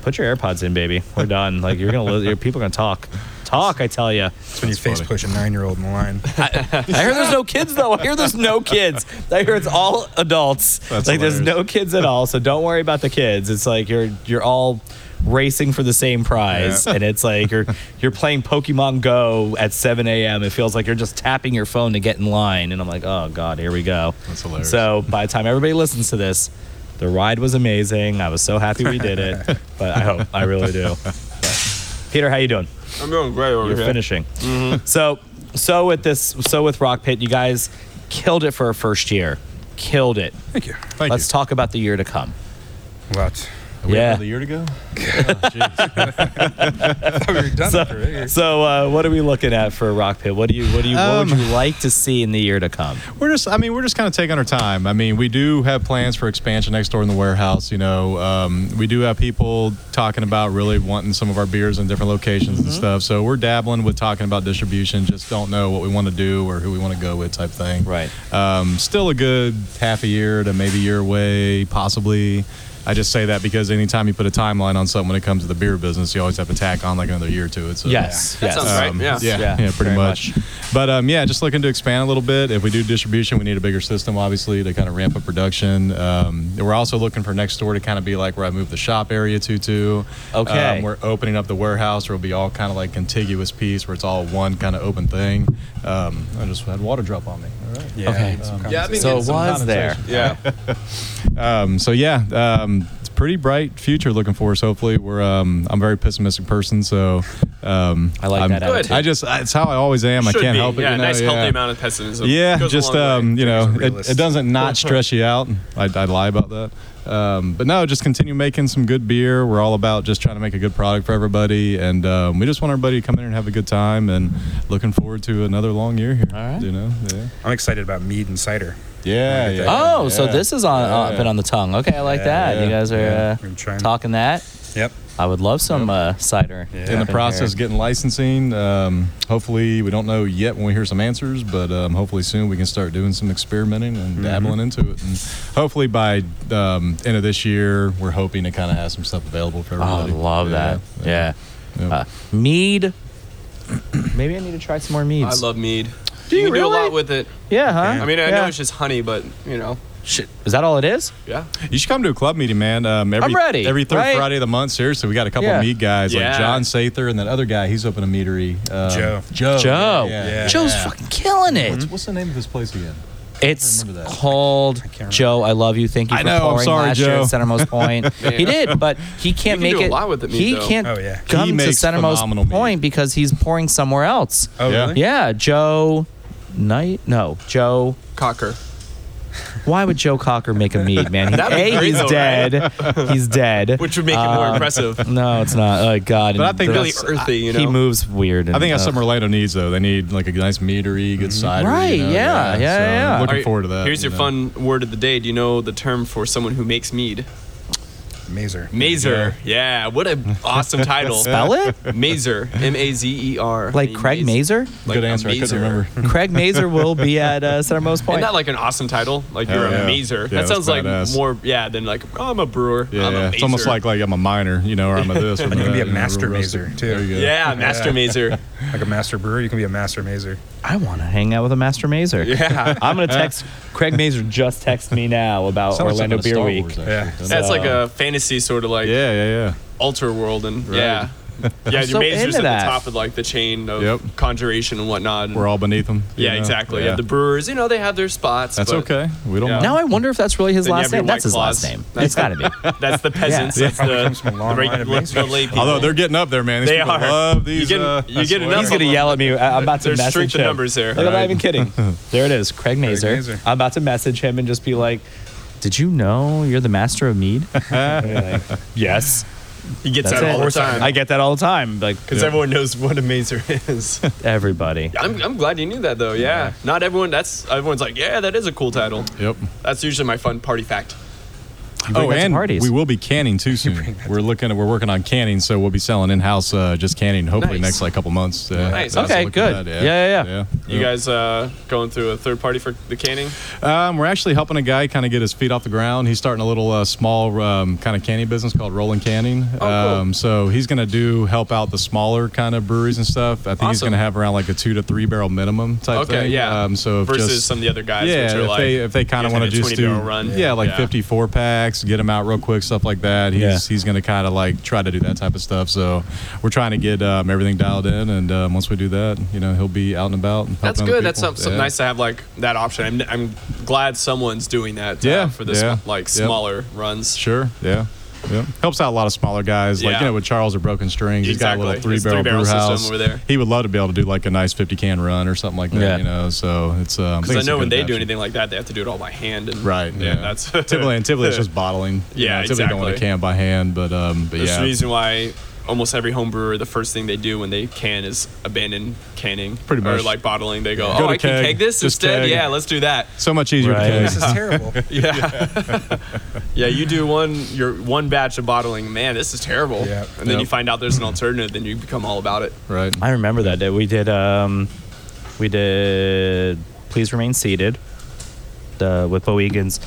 Speaker 1: put your AirPods in, baby. We're done. Like you're gonna, li- your people are gonna talk, talk. I tell you.
Speaker 2: That's when you face
Speaker 3: funny.
Speaker 2: push a nine year old in the line.
Speaker 1: I hear there's no kids though. I hear there's no kids. I hear it's all adults.
Speaker 3: That's
Speaker 1: like there's
Speaker 3: hilarious.
Speaker 1: no kids at all. So don't worry about the kids. It's like you're you're all racing for the same prize, and it's like you're you're playing Pokemon Go at 7 a.m. It feels like you're just tapping your phone to get in line, and I'm like, oh god, here we go.
Speaker 3: That's hilarious.
Speaker 1: So by the time everybody listens to this. The ride was amazing. I was so happy we did it, but I hope I really do. Peter, how you doing?
Speaker 4: I'm doing great over
Speaker 1: You're
Speaker 4: here. Mm-hmm.
Speaker 1: finishing. So, so with this, so with Rock Pit, you guys killed it for a first year. Killed it.
Speaker 2: Thank you.
Speaker 3: Thank
Speaker 1: Let's
Speaker 3: you.
Speaker 1: talk about the year to come.
Speaker 2: What?
Speaker 3: We have
Speaker 1: yeah.
Speaker 3: another year to go. Oh, jeez.
Speaker 2: I thought we were Oh, done.
Speaker 1: So,
Speaker 2: after it.
Speaker 1: so uh, what are we looking at for Rock Pit? What do you, what do you, what would you like to see in the year to come?
Speaker 3: we're just i mean we're just kind of taking our time i mean we do have plans for expansion next door in the warehouse you know um, we do have people talking about really wanting some of our beers in different locations and stuff so we're dabbling with talking about distribution just don't know what we want to do or who we want to go with type thing
Speaker 1: Right.
Speaker 3: um, still a good half a year to maybe year away possibly I just say that because anytime you put a timeline on something when it comes to the beer business, you always have to tack on like another year to it. So
Speaker 1: Yes.
Speaker 4: That
Speaker 1: yes.
Speaker 4: sounds right.
Speaker 3: um,
Speaker 4: Yeah.
Speaker 3: yeah,
Speaker 1: Yeah,
Speaker 3: yeah, pretty
Speaker 1: very
Speaker 3: much. But um, yeah, just looking to expand a little bit. If we do distribution, we need a bigger system, obviously, to kind of ramp up production. Um, and we're also looking for next door to kind of be like where I moved the shop area to. To
Speaker 1: Okay.
Speaker 3: um, we're opening up the warehouse. Where it'll be all kind of like contiguous piece where it's all one kind of open thing. Um, I just had water drop on me. All right.
Speaker 2: Yeah,
Speaker 1: Um, Okay.
Speaker 2: some
Speaker 4: Yeah, I mean,
Speaker 1: So it
Speaker 4: it's some
Speaker 1: was there.
Speaker 4: Yeah.
Speaker 3: Um, so yeah, um, it's a pretty bright future looking for us. Hopefully, we're. Um, I'm a very pessimistic person, so um,
Speaker 1: I like
Speaker 3: I'm-
Speaker 1: that attitude.
Speaker 3: I just it's how I always am. I
Speaker 4: Should
Speaker 3: can't
Speaker 4: be.
Speaker 3: help it.
Speaker 4: Yeah,
Speaker 3: you know?
Speaker 4: nice healthy
Speaker 3: yeah.
Speaker 4: amount of pessimism.
Speaker 3: Yeah,
Speaker 4: Goes a
Speaker 3: just
Speaker 4: long way.
Speaker 3: um, you know,
Speaker 2: Jim's a
Speaker 3: it,
Speaker 2: realist.
Speaker 3: it doesn't not stress you out. I, I lie about that. Um, but no, just continue making some good beer. We're all about just trying to make a good product for everybody, and um, we just want everybody to come in and have a good time. And looking forward to another long year here.
Speaker 1: All right.
Speaker 3: You know, yeah,
Speaker 2: I'm excited about mead and cider.
Speaker 3: yeah.
Speaker 2: yeah.
Speaker 1: Oh, so
Speaker 3: yeah.
Speaker 1: this is on uh, been on the tongue. Okay, I like
Speaker 2: Yeah,
Speaker 1: that.
Speaker 3: yeah,
Speaker 1: you guys are
Speaker 3: yeah.
Speaker 1: uh,
Speaker 2: I'm trying.
Speaker 1: talking that.
Speaker 2: Yep.
Speaker 1: I would love some uh, cider.
Speaker 2: Yeah.
Speaker 3: in the
Speaker 1: up here.
Speaker 3: process of getting licensing. Um, hopefully, we don't know yet when we hear some answers, but um, hopefully soon we can start doing some experimenting and
Speaker 1: Mm-hmm.
Speaker 3: dabbling into it. And hopefully by um, end of this year, we're hoping to kind of have some stuff available for
Speaker 1: Oh, I
Speaker 3: everybody.
Speaker 1: love
Speaker 3: Yeah,
Speaker 1: that. Yeah.
Speaker 3: yeah.
Speaker 1: Uh, mead. Maybe I need to try some more meads.
Speaker 4: I love mead.
Speaker 1: Do you
Speaker 4: can do a
Speaker 1: really?
Speaker 4: lot with it.
Speaker 1: Yeah, huh?
Speaker 4: I mean, I
Speaker 1: Yeah.
Speaker 4: know it's just honey, but you know,
Speaker 1: Shit. Is that all it is?
Speaker 4: yeah.
Speaker 3: You should come to a club meeting, man. Um, every,
Speaker 1: I'm ready,
Speaker 3: Every third
Speaker 1: right?
Speaker 3: Friday of the month, seriously, we got a couple
Speaker 1: Yeah.
Speaker 3: of meat guys
Speaker 4: Yeah.
Speaker 3: like John Sather and that other guy. He's open a meatery. Um,
Speaker 2: Joe.
Speaker 3: Joe.
Speaker 1: Joe. Mm-hmm.
Speaker 3: Yeah,
Speaker 2: Yeah.
Speaker 1: Joe's fucking killing it.
Speaker 3: What's, what's the name of his place again?
Speaker 1: It's
Speaker 3: remember that.
Speaker 1: called
Speaker 2: remember.
Speaker 1: Joe. I love you. Thank you
Speaker 3: I
Speaker 1: for
Speaker 3: know, I'm
Speaker 1: pouring
Speaker 3: sorry,
Speaker 1: last year
Speaker 3: Joe.
Speaker 1: at Centermost Point. he did, but he can't
Speaker 4: You
Speaker 1: make
Speaker 4: can do a
Speaker 1: it.
Speaker 4: lot with it,
Speaker 1: he
Speaker 4: though.
Speaker 1: can't
Speaker 2: Oh, yeah. He
Speaker 1: come to
Speaker 3: makes
Speaker 1: Centermost
Speaker 3: phenomenal meat.
Speaker 1: Point because he's pouring somewhere else.
Speaker 2: Oh,
Speaker 3: Yeah.
Speaker 2: really?
Speaker 1: Yeah, Joe Knight. No, Joe.
Speaker 4: Cocker.
Speaker 1: Why would Joe Cocker make a mead, man? He,
Speaker 4: That'd be
Speaker 1: a,
Speaker 4: great,
Speaker 1: he's
Speaker 4: though,
Speaker 1: dead. He's dead.
Speaker 4: Which would make it
Speaker 3: Uh,
Speaker 4: more
Speaker 1: Um,
Speaker 4: impressive.
Speaker 1: No, it's not. Oh God!
Speaker 3: But I
Speaker 1: and
Speaker 3: think
Speaker 1: the-
Speaker 4: Really earthy, you know.
Speaker 1: He moves weird.
Speaker 3: I think that's
Speaker 1: uh,
Speaker 3: something Orlando needs though. They need like a nice meatery, good cider. you
Speaker 1: Right,
Speaker 3: know,
Speaker 1: yeah, yeah,
Speaker 3: so I'm
Speaker 1: yeah.
Speaker 3: Looking
Speaker 4: All right,
Speaker 3: forward to that.
Speaker 4: Here's
Speaker 3: you
Speaker 4: your
Speaker 3: know.
Speaker 4: fun word of the day. Do you know the term for someone who makes mead?
Speaker 2: Mazer.
Speaker 4: Mazer. Yeah. What an awesome title.
Speaker 1: Spell it
Speaker 4: Mazer. M A Z E R.
Speaker 1: like Craig Mazer.
Speaker 4: Like
Speaker 3: Good
Speaker 4: a
Speaker 3: answer. I couldn't
Speaker 4: mazer.
Speaker 3: remember.
Speaker 1: Craig Mazer will be at uh, Centermost Point.
Speaker 4: Isn't that like an awesome title? Like
Speaker 3: Hell
Speaker 4: you're
Speaker 3: yeah.
Speaker 4: a mazer.
Speaker 3: Yeah,
Speaker 4: that
Speaker 3: that's
Speaker 4: sounds like
Speaker 3: badass.
Speaker 4: more, yeah, than like oh, I'm a brewer.
Speaker 3: Yeah,
Speaker 4: I'm a
Speaker 3: yeah.
Speaker 4: mazer.
Speaker 3: it's almost like like I'm a minor, you know, or I'm a this. Or
Speaker 2: And you can
Speaker 3: that,
Speaker 2: be a
Speaker 3: you know, real
Speaker 2: master
Speaker 3: rustic.
Speaker 2: mazer, too.
Speaker 3: There you go.
Speaker 4: yeah, master
Speaker 2: Yeah.
Speaker 4: mazer.
Speaker 2: Like a master brewer, you can be a master mazer.
Speaker 1: I want to hang out with a Master Mazer.
Speaker 4: Yeah.
Speaker 1: I'm gonna text Craig Mazer. Just text me now about
Speaker 3: Sounds like
Speaker 1: Orlando
Speaker 3: something
Speaker 1: Beer
Speaker 3: out of Star
Speaker 1: Week.
Speaker 3: Wars,
Speaker 2: Yeah.
Speaker 3: actually, doesn't it?
Speaker 4: That's like a fantasy sort of like
Speaker 3: yeah, yeah,
Speaker 4: alter world and yeah. Yeah, your
Speaker 1: so
Speaker 4: mazer's
Speaker 1: into
Speaker 4: at
Speaker 1: that.
Speaker 4: the top of like the chain of
Speaker 3: Yep.
Speaker 4: conjuration and whatnot. and-
Speaker 3: yeah. We're all beneath them. you
Speaker 4: yeah,
Speaker 3: know?
Speaker 4: exactly. Yeah. the brewers, you know, they have their spots.
Speaker 3: That's
Speaker 4: but
Speaker 3: okay. We don't.
Speaker 4: Yeah.
Speaker 3: mind.
Speaker 1: Now I wonder if that's really his
Speaker 4: Then you
Speaker 1: last
Speaker 4: have your
Speaker 1: name. That's
Speaker 4: White
Speaker 1: his last
Speaker 4: Claws.
Speaker 1: name. It's gotta be.
Speaker 4: That's the peasants.
Speaker 1: Yeah.
Speaker 4: That's
Speaker 2: Probably
Speaker 4: the,
Speaker 2: comes from a long
Speaker 4: the,
Speaker 2: line of
Speaker 4: regular,
Speaker 2: mazers.
Speaker 4: the lay people.
Speaker 3: Although they're getting up there, man. These
Speaker 4: They
Speaker 3: people
Speaker 4: are.
Speaker 3: Love these.
Speaker 4: You get-
Speaker 3: uh,
Speaker 4: you get
Speaker 3: I
Speaker 4: enough
Speaker 1: He's
Speaker 3: swear.
Speaker 1: gonna yell at me. I- I'm about to
Speaker 4: There's
Speaker 1: message
Speaker 4: strength in
Speaker 1: him.
Speaker 4: numbers there.
Speaker 1: Look, I'm not even kidding. There it is, Craig Mazer.
Speaker 2: Mazer.
Speaker 1: I'm about to message him and just be like, "Did you know you're the master of mead?" And he'll be like, yes,
Speaker 4: He gets
Speaker 1: That's
Speaker 4: that all
Speaker 1: it.
Speaker 4: the time.
Speaker 1: I get that all the time. Like
Speaker 4: because everyone knows what a mazer is.
Speaker 1: everybody.
Speaker 4: I'm, I'm glad you knew that though. Yeah. not everyone. That's everyone's like, yeah, that is a cool title.
Speaker 3: Yep.
Speaker 4: That's usually my fun party fact.
Speaker 1: bring
Speaker 3: Oh,
Speaker 1: that to
Speaker 3: and
Speaker 1: parties.
Speaker 3: we will be canning too soon. We're looking. at- We're working on canning, so we'll be selling in house, uh, just canning. Hopefully
Speaker 4: Nice.
Speaker 3: next like couple months. Uh,
Speaker 4: Nice.
Speaker 3: so that's
Speaker 1: Okay,
Speaker 3: looking
Speaker 1: good. Yeah, yeah, yeah.
Speaker 4: You guys uh, going through a third party for the canning?
Speaker 3: Um, we're actually helping a guy kind of get his feet off the ground. He's starting a little uh, small um, kind of canning business called Rolling Canning.
Speaker 4: cool.
Speaker 3: um, so he's going to do help out the smaller kind of breweries and stuff. I think he's
Speaker 4: Awesome.
Speaker 3: going to have around like a two to three barrel minimum type
Speaker 4: Okay,
Speaker 3: thing.
Speaker 4: yeah.
Speaker 3: Um, so if
Speaker 4: Versus
Speaker 3: just,
Speaker 4: some of the other guys,
Speaker 3: yeah,
Speaker 4: which are
Speaker 3: if
Speaker 4: like,
Speaker 3: they if they kind
Speaker 4: you
Speaker 3: of
Speaker 4: guys
Speaker 3: want to
Speaker 4: have a
Speaker 3: just do
Speaker 4: 20 barrel run.
Speaker 3: yeah, like
Speaker 4: Yeah.
Speaker 3: 54 packs, get them out real quick, stuff like that. He's he's going to kind of like try to do that type of stuff. So we're trying to get um, everything dialed in, and um, once we do that, you know, he'll be out and about. And
Speaker 4: That's
Speaker 3: helping other
Speaker 4: good. That's
Speaker 3: people.
Speaker 4: some, some
Speaker 3: Yeah.
Speaker 4: nice to have like that option. I'm, I'm glad someone's doing that. uh,
Speaker 3: Yeah,
Speaker 4: for this
Speaker 3: yeah,
Speaker 4: like
Speaker 3: yep.
Speaker 4: smaller runs.
Speaker 3: Sure. Yeah. Yep. Helps out a lot of smaller guys, like you
Speaker 4: Yeah.
Speaker 3: know, with Charles or Broken Strings. He's got a little
Speaker 4: Exactly.
Speaker 3: three
Speaker 4: His
Speaker 3: barrel
Speaker 4: three-barrel
Speaker 3: brew
Speaker 4: system
Speaker 3: house.
Speaker 4: over there.
Speaker 3: He would love to be able to do like a nice fifty can run or something like that.
Speaker 1: Yeah.
Speaker 3: You know, so it's um.
Speaker 4: Because I,
Speaker 3: it's a
Speaker 4: know
Speaker 3: good
Speaker 4: when they do
Speaker 3: adaptation.
Speaker 4: anything like that, they have to do it all by hand. And,
Speaker 3: Right.
Speaker 4: Yeah. That's
Speaker 3: typically and typically it's just bottling. you
Speaker 4: Yeah,
Speaker 3: know, typically don't want to
Speaker 4: exactly.
Speaker 3: can by hand, but um, but
Speaker 4: There's
Speaker 3: yeah.
Speaker 4: the reason why almost every home brewer, the first thing they do when they can is abandon canning.
Speaker 3: Pretty
Speaker 4: Or
Speaker 3: much.
Speaker 4: like bottling. They go,
Speaker 3: Go
Speaker 4: oh,
Speaker 3: to
Speaker 4: I can
Speaker 3: keg,
Speaker 4: keg this
Speaker 3: just
Speaker 4: instead?
Speaker 3: keg."
Speaker 4: Yeah, let's do that.
Speaker 3: so much easier
Speaker 1: Right.
Speaker 3: to
Speaker 2: This is
Speaker 3: can.
Speaker 2: terrible.
Speaker 4: Yeah. yeah, you do one your one batch of bottling, man, this is terrible.
Speaker 2: Yeah.
Speaker 4: And then
Speaker 3: Yep.
Speaker 4: you find out there's an alternative, then you become all about it.
Speaker 3: Right.
Speaker 1: I uh, remember that day. We did um, we did please remain seated, the with Boegans,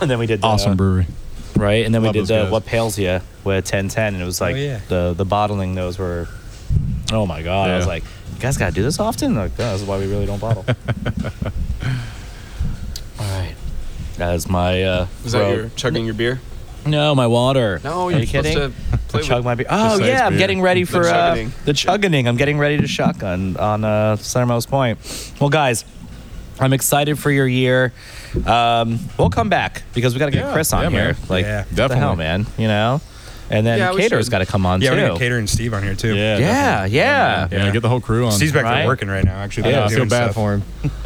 Speaker 1: and then we did the,
Speaker 3: Awesome brewery.
Speaker 1: right, and then we
Speaker 3: Love
Speaker 1: did
Speaker 3: those
Speaker 1: the
Speaker 3: guys. Oh,
Speaker 1: what pales you with ten ten, and it was like
Speaker 2: yeah.
Speaker 1: the the bottling those were, oh my god, I was
Speaker 3: Yeah.
Speaker 1: like, you guys gotta do this often. Like that's why we really don't bottle. All right, that is my. Uh,
Speaker 4: Is that
Speaker 1: road.
Speaker 4: your chugging your beer?
Speaker 1: No, my water.
Speaker 4: No,
Speaker 1: Are
Speaker 4: you're
Speaker 1: you
Speaker 4: supposed
Speaker 1: kidding?
Speaker 4: to play
Speaker 1: chug
Speaker 4: with
Speaker 1: my beer. Oh
Speaker 3: say it's
Speaker 1: yeah, I'm
Speaker 3: beer.
Speaker 1: getting ready for uh,
Speaker 4: chuggening.
Speaker 1: the chuggening. I'm getting ready to shotgun on uh, Centermost Point. Well, guys, I'm excited for your year. Um, we'll come back because we got to get
Speaker 3: Yeah,
Speaker 1: Chris on
Speaker 3: yeah,
Speaker 1: here.
Speaker 3: man.
Speaker 1: Like,
Speaker 2: Yeah,
Speaker 1: what the hell,
Speaker 3: definitely.
Speaker 1: man. You know, and then
Speaker 4: Yeah, we
Speaker 1: Cater's
Speaker 4: should.
Speaker 1: got to come on
Speaker 2: Yeah,
Speaker 1: too.
Speaker 2: we're gonna cater and Steve on here too.
Speaker 3: Yeah.
Speaker 1: yeah, yeah.
Speaker 3: Yeah. Get the whole crew on.
Speaker 2: Steve's back
Speaker 1: Right?
Speaker 2: there working right now. Actually,
Speaker 3: Yeah, I
Speaker 2: He's
Speaker 3: feel
Speaker 2: doing
Speaker 3: bad
Speaker 2: stuff.
Speaker 3: for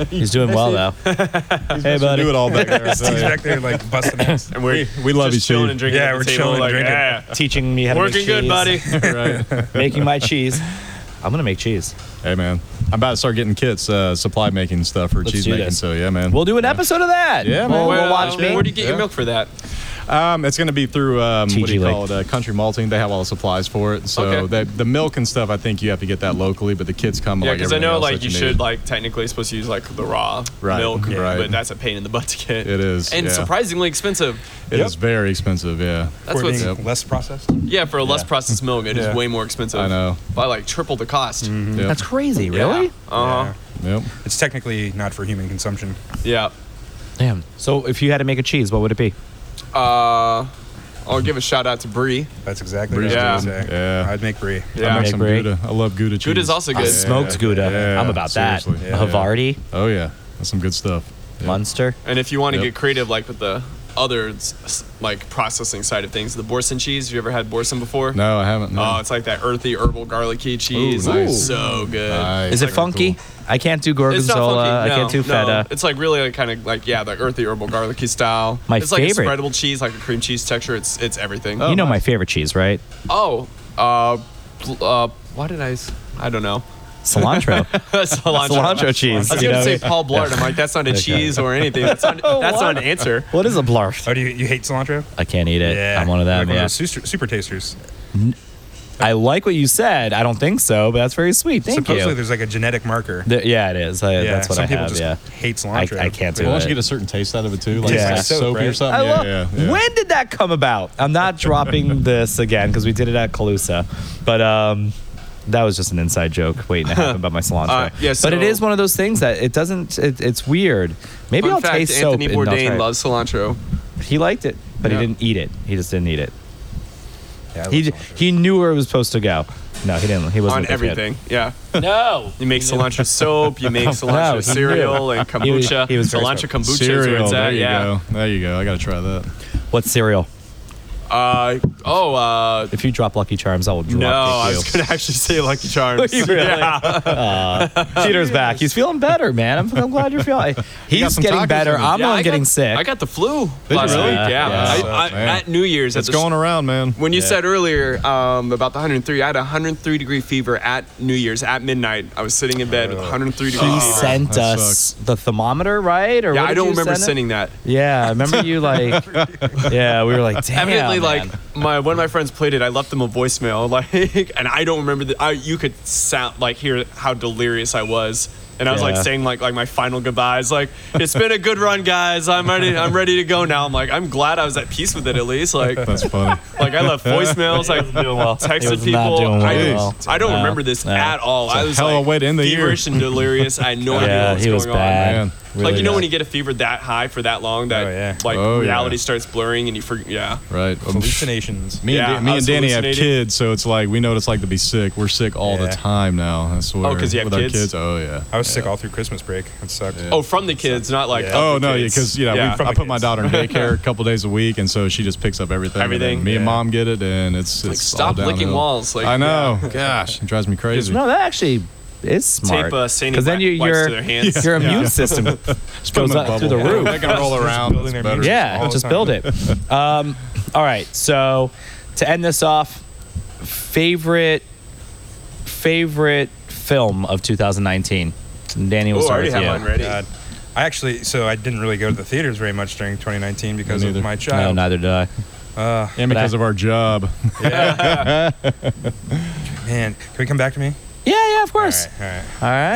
Speaker 3: him.
Speaker 1: He's doing well though. hey, buddy.
Speaker 3: Do it all back there. so,
Speaker 2: Steve's
Speaker 3: yeah.
Speaker 2: back there like busting ass.
Speaker 4: and we're
Speaker 3: We love you,
Speaker 4: just chilling and
Speaker 3: Steve.
Speaker 4: drinking.
Speaker 2: Yeah,
Speaker 4: at the
Speaker 2: we're
Speaker 4: table,
Speaker 2: chilling and
Speaker 4: like,
Speaker 2: drinking.
Speaker 4: Yeah.
Speaker 1: Teaching me how to make
Speaker 4: Working good,
Speaker 1: cheese,
Speaker 4: buddy.
Speaker 3: Right.
Speaker 1: Making my cheese. I'm gonna make cheese.
Speaker 3: Hey man, I'm about to start getting kits, uh, supply making stuff for
Speaker 1: Let's
Speaker 3: cheese
Speaker 1: do
Speaker 3: making.
Speaker 1: this.
Speaker 3: So yeah, man,
Speaker 1: We'll do an episode of that.
Speaker 3: Yeah, man.
Speaker 1: We'll, we'll
Speaker 4: Well,
Speaker 1: watch me.
Speaker 4: Where do you get
Speaker 3: Yeah.
Speaker 4: your milk for that?
Speaker 3: Um, it's going to be through um, what do
Speaker 1: TG
Speaker 3: you
Speaker 1: Lake.
Speaker 3: call it? Uh, country malting. They have all the supplies for it. So
Speaker 4: Okay.
Speaker 3: that, the milk and stuff, I think you have to get that locally. But the kids come.
Speaker 4: Yeah,
Speaker 3: like,
Speaker 4: because I
Speaker 3: everything
Speaker 4: know
Speaker 3: else
Speaker 4: like
Speaker 3: that
Speaker 4: you
Speaker 3: need.
Speaker 4: should like technically supposed to use like the raw
Speaker 3: Right,
Speaker 4: milk,
Speaker 3: yeah. right.
Speaker 4: but that's a pain in the butt to get.
Speaker 3: It is,
Speaker 4: and
Speaker 3: yeah.
Speaker 4: surprisingly expensive.
Speaker 3: It is
Speaker 2: Yep.
Speaker 3: very expensive. Yeah.
Speaker 4: That's
Speaker 2: for
Speaker 4: what's
Speaker 2: being
Speaker 3: Yep.
Speaker 2: less processed.
Speaker 4: yeah for a less processed milk. It is
Speaker 2: Yeah.
Speaker 4: way more expensive.
Speaker 3: I know.
Speaker 4: by like triple the cost.
Speaker 3: Yep.
Speaker 1: That's crazy,
Speaker 4: Yeah.
Speaker 1: really?
Speaker 4: Uh-huh.
Speaker 2: Yeah.
Speaker 3: yep.
Speaker 2: It's technically not for human consumption.
Speaker 4: Yeah.
Speaker 1: Damn. So if you had to make a cheese, what would it be?
Speaker 4: Uh, I'll give a shout out to Brie.
Speaker 2: That's exactly
Speaker 3: Brie's
Speaker 2: what I was
Speaker 4: good.
Speaker 2: gonna say.
Speaker 3: Yeah.
Speaker 2: I'd make brie.
Speaker 4: Yeah.
Speaker 3: I make
Speaker 1: Okay,
Speaker 3: some
Speaker 1: great.
Speaker 3: Gouda. I love Gouda cheese.
Speaker 4: Gouda's also good.
Speaker 1: Smoked Gouda.
Speaker 3: yeah,
Speaker 1: I'm about that.
Speaker 3: seriously, yeah.
Speaker 1: Havarti,
Speaker 3: Oh yeah, that's some good stuff. Yeah.
Speaker 1: Munster.
Speaker 4: And if you want to
Speaker 3: Yep.
Speaker 4: get creative, like with the other s- s- like processing side of things, the Borson cheese. Have you ever had Borson before?
Speaker 3: No, I haven't. No.
Speaker 4: Oh, it's like that earthy herbal garlicky cheese.
Speaker 3: Ooh, nice.
Speaker 4: So good.
Speaker 3: Nice.
Speaker 1: Is it
Speaker 3: Very
Speaker 1: funky?
Speaker 3: cool.
Speaker 1: I can't do gorgonzola. I can't do feta.
Speaker 4: It's like really like kind of like yeah, the earthy herbal garlicky style.
Speaker 1: My
Speaker 4: it's
Speaker 1: favorite.
Speaker 4: like a spreadable cheese, like a cream cheese texture. It's it's everything.
Speaker 1: you know my favorite cheese, right?
Speaker 4: Oh, uh, pl- uh, why did I? s- I don't know.
Speaker 1: Cilantro.
Speaker 4: cilantro.
Speaker 1: Cilantro cheese.
Speaker 4: I was
Speaker 1: you know?
Speaker 4: gonna say Paul Blart. I'm like, that's not a cheese or anything. That's not, that's not an answer.
Speaker 1: What is a blarf?
Speaker 2: Oh, do you, you hate cilantro?
Speaker 1: I can't eat it. I'm one of
Speaker 2: Like
Speaker 1: them. Yeah.
Speaker 2: those super, super tasters.
Speaker 1: I like what you said. I don't think so, but that's very sweet. Thank
Speaker 2: Supposedly,
Speaker 1: you.
Speaker 2: there's like a genetic marker.
Speaker 1: Th- yeah, it is. I,
Speaker 2: yeah,
Speaker 1: that's what
Speaker 2: some
Speaker 1: I
Speaker 2: people
Speaker 1: have.
Speaker 2: just
Speaker 1: yeah.
Speaker 2: hate cilantro.
Speaker 1: I can't do
Speaker 3: Well,
Speaker 1: it.
Speaker 3: once you get a certain taste out of it too, like,
Speaker 2: Yeah.
Speaker 3: it's like
Speaker 2: Like soap,
Speaker 3: soapy or
Speaker 2: right?
Speaker 3: something.
Speaker 1: I
Speaker 3: yeah,
Speaker 1: love.
Speaker 3: yeah, yeah.
Speaker 1: When did that come about? I'm not dropping this again because we did it at Calusa, but um, that was just an inside joke waiting to happen about my cilantro.
Speaker 4: Uh, yeah,
Speaker 1: but it
Speaker 4: so-
Speaker 1: is one of those things that it doesn't. It, it's weird. Maybe
Speaker 4: Fun
Speaker 1: I'll
Speaker 4: fact,
Speaker 1: taste
Speaker 4: Anthony
Speaker 1: soap. and I'll try
Speaker 4: Bourdain
Speaker 1: it.
Speaker 4: loves cilantro.
Speaker 1: He liked it, but
Speaker 4: Yeah.
Speaker 1: he didn't eat it. He just didn't eat it.
Speaker 2: Yeah, I love
Speaker 1: He j-
Speaker 2: cilantro.
Speaker 1: he knew where it was supposed to go. No, he didn't. He wasn't
Speaker 4: on
Speaker 1: a big fan.
Speaker 4: everything. Yeah. No. You make cilantro soap. You make cilantro
Speaker 1: No, he
Speaker 4: cereal and
Speaker 1: He was-
Speaker 4: kombucha.
Speaker 1: he was very
Speaker 4: cilantro kombucha is where
Speaker 3: Cereal.
Speaker 4: it's
Speaker 3: There
Speaker 4: at.
Speaker 3: you
Speaker 4: Yeah.
Speaker 3: go. There you go. I gotta try that.
Speaker 1: What cereal?
Speaker 4: Uh, oh. Uh,
Speaker 1: If you drop Lucky Charms, I will drop
Speaker 4: no, I
Speaker 1: kick
Speaker 4: was gonna actually say Lucky Charms.
Speaker 1: you. really?
Speaker 4: Uh,
Speaker 1: Aw. Peter's back. He's feeling better, man. I'm, I'm glad you're feeling. He's
Speaker 3: some
Speaker 1: getting
Speaker 3: tacos
Speaker 1: better.
Speaker 3: in him.
Speaker 1: I'm
Speaker 4: Yeah,
Speaker 1: the one
Speaker 4: I
Speaker 1: getting
Speaker 4: got,
Speaker 1: sick.
Speaker 4: I got the flu last
Speaker 1: really?
Speaker 4: week. Yeah.
Speaker 1: Yeah.
Speaker 4: I, I,
Speaker 3: Man.
Speaker 4: at New Year's, at
Speaker 3: It's
Speaker 4: the
Speaker 3: going around, man.
Speaker 4: When you
Speaker 1: Yeah.
Speaker 4: said earlier um, about the 103, I had a 103 degree fever at New Year's at midnight. I was sitting in bed with 103 degree
Speaker 1: he
Speaker 4: fever.
Speaker 1: sent
Speaker 3: that
Speaker 1: us the thermometer, right? Or
Speaker 4: Yeah,
Speaker 1: what
Speaker 4: I
Speaker 1: did
Speaker 4: don't
Speaker 1: you
Speaker 4: remember
Speaker 1: send him?
Speaker 4: sending that.
Speaker 1: Yeah, I remember you like. yeah, we were like, damn. man.
Speaker 4: Evidently, like my one of my friends played it. I left them a voicemail, like, and I don't remember that. I you could sound like hear how delirious I was, and I was
Speaker 1: Yeah.
Speaker 4: like saying like like my final goodbyes. Like it's been a good run, guys. I'm ready. I'm ready to go now. I'm like I'm glad I was at peace with it at least. Like
Speaker 3: That's funny.
Speaker 4: Like I left voicemails, I
Speaker 1: It
Speaker 4: texted
Speaker 1: was
Speaker 4: people.
Speaker 1: not doing
Speaker 4: I,
Speaker 1: well.
Speaker 4: I don't
Speaker 1: No,
Speaker 4: remember this
Speaker 1: no.
Speaker 4: at all. I was
Speaker 3: hell of a
Speaker 4: like
Speaker 3: way to end the year.
Speaker 4: feverish and delirious. I had no idea
Speaker 1: yeah,
Speaker 4: what was
Speaker 1: he
Speaker 4: going
Speaker 1: was
Speaker 4: on.
Speaker 1: bad.
Speaker 3: Man,
Speaker 4: like
Speaker 3: really
Speaker 4: you know
Speaker 3: bad.
Speaker 4: when you get a fever that high for that long, that
Speaker 2: Oh, yeah.
Speaker 4: like
Speaker 3: Oh, yeah.
Speaker 4: reality starts blurring and you forget. Yeah,
Speaker 3: Right. Um,
Speaker 2: hallucinations.
Speaker 3: Me and,
Speaker 4: Yeah,
Speaker 3: Dan- me
Speaker 4: I was
Speaker 3: and Danny have
Speaker 4: hallucinating.
Speaker 3: kids, so it's like we know what it's like to be sick. We're sick all the
Speaker 2: Yeah.
Speaker 3: time now. I swear.
Speaker 4: 'cause you have
Speaker 3: With
Speaker 4: kids?
Speaker 3: Our kids. Oh yeah.
Speaker 2: I was sick all through Christmas break. It sucked.
Speaker 4: Oh, from the kids, not like.
Speaker 2: Yeah.
Speaker 4: of the
Speaker 3: Oh no,
Speaker 4: kids.
Speaker 3: because you know
Speaker 4: yeah.
Speaker 3: we, I
Speaker 2: the
Speaker 3: put my
Speaker 2: kids.
Speaker 3: daughter in daycare a couple days a week, and so she just picks up everything. and then
Speaker 4: Everything,
Speaker 3: me and
Speaker 2: yeah.
Speaker 3: mom get it, and it's, it's all
Speaker 4: stop licking
Speaker 3: downhill.
Speaker 4: walls, like,
Speaker 3: I know. Gosh, it drives me crazy.
Speaker 1: No, that actually is smart.
Speaker 4: Tape, uh, saline
Speaker 1: then
Speaker 4: wi-
Speaker 1: you,
Speaker 4: wipes
Speaker 1: your
Speaker 4: to their hands.
Speaker 1: your immune system
Speaker 3: Just put
Speaker 1: goes
Speaker 3: them in a
Speaker 1: up through the
Speaker 3: bubble.
Speaker 1: roof.
Speaker 3: They can roll around.
Speaker 2: building
Speaker 3: That's
Speaker 2: their
Speaker 3: better.
Speaker 2: music.
Speaker 1: Yeah,
Speaker 2: all the
Speaker 1: just
Speaker 2: time.
Speaker 1: build it. um, all right. So to end this off, favorite favorite film of 2019. Danny will
Speaker 4: Oh, I
Speaker 1: start
Speaker 4: already
Speaker 1: with
Speaker 4: have
Speaker 1: you.
Speaker 4: mine ready.
Speaker 2: God. I actually, so I didn't really go to the theaters very much during 2019 because
Speaker 3: Me
Speaker 2: of
Speaker 3: neither.
Speaker 2: my
Speaker 1: No,
Speaker 2: child.
Speaker 1: neither did I.
Speaker 2: Uh,
Speaker 3: And because of our job,
Speaker 2: man, can we come back to me?
Speaker 1: Yeah, yeah, of
Speaker 2: All
Speaker 1: course.
Speaker 2: right, all right.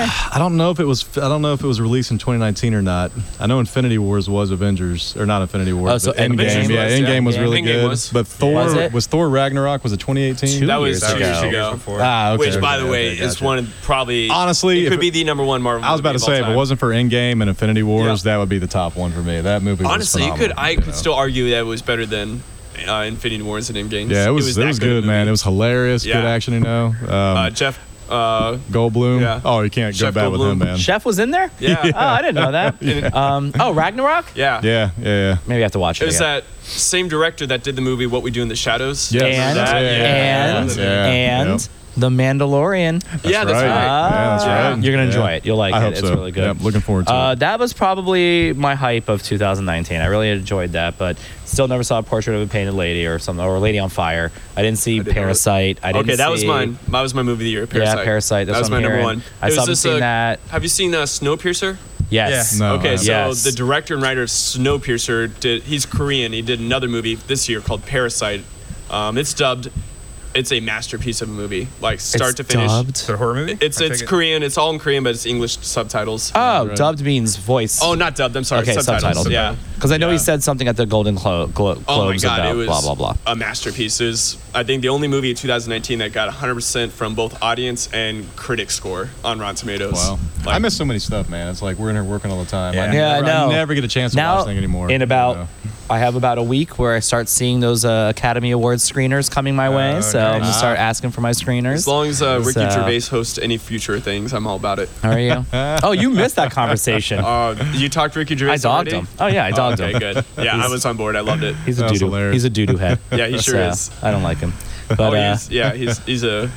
Speaker 1: All right.
Speaker 3: I don't know if it was. I don't know if it was released in 2019 or not. I know Infinity Wars was Avengers or not Infinity Wars.
Speaker 1: Oh, so
Speaker 3: but Endgame.
Speaker 1: Endgame
Speaker 3: yeah,
Speaker 4: was, yeah.
Speaker 3: Endgame was
Speaker 1: Yeah.
Speaker 3: really
Speaker 4: Endgame
Speaker 3: good.
Speaker 4: was.
Speaker 3: But Thor
Speaker 1: Was
Speaker 3: was,
Speaker 1: it?
Speaker 3: Thor Ragnarok was it 2018?
Speaker 1: Two
Speaker 4: that was
Speaker 1: years
Speaker 4: two years
Speaker 1: ago.
Speaker 4: ago.
Speaker 2: before.
Speaker 3: Ah, okay.
Speaker 4: Which, by the
Speaker 3: okay,
Speaker 4: way,
Speaker 3: okay,
Speaker 4: is
Speaker 3: gotcha.
Speaker 4: one of probably
Speaker 3: Honestly,
Speaker 4: it
Speaker 3: if
Speaker 4: could
Speaker 3: it-
Speaker 4: be the number one Marvel.
Speaker 3: I was about to
Speaker 4: movie of all
Speaker 3: say, if it
Speaker 4: time.
Speaker 3: wasn't for Endgame and Infinity Wars, that would be the top one for me. That movie.
Speaker 4: Honestly,
Speaker 3: was
Speaker 4: you could.
Speaker 3: phenomenal,
Speaker 4: I
Speaker 3: you
Speaker 4: could
Speaker 3: know.
Speaker 4: still argue that it was better than uh, Infinity Wars and Endgame.
Speaker 3: Yeah, it was. It was,
Speaker 4: that
Speaker 3: good,
Speaker 4: of a
Speaker 3: man.
Speaker 4: movie.
Speaker 3: It was hilarious. Good
Speaker 4: Yeah.
Speaker 3: action, you know. Um,
Speaker 4: uh, Jeff. Uh,
Speaker 3: Goldblum.
Speaker 4: yeah.
Speaker 3: Oh, you can't go
Speaker 4: Jeff
Speaker 3: bad with him,
Speaker 4: Goldblum.
Speaker 3: man.
Speaker 1: Chef was in there.
Speaker 4: Yeah.
Speaker 1: Oh, I didn't know that. um, oh, Ragnarok.
Speaker 4: yeah.
Speaker 3: Yeah, yeah, yeah.
Speaker 1: Maybe I have to watch it.
Speaker 4: It was
Speaker 1: again.
Speaker 4: that same director that did the movie What We Do in the Shadows.
Speaker 3: Yeah.
Speaker 1: And
Speaker 4: That, yeah.
Speaker 1: and
Speaker 3: Yeah,
Speaker 1: and
Speaker 3: yep.
Speaker 1: the Mandalorian. Ah.
Speaker 4: yeah, that's right.
Speaker 3: Yeah, that's
Speaker 4: Yeah.
Speaker 3: right.
Speaker 1: You're gonna
Speaker 3: Yeah.
Speaker 1: enjoy it. You'll like
Speaker 3: I
Speaker 1: it.
Speaker 3: hope
Speaker 1: it's
Speaker 3: so.
Speaker 1: really good.
Speaker 3: Yep, looking forward to
Speaker 1: Uh,
Speaker 3: it.
Speaker 1: that was probably my hype of 2019. I really enjoyed that, but still never saw a portrait of a painted lady or something, or a lady on fire. I didn't see
Speaker 4: didn't know it.
Speaker 1: Parasite. I didn't
Speaker 4: okay, that was
Speaker 1: see-
Speaker 4: mine. That was my movie of the year. Parasite.
Speaker 1: Parasite, that's
Speaker 4: that
Speaker 1: what
Speaker 4: was my
Speaker 1: I'm
Speaker 4: number
Speaker 1: hearing.
Speaker 4: one.
Speaker 1: I
Speaker 4: It was
Speaker 1: still haven't
Speaker 4: this,
Speaker 1: seen
Speaker 4: uh,
Speaker 1: that.
Speaker 4: Have you seen uh, Snowpiercer?
Speaker 1: Oh, Yes.
Speaker 3: No, I
Speaker 4: okay,
Speaker 3: haven't.
Speaker 4: so
Speaker 1: Yes.
Speaker 4: the director and writer of Snowpiercer did. He's Korean. He did another movie this year called Parasite. Um, it's dubbed. It's a masterpiece of a movie, like start to finish.
Speaker 2: It's a horror movie.
Speaker 4: It's
Speaker 2: I
Speaker 4: it's
Speaker 2: take it-
Speaker 4: Korean. It's all in Korean, but it's English subtitles.
Speaker 1: Oh, dubbed means voice.
Speaker 4: oh, not dubbed. I'm sorry.
Speaker 1: okay,
Speaker 4: subtitles.
Speaker 1: subtitled.
Speaker 4: Yeah.
Speaker 1: Because I know
Speaker 4: Yeah.
Speaker 1: he said something at the Golden Glo- Glo- Globes
Speaker 4: Oh my god,
Speaker 1: about
Speaker 4: it was
Speaker 1: blah blah blah.
Speaker 4: a masterpiece. It was, I think, the only movie in 2019 that got 100% from both audience and critic score on Rotten Tomatoes.
Speaker 3: Wow.
Speaker 4: Like,
Speaker 3: I miss so many stuff, man. It's like we're in here working all the time.
Speaker 2: Yeah.
Speaker 3: I, never,
Speaker 1: Yeah, I know.
Speaker 3: never get a chance to watch thing anymore.
Speaker 1: In
Speaker 3: you
Speaker 1: about,
Speaker 3: know.
Speaker 1: I have about a week where I start seeing those uh, Academy Awards screeners coming my way.
Speaker 2: Oh,
Speaker 1: so I'm gonna
Speaker 2: nice.
Speaker 1: start asking for my
Speaker 4: as
Speaker 1: screeners.
Speaker 4: long as uh, Ricky
Speaker 1: So-
Speaker 4: Gervais hosts any future things, I'm all about it.
Speaker 1: How are you?
Speaker 3: Uh,
Speaker 1: oh, you missed that conversation.
Speaker 4: Uh, you talked to Ricky Gervais.
Speaker 1: I dogged
Speaker 4: already?
Speaker 1: him. Oh yeah, I dogged
Speaker 4: Okay,
Speaker 1: him.
Speaker 4: good. Yeah, I was on board. I loved it.
Speaker 1: He's a
Speaker 3: That was
Speaker 1: doo doo.
Speaker 3: hilarious.
Speaker 1: He's a doo doo head.
Speaker 4: Yeah, he sure
Speaker 1: So,
Speaker 4: is.
Speaker 1: I don't like him. But
Speaker 4: oh,
Speaker 1: uh,
Speaker 4: he's, yeah, he's he's a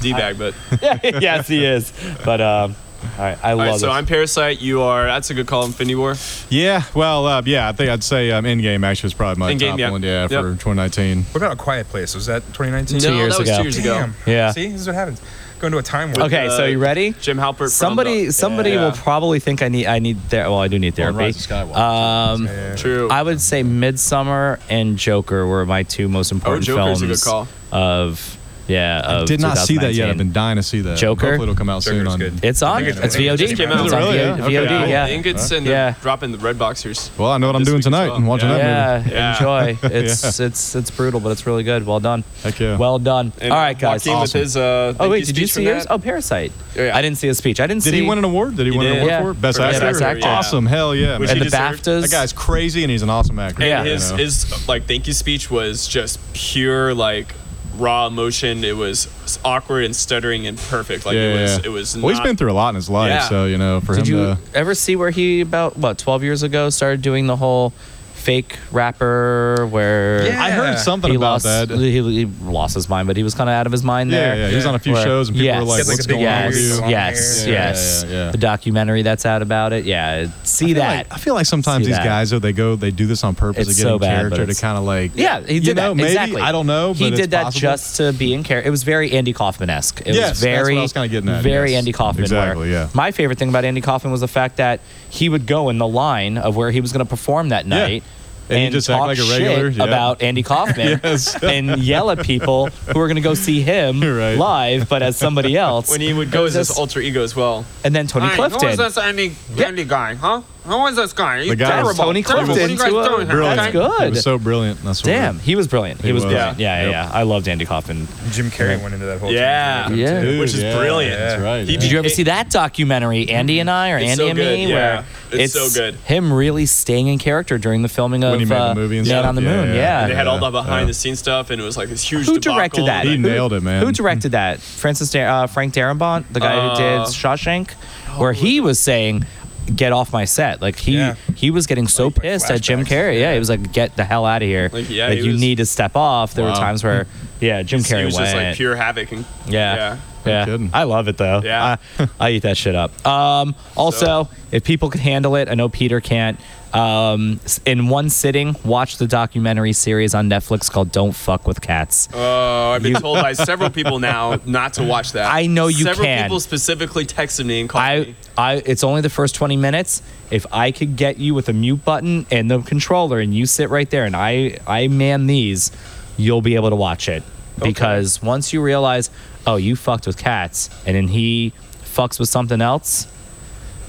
Speaker 4: d bag, but
Speaker 1: yes, he is. But um, all right, I
Speaker 4: all
Speaker 1: love
Speaker 4: right. So
Speaker 1: it.
Speaker 4: I'm Parasite. You are. That's a good call. Infinity War.
Speaker 3: Yeah, well, uh, yeah, I think I'd say um, Endgame actually was probably my
Speaker 4: Endgame,
Speaker 3: top
Speaker 4: yeah.
Speaker 3: one, yeah,
Speaker 4: Yep.
Speaker 3: for 2019.
Speaker 2: What about a Quiet Place? Was that 2019?
Speaker 1: Two
Speaker 4: no,
Speaker 1: years
Speaker 4: that was
Speaker 1: ago.
Speaker 4: two years ago.
Speaker 2: Damn.
Speaker 1: Yeah.
Speaker 2: See, this is what happens. Going to a time warp.
Speaker 1: okay, so
Speaker 4: uh,
Speaker 1: you ready?
Speaker 4: Jim Halpert. from
Speaker 1: Somebody,
Speaker 4: the-
Speaker 1: somebody
Speaker 4: Yeah.
Speaker 1: will probably think I need, I need therapy. Well, I do need
Speaker 3: Well,
Speaker 1: therapy.
Speaker 3: Rise of Skywalker.
Speaker 1: um,
Speaker 2: Yeah.
Speaker 4: True.
Speaker 1: I would say Midsummer and Joker were my two most important
Speaker 4: Joker's
Speaker 1: films.
Speaker 4: a good call.
Speaker 1: Of yeah,
Speaker 3: I
Speaker 1: of
Speaker 3: did not see that yet. I've
Speaker 1: 2019.
Speaker 3: been dying to see that.
Speaker 1: Joker?
Speaker 3: Hopefully it'll come out soon
Speaker 2: Joker's
Speaker 3: on.
Speaker 2: good.
Speaker 1: It's on.
Speaker 2: I
Speaker 1: It's,
Speaker 2: think it's-
Speaker 1: VOD.
Speaker 2: It came out.
Speaker 1: It's
Speaker 4: Is it
Speaker 1: on
Speaker 3: really?
Speaker 1: VOD.
Speaker 3: Yeah,
Speaker 1: VOD,
Speaker 3: okay.
Speaker 1: yeah.
Speaker 4: I think it's in the
Speaker 1: Yeah.
Speaker 4: dropping the red box here.
Speaker 3: Well, I know what I'm
Speaker 4: This
Speaker 3: doing
Speaker 4: week as
Speaker 3: tonight.
Speaker 4: well.
Speaker 3: I'm watching
Speaker 4: Yeah.
Speaker 3: that
Speaker 1: Yeah,
Speaker 3: movie.
Speaker 4: Yeah.
Speaker 1: enjoy. It's it's it's brutal, but it's really good. Well done.
Speaker 3: Heck yeah.
Speaker 1: Well done.
Speaker 4: And
Speaker 1: All right, guys.
Speaker 4: Joaquin with his. Uh,
Speaker 1: Oh
Speaker 4: thank
Speaker 1: wait, did you
Speaker 4: speech
Speaker 1: see
Speaker 4: from
Speaker 1: yours?
Speaker 4: that.
Speaker 1: Oh, Parasite.
Speaker 4: Yeah.
Speaker 1: I didn't see his speech. I didn't
Speaker 3: Did
Speaker 1: see.
Speaker 3: he win an award? Did he,
Speaker 4: He
Speaker 3: win
Speaker 4: did.
Speaker 3: an award
Speaker 1: Yeah.
Speaker 3: for it? Best
Speaker 4: For Best
Speaker 3: actor?
Speaker 4: Actor, yeah.
Speaker 3: Awesome. Hell yeah,
Speaker 4: Which
Speaker 3: man.
Speaker 1: and the
Speaker 4: he deserved.
Speaker 1: BAFTAs.
Speaker 3: That guy's crazy and he's an awesome actor.
Speaker 4: And
Speaker 1: Yeah.
Speaker 4: his
Speaker 3: You know?
Speaker 4: his like thank you speech was just pure like raw emotion. It was awkward and stuttering and perfect. Like it was it was.
Speaker 3: Well, he's
Speaker 4: not-
Speaker 3: been through a lot in his life,
Speaker 4: Yeah.
Speaker 3: so you know, for
Speaker 1: Did
Speaker 3: him uh,
Speaker 1: you
Speaker 3: to
Speaker 1: ever see where he about what 12 years ago started doing the whole fake rapper where
Speaker 2: Yeah.
Speaker 3: I heard something
Speaker 1: he lost
Speaker 3: about that. Yeah,
Speaker 1: He, he lost his mind, but he was kind of out of his mind
Speaker 3: yeah,
Speaker 1: there.
Speaker 3: yeah. He's on a few
Speaker 1: Where-
Speaker 3: shows and people
Speaker 1: yes,
Speaker 3: were like,
Speaker 2: He had, like, a
Speaker 3: "What's
Speaker 2: big
Speaker 3: going on with
Speaker 2: beard.
Speaker 1: yes,
Speaker 3: you?"
Speaker 2: long
Speaker 1: yes,
Speaker 2: hair.
Speaker 3: Yeah,
Speaker 1: yes.
Speaker 3: yeah, yeah.
Speaker 1: The documentary that's out about it. Yeah, see
Speaker 3: I feel
Speaker 1: that.
Speaker 3: Like, I feel like sometimes
Speaker 1: See
Speaker 3: these
Speaker 1: that.
Speaker 3: guys though they go they do this on purpose
Speaker 1: It's
Speaker 3: to get
Speaker 1: so
Speaker 3: in
Speaker 1: bad, but
Speaker 3: character to
Speaker 1: it's-
Speaker 3: kind of like
Speaker 1: yeah, he
Speaker 3: you
Speaker 1: did
Speaker 3: know,
Speaker 1: that
Speaker 3: maybe.
Speaker 1: exactly.
Speaker 3: I don't know.
Speaker 1: He
Speaker 3: but
Speaker 1: did
Speaker 3: it's
Speaker 1: that
Speaker 3: possible.
Speaker 1: just to be in character. It was very Andy Kaufman esque. It
Speaker 3: Yes,
Speaker 1: was
Speaker 3: that's what I
Speaker 1: very,
Speaker 3: was kinda getting at,
Speaker 1: very
Speaker 3: yes.
Speaker 1: Andy Kaufman.
Speaker 3: Exactly,
Speaker 1: where
Speaker 3: yeah.
Speaker 1: My favorite thing about Andy Kaufman was the fact that he would go in the line of where he was going to perform that
Speaker 3: Yeah.
Speaker 1: night.
Speaker 3: And he'd just act
Speaker 1: talk
Speaker 3: like a regular,
Speaker 1: shit
Speaker 3: yeah.
Speaker 1: about Andy Kaufman
Speaker 3: Yes.
Speaker 1: and yell at people who are going to go see him
Speaker 3: You're right.
Speaker 1: live, but as somebody else.
Speaker 4: when he would go
Speaker 1: It was
Speaker 4: as his
Speaker 1: just-
Speaker 4: alter ego as well.
Speaker 1: and then Tony
Speaker 6: Hey, Who is
Speaker 1: Clifton.
Speaker 6: this Andy, Andy guy, huh? Who is this guy? He's
Speaker 3: The guy
Speaker 6: terrible.
Speaker 3: was
Speaker 1: Tony
Speaker 6: terrible. What are
Speaker 1: Clifton
Speaker 6: you guys
Speaker 1: to a-
Speaker 6: doing here?
Speaker 1: Brilliant.
Speaker 6: okay?
Speaker 1: That's good.
Speaker 3: It was so brilliant. That's what
Speaker 1: Damn, he was brilliant. He,
Speaker 3: He
Speaker 1: was,
Speaker 3: was.
Speaker 1: brilliant. Yeah, yeah,
Speaker 3: Yep.
Speaker 1: yeah. I loved Andy Kaufman.
Speaker 2: Jim Carrey went into that whole.
Speaker 4: Yeah.
Speaker 2: thing.
Speaker 1: Yeah.
Speaker 3: Dude,
Speaker 4: Which is
Speaker 3: yeah,
Speaker 4: brilliant.
Speaker 3: That's right.
Speaker 4: He
Speaker 3: yeah.
Speaker 1: Did you ever
Speaker 4: It-
Speaker 1: see that documentary, Andy and I, or
Speaker 4: It's
Speaker 1: Andy
Speaker 4: so
Speaker 1: and
Speaker 4: good,
Speaker 1: me?
Speaker 4: yeah.
Speaker 1: Where
Speaker 4: It's so good.
Speaker 1: Him really staying in character during the filming of
Speaker 3: When he made the
Speaker 1: uh,
Speaker 3: movie and
Speaker 1: Man
Speaker 3: stuff?
Speaker 1: on the
Speaker 3: Yeah,
Speaker 1: Moon.
Speaker 3: yeah,
Speaker 1: Yeah.
Speaker 4: They had all
Speaker 3: Yeah,
Speaker 4: the behind the scenes stuff, and it was like this huge.
Speaker 1: Who directed
Speaker 4: debacle.
Speaker 1: that?
Speaker 3: He
Speaker 1: Who-
Speaker 3: nailed it, man.
Speaker 1: Who directed that? Francis Dar- uh, Frank Darabont, the guy who
Speaker 4: Uh, oh,
Speaker 1: did Shawshank, where he was saying, "Get off my set!" Like he
Speaker 2: Yeah.
Speaker 1: he was getting so
Speaker 2: Like, like
Speaker 1: pissed at Jim
Speaker 2: flashbacks.
Speaker 1: Carrey. Yeah. he was like, "Get the hell out of here!
Speaker 4: Like, yeah, he
Speaker 1: you
Speaker 4: was-
Speaker 1: need to step off." There were
Speaker 3: Wow.
Speaker 1: times where, yeah, Jim
Speaker 4: He
Speaker 1: Carrey
Speaker 4: was
Speaker 1: went.
Speaker 4: just like pure havoc and
Speaker 1: Yeah.
Speaker 3: No
Speaker 1: Yeah.
Speaker 3: kidding.
Speaker 1: I love it though.
Speaker 4: Yeah.
Speaker 1: I, I eat that shit up. Um, also, if people could handle it, I know Peter can't. Um, s- in one sitting, watch the documentary series on Netflix called "Don't Fuck with Cats."
Speaker 4: Oh, I've been told by several people now not to watch that.
Speaker 1: I know you
Speaker 4: several
Speaker 1: can.
Speaker 4: people specifically texted me and called
Speaker 1: I,
Speaker 4: me.
Speaker 1: I, it's only the first twenty minutes. If I could get you with a mute button and the controller, and you sit right there, and I, I man these, you'll be able to watch it. Because once you realize, oh, you fucked with cats, and then he fucks with something else,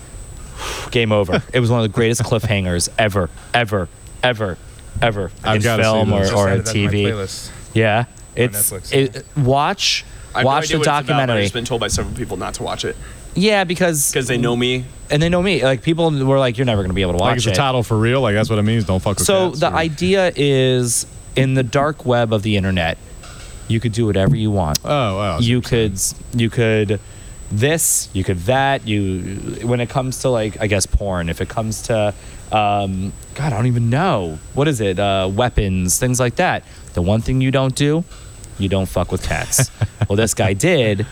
Speaker 1: game over. it was one of the greatest cliffhangers ever, ever, ever, ever
Speaker 3: I've
Speaker 1: in
Speaker 3: gotta see
Speaker 1: film
Speaker 3: this.
Speaker 1: or,
Speaker 2: Just
Speaker 1: or a
Speaker 2: added that to my
Speaker 1: TV.
Speaker 2: playlist.
Speaker 1: Yeah, it's
Speaker 2: Netflix,
Speaker 1: it, watch
Speaker 4: I have no
Speaker 1: watch
Speaker 4: idea
Speaker 1: the
Speaker 4: what it's about, but I've
Speaker 1: documentary.
Speaker 4: just been told by several people not to watch it
Speaker 1: yeah, because
Speaker 4: because they know me.
Speaker 1: and they know me. Like people were like, "You're never going to be able to watch
Speaker 3: Like it's a
Speaker 1: it."
Speaker 3: title for real. Like that's what it means. Don't fuck with
Speaker 1: So
Speaker 3: cats,
Speaker 1: the
Speaker 3: or-
Speaker 1: idea is, in the dark web of the internet, you could do whatever you want.
Speaker 3: Oh wow.
Speaker 1: You could, you could, this, you could that. You, when it comes to like, I guess porn. If it comes to, um, God, I don't even know what is it. Uh, weapons, things like that. The one thing you don't do, you don't fuck with cats. well, this guy did,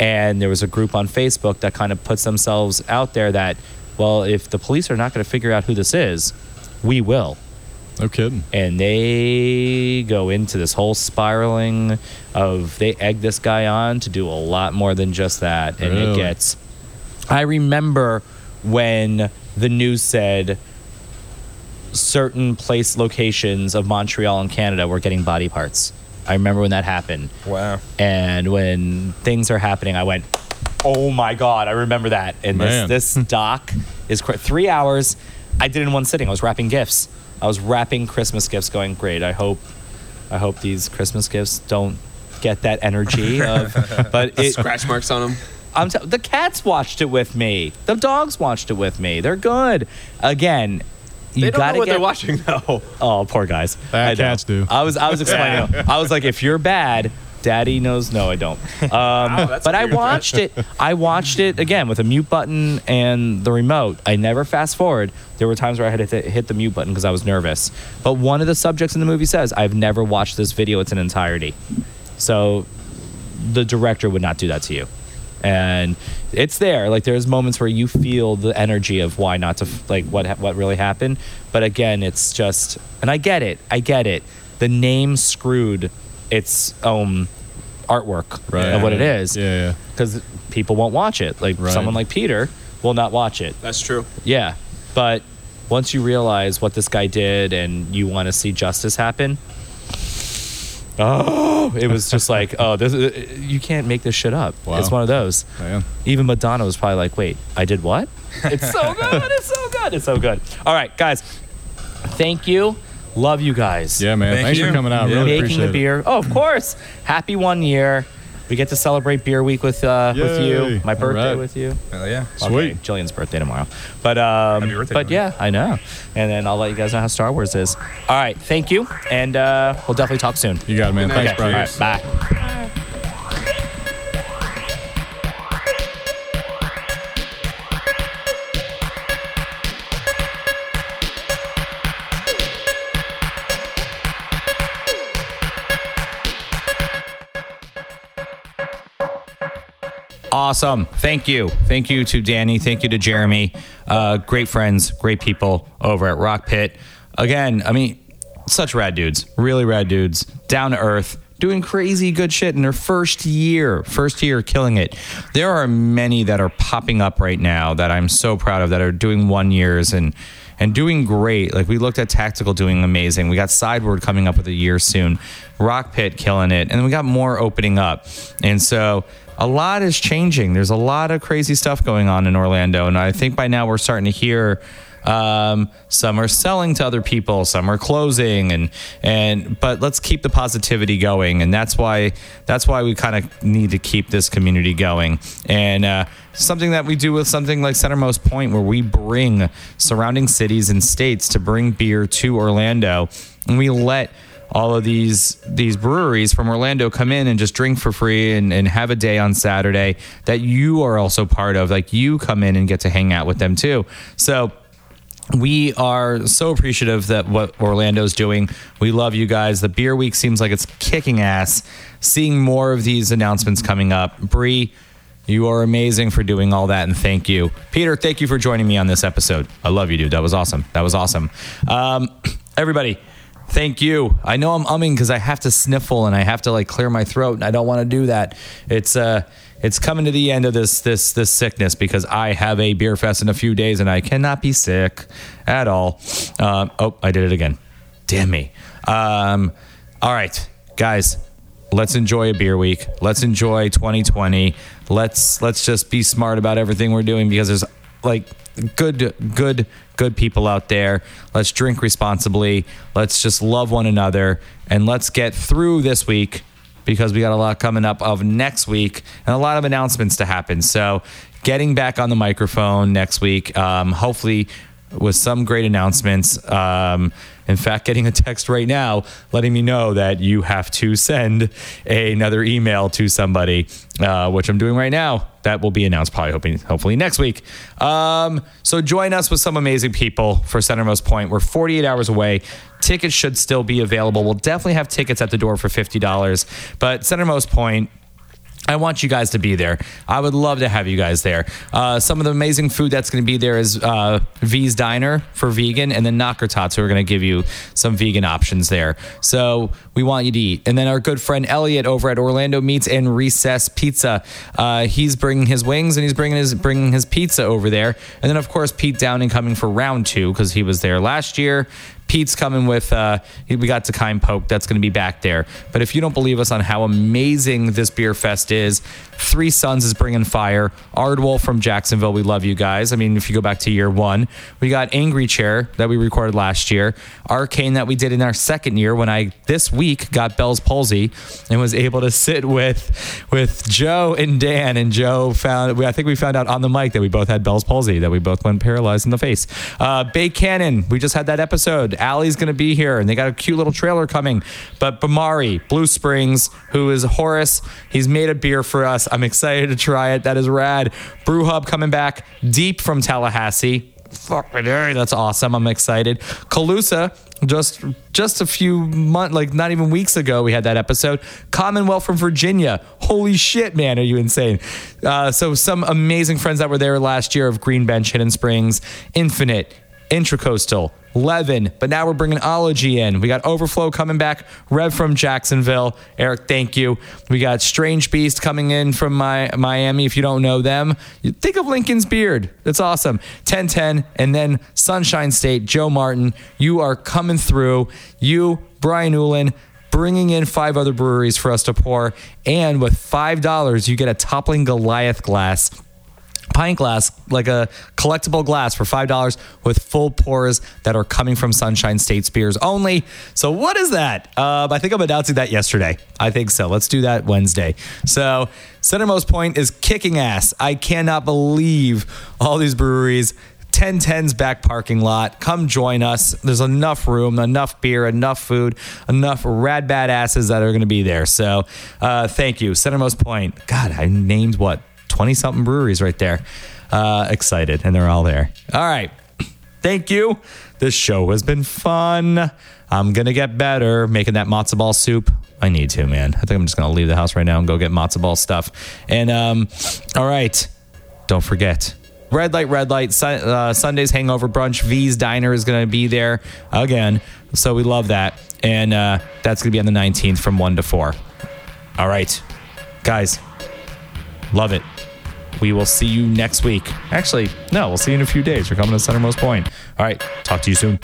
Speaker 1: and there was a group on Facebook that kind of puts themselves out there that, well, if the police are not going to figure out who this is, we will
Speaker 3: No kidding.
Speaker 1: and they go into this whole spiraling of they egg this guy on to do a lot more than just that and it
Speaker 3: Really?
Speaker 1: gets i remember
Speaker 5: when the news said certain place locations of Montreal and Canada were getting body parts. I remember when that happened.
Speaker 2: Wow.
Speaker 5: And when things are happening, I went, "Oh my god, I remember that." And
Speaker 3: Man.
Speaker 5: this this doc is cra- three hours. I did it in one sitting. I was wrapping gifts. I was wrapping Christmas gifts. Going great. I hope, I hope these Christmas gifts don't get that energy of. But it,
Speaker 4: Scratch marks on them.
Speaker 5: I'm t- the cats watched it with me. The dogs watched it with me. They're good. Again, you
Speaker 4: They don't
Speaker 5: gotta
Speaker 4: know what
Speaker 5: get
Speaker 4: they're watching though.
Speaker 5: Oh, poor guys.
Speaker 3: Bad
Speaker 5: I know.
Speaker 3: cats do.
Speaker 5: I was I was explaining. I was like, if you're bad, daddy knows. No, I don't. Um,
Speaker 4: that's
Speaker 5: but I
Speaker 4: weird.
Speaker 5: watched it. I watched it again with a mute button and the remote. I never fast forward. There were times where I had to hit the mute button because I was nervous. But one of the subjects in the movie says, "I've never watched this video. It's an entirety." So the director would not do that to you. And it's there. Like there's moments where you feel the energy of why not to f- like what ha- what really happened. But again, it's just and I get it. I get it. The name screwed its own artwork of what it is
Speaker 3: Yeah,
Speaker 5: because people won't watch it. Like
Speaker 3: Right.
Speaker 5: someone like Peter will not watch it.
Speaker 4: That's true.
Speaker 5: Yeah, but once you realize what this guy did and you want to see justice happen, oh, it was just like, oh, this you can't make this shit up.
Speaker 3: Wow.
Speaker 5: It's one of those.
Speaker 3: yeah. Man.
Speaker 5: Even Madonna was probably like, wait, I did what? It's so good. It's so good. It's so good. All right, guys. Thank you. Love you guys.
Speaker 3: Yeah, man.
Speaker 2: Thank
Speaker 3: Thanks
Speaker 2: you.
Speaker 3: for coming out.
Speaker 2: Yeah.
Speaker 3: Really
Speaker 5: Making
Speaker 3: appreciate
Speaker 5: the beer. Oh, of course. Happy one year. We get to celebrate beer week with uh, with you.
Speaker 3: Yay.
Speaker 5: My
Speaker 3: All
Speaker 5: birthday
Speaker 3: right.
Speaker 5: with you.
Speaker 2: Hell yeah.
Speaker 3: it. Sweet.
Speaker 5: Okay, Jillian's birthday tomorrow. But um,
Speaker 2: Happy birthday,
Speaker 5: but
Speaker 2: Jillian.
Speaker 5: yeah, I know. And then I'll let you guys know how Star Wars is. All right, thank you, and uh, we'll definitely talk soon.
Speaker 3: You got it, man. Thanks,
Speaker 5: Okay, all
Speaker 3: brother.
Speaker 5: right, bye.
Speaker 1: Awesome. Thank you. Thank you to Danny. Thank you to Jeremy. Uh, great friends, great people over at Rock Pit. Again, I mean, such rad dudes, really rad dudes, down to earth, doing crazy good shit in their first year, first year killing it. There are many that are popping up right now that I'm so proud of that are doing one years and and doing great. Like we looked at Tactical doing amazing. We got Sideward coming up with a year soon. Rock Pit killing it. And we got more opening up. And so a lot is changing. There's a lot of crazy stuff going on in Orlando. And I think by now we're starting to hear um, some are selling to other people, some are closing and and but let's keep the positivity going. And that's why that's why we kind of need to keep this community going. And uh, something that we do with something like Centermost Point where we bring surrounding cities and states to bring beer to Orlando and we let all of these these breweries from Orlando come in and just drink for free and, and have a day on Saturday that you are also part of. Like you come in and get to hang out with them too. So we are so appreciative that what Orlando's doing. We love you guys. The beer week seems like it's kicking ass. Seeing more of these announcements coming up. Bree, you are amazing for doing all that, and thank you. Peter, thank you for joining me on this episode. I love you, dude. That was awesome. That was awesome. Um, everybody, thank you. I know I'm umming because I have to sniffle and I have to like clear my throat, and I don't want to do that. It's uh, it's coming to the end of this this this sickness because I have a beer fest in a few days, and I cannot be sick at all. Um, oh, I did it again. Damn me. Um, all right, guys let's enjoy a beer week. Let's enjoy 2020. Let's let's just be smart about everything we're doing because there's like good good good people out there. Let's drink responsibly. Let's just love one another and let's get through this week because we got a lot coming up of next week and a lot of announcements to happen. So, getting back on the microphone next week, um, hopefully with some great announcements. Um, in fact, getting a text right now letting me know that you have to send another email to somebody, uh, which I'm doing right now. That will be announced probably hoping, hopefully next week. Um, so join us with some amazing people for Centermost Point. We're 48 hours away. Tickets should still be available. We'll definitely have tickets at the door for $50. But Centermost Point, I want you guys to be there. I would love to have you guys there. Uh, some of the amazing food that's going to be there is uh, V's Diner for vegan, and then Knocker Tots, who are going to give you some vegan options there. So we want you to eat. And then our good friend Elliot over at Orlando Meats and Recess Pizza, uh, he's bringing his wings and he's bringing his bringing his pizza over there. And then of course Pete Downing coming for round two because he was there last year. Pete's coming with. Uh, he- we got to Kind Poke. That's going to be back there. But if you don't believe us on how amazing this beer fest is, Three Sons is bringing fire. Ardwell from Jacksonville. We love you guys. I mean, if you go back to year one, we got Angry Chair that we recorded last year. Arcane that we did in our second year when I this week got Bell's palsy and was able to sit with with Joe and Dan. And Joe found. we- I think we found out on the mic that we both had Bell's palsy. That we both went paralyzed in the face. Uh, Bay Cannon. We just had that episode. Allie's going to be here, and they got a cute little trailer coming. But Bamari, Blue Springs, who is Horace, he's made a beer for us. I'm excited to try it. That is rad. Brew Hub coming back deep from Tallahassee. Fucking hey, that's awesome. I'm excited. Calusa, just just a few months, like not even weeks ago, we had that episode. Commonwealth from Virginia. Holy shit, man, are you insane? Uh, so some amazing friends that were there last year of Green Bench, Hidden Springs, Infinite, Intracoastal, Levin, but now we're bringing Ology in. We got Overflow coming back, Rev from Jacksonville. Eric, thank you. We got Strange Beast coming in from my, Miami. If you don't know them, you think of Lincoln's Beard. That's awesome. 1010, and then Sunshine State, Joe Martin. You are coming through. You, Brian Ulan, bringing in five other breweries for us to pour. And with $5, you get a toppling Goliath glass pint glass, like a collectible glass for $5 with full pours that are coming from Sunshine State Spears only. So, what is that? Uh, I think I'm announcing that yesterday. I think so. Let's do that Wednesday. So, Centermost Point is kicking ass. I cannot believe all these breweries. 1010's back parking lot. Come join us. There's enough room, enough beer, enough food, enough rad badasses that are going to be there. So, uh, thank you. Centermost Point. God, I named what? 20 something breweries right there. Uh, excited, and they're all there. All right. Thank you. This show has been fun. I'm going to get better making that matzo ball soup. I need to, man. I think I'm just going to leave the house right now and go get matzo ball stuff. And, um, all right. Don't forget. Red light, red light. Sun, uh, Sunday's hangover brunch. V's Diner is going to be there again. So we love that. And uh, that's going to be on the 19th from 1 to 4. All right. Guys, Love it. We will see you next week. Actually, no, we'll see you in a few days. You're coming to Centermost Point. All right. Talk to you soon.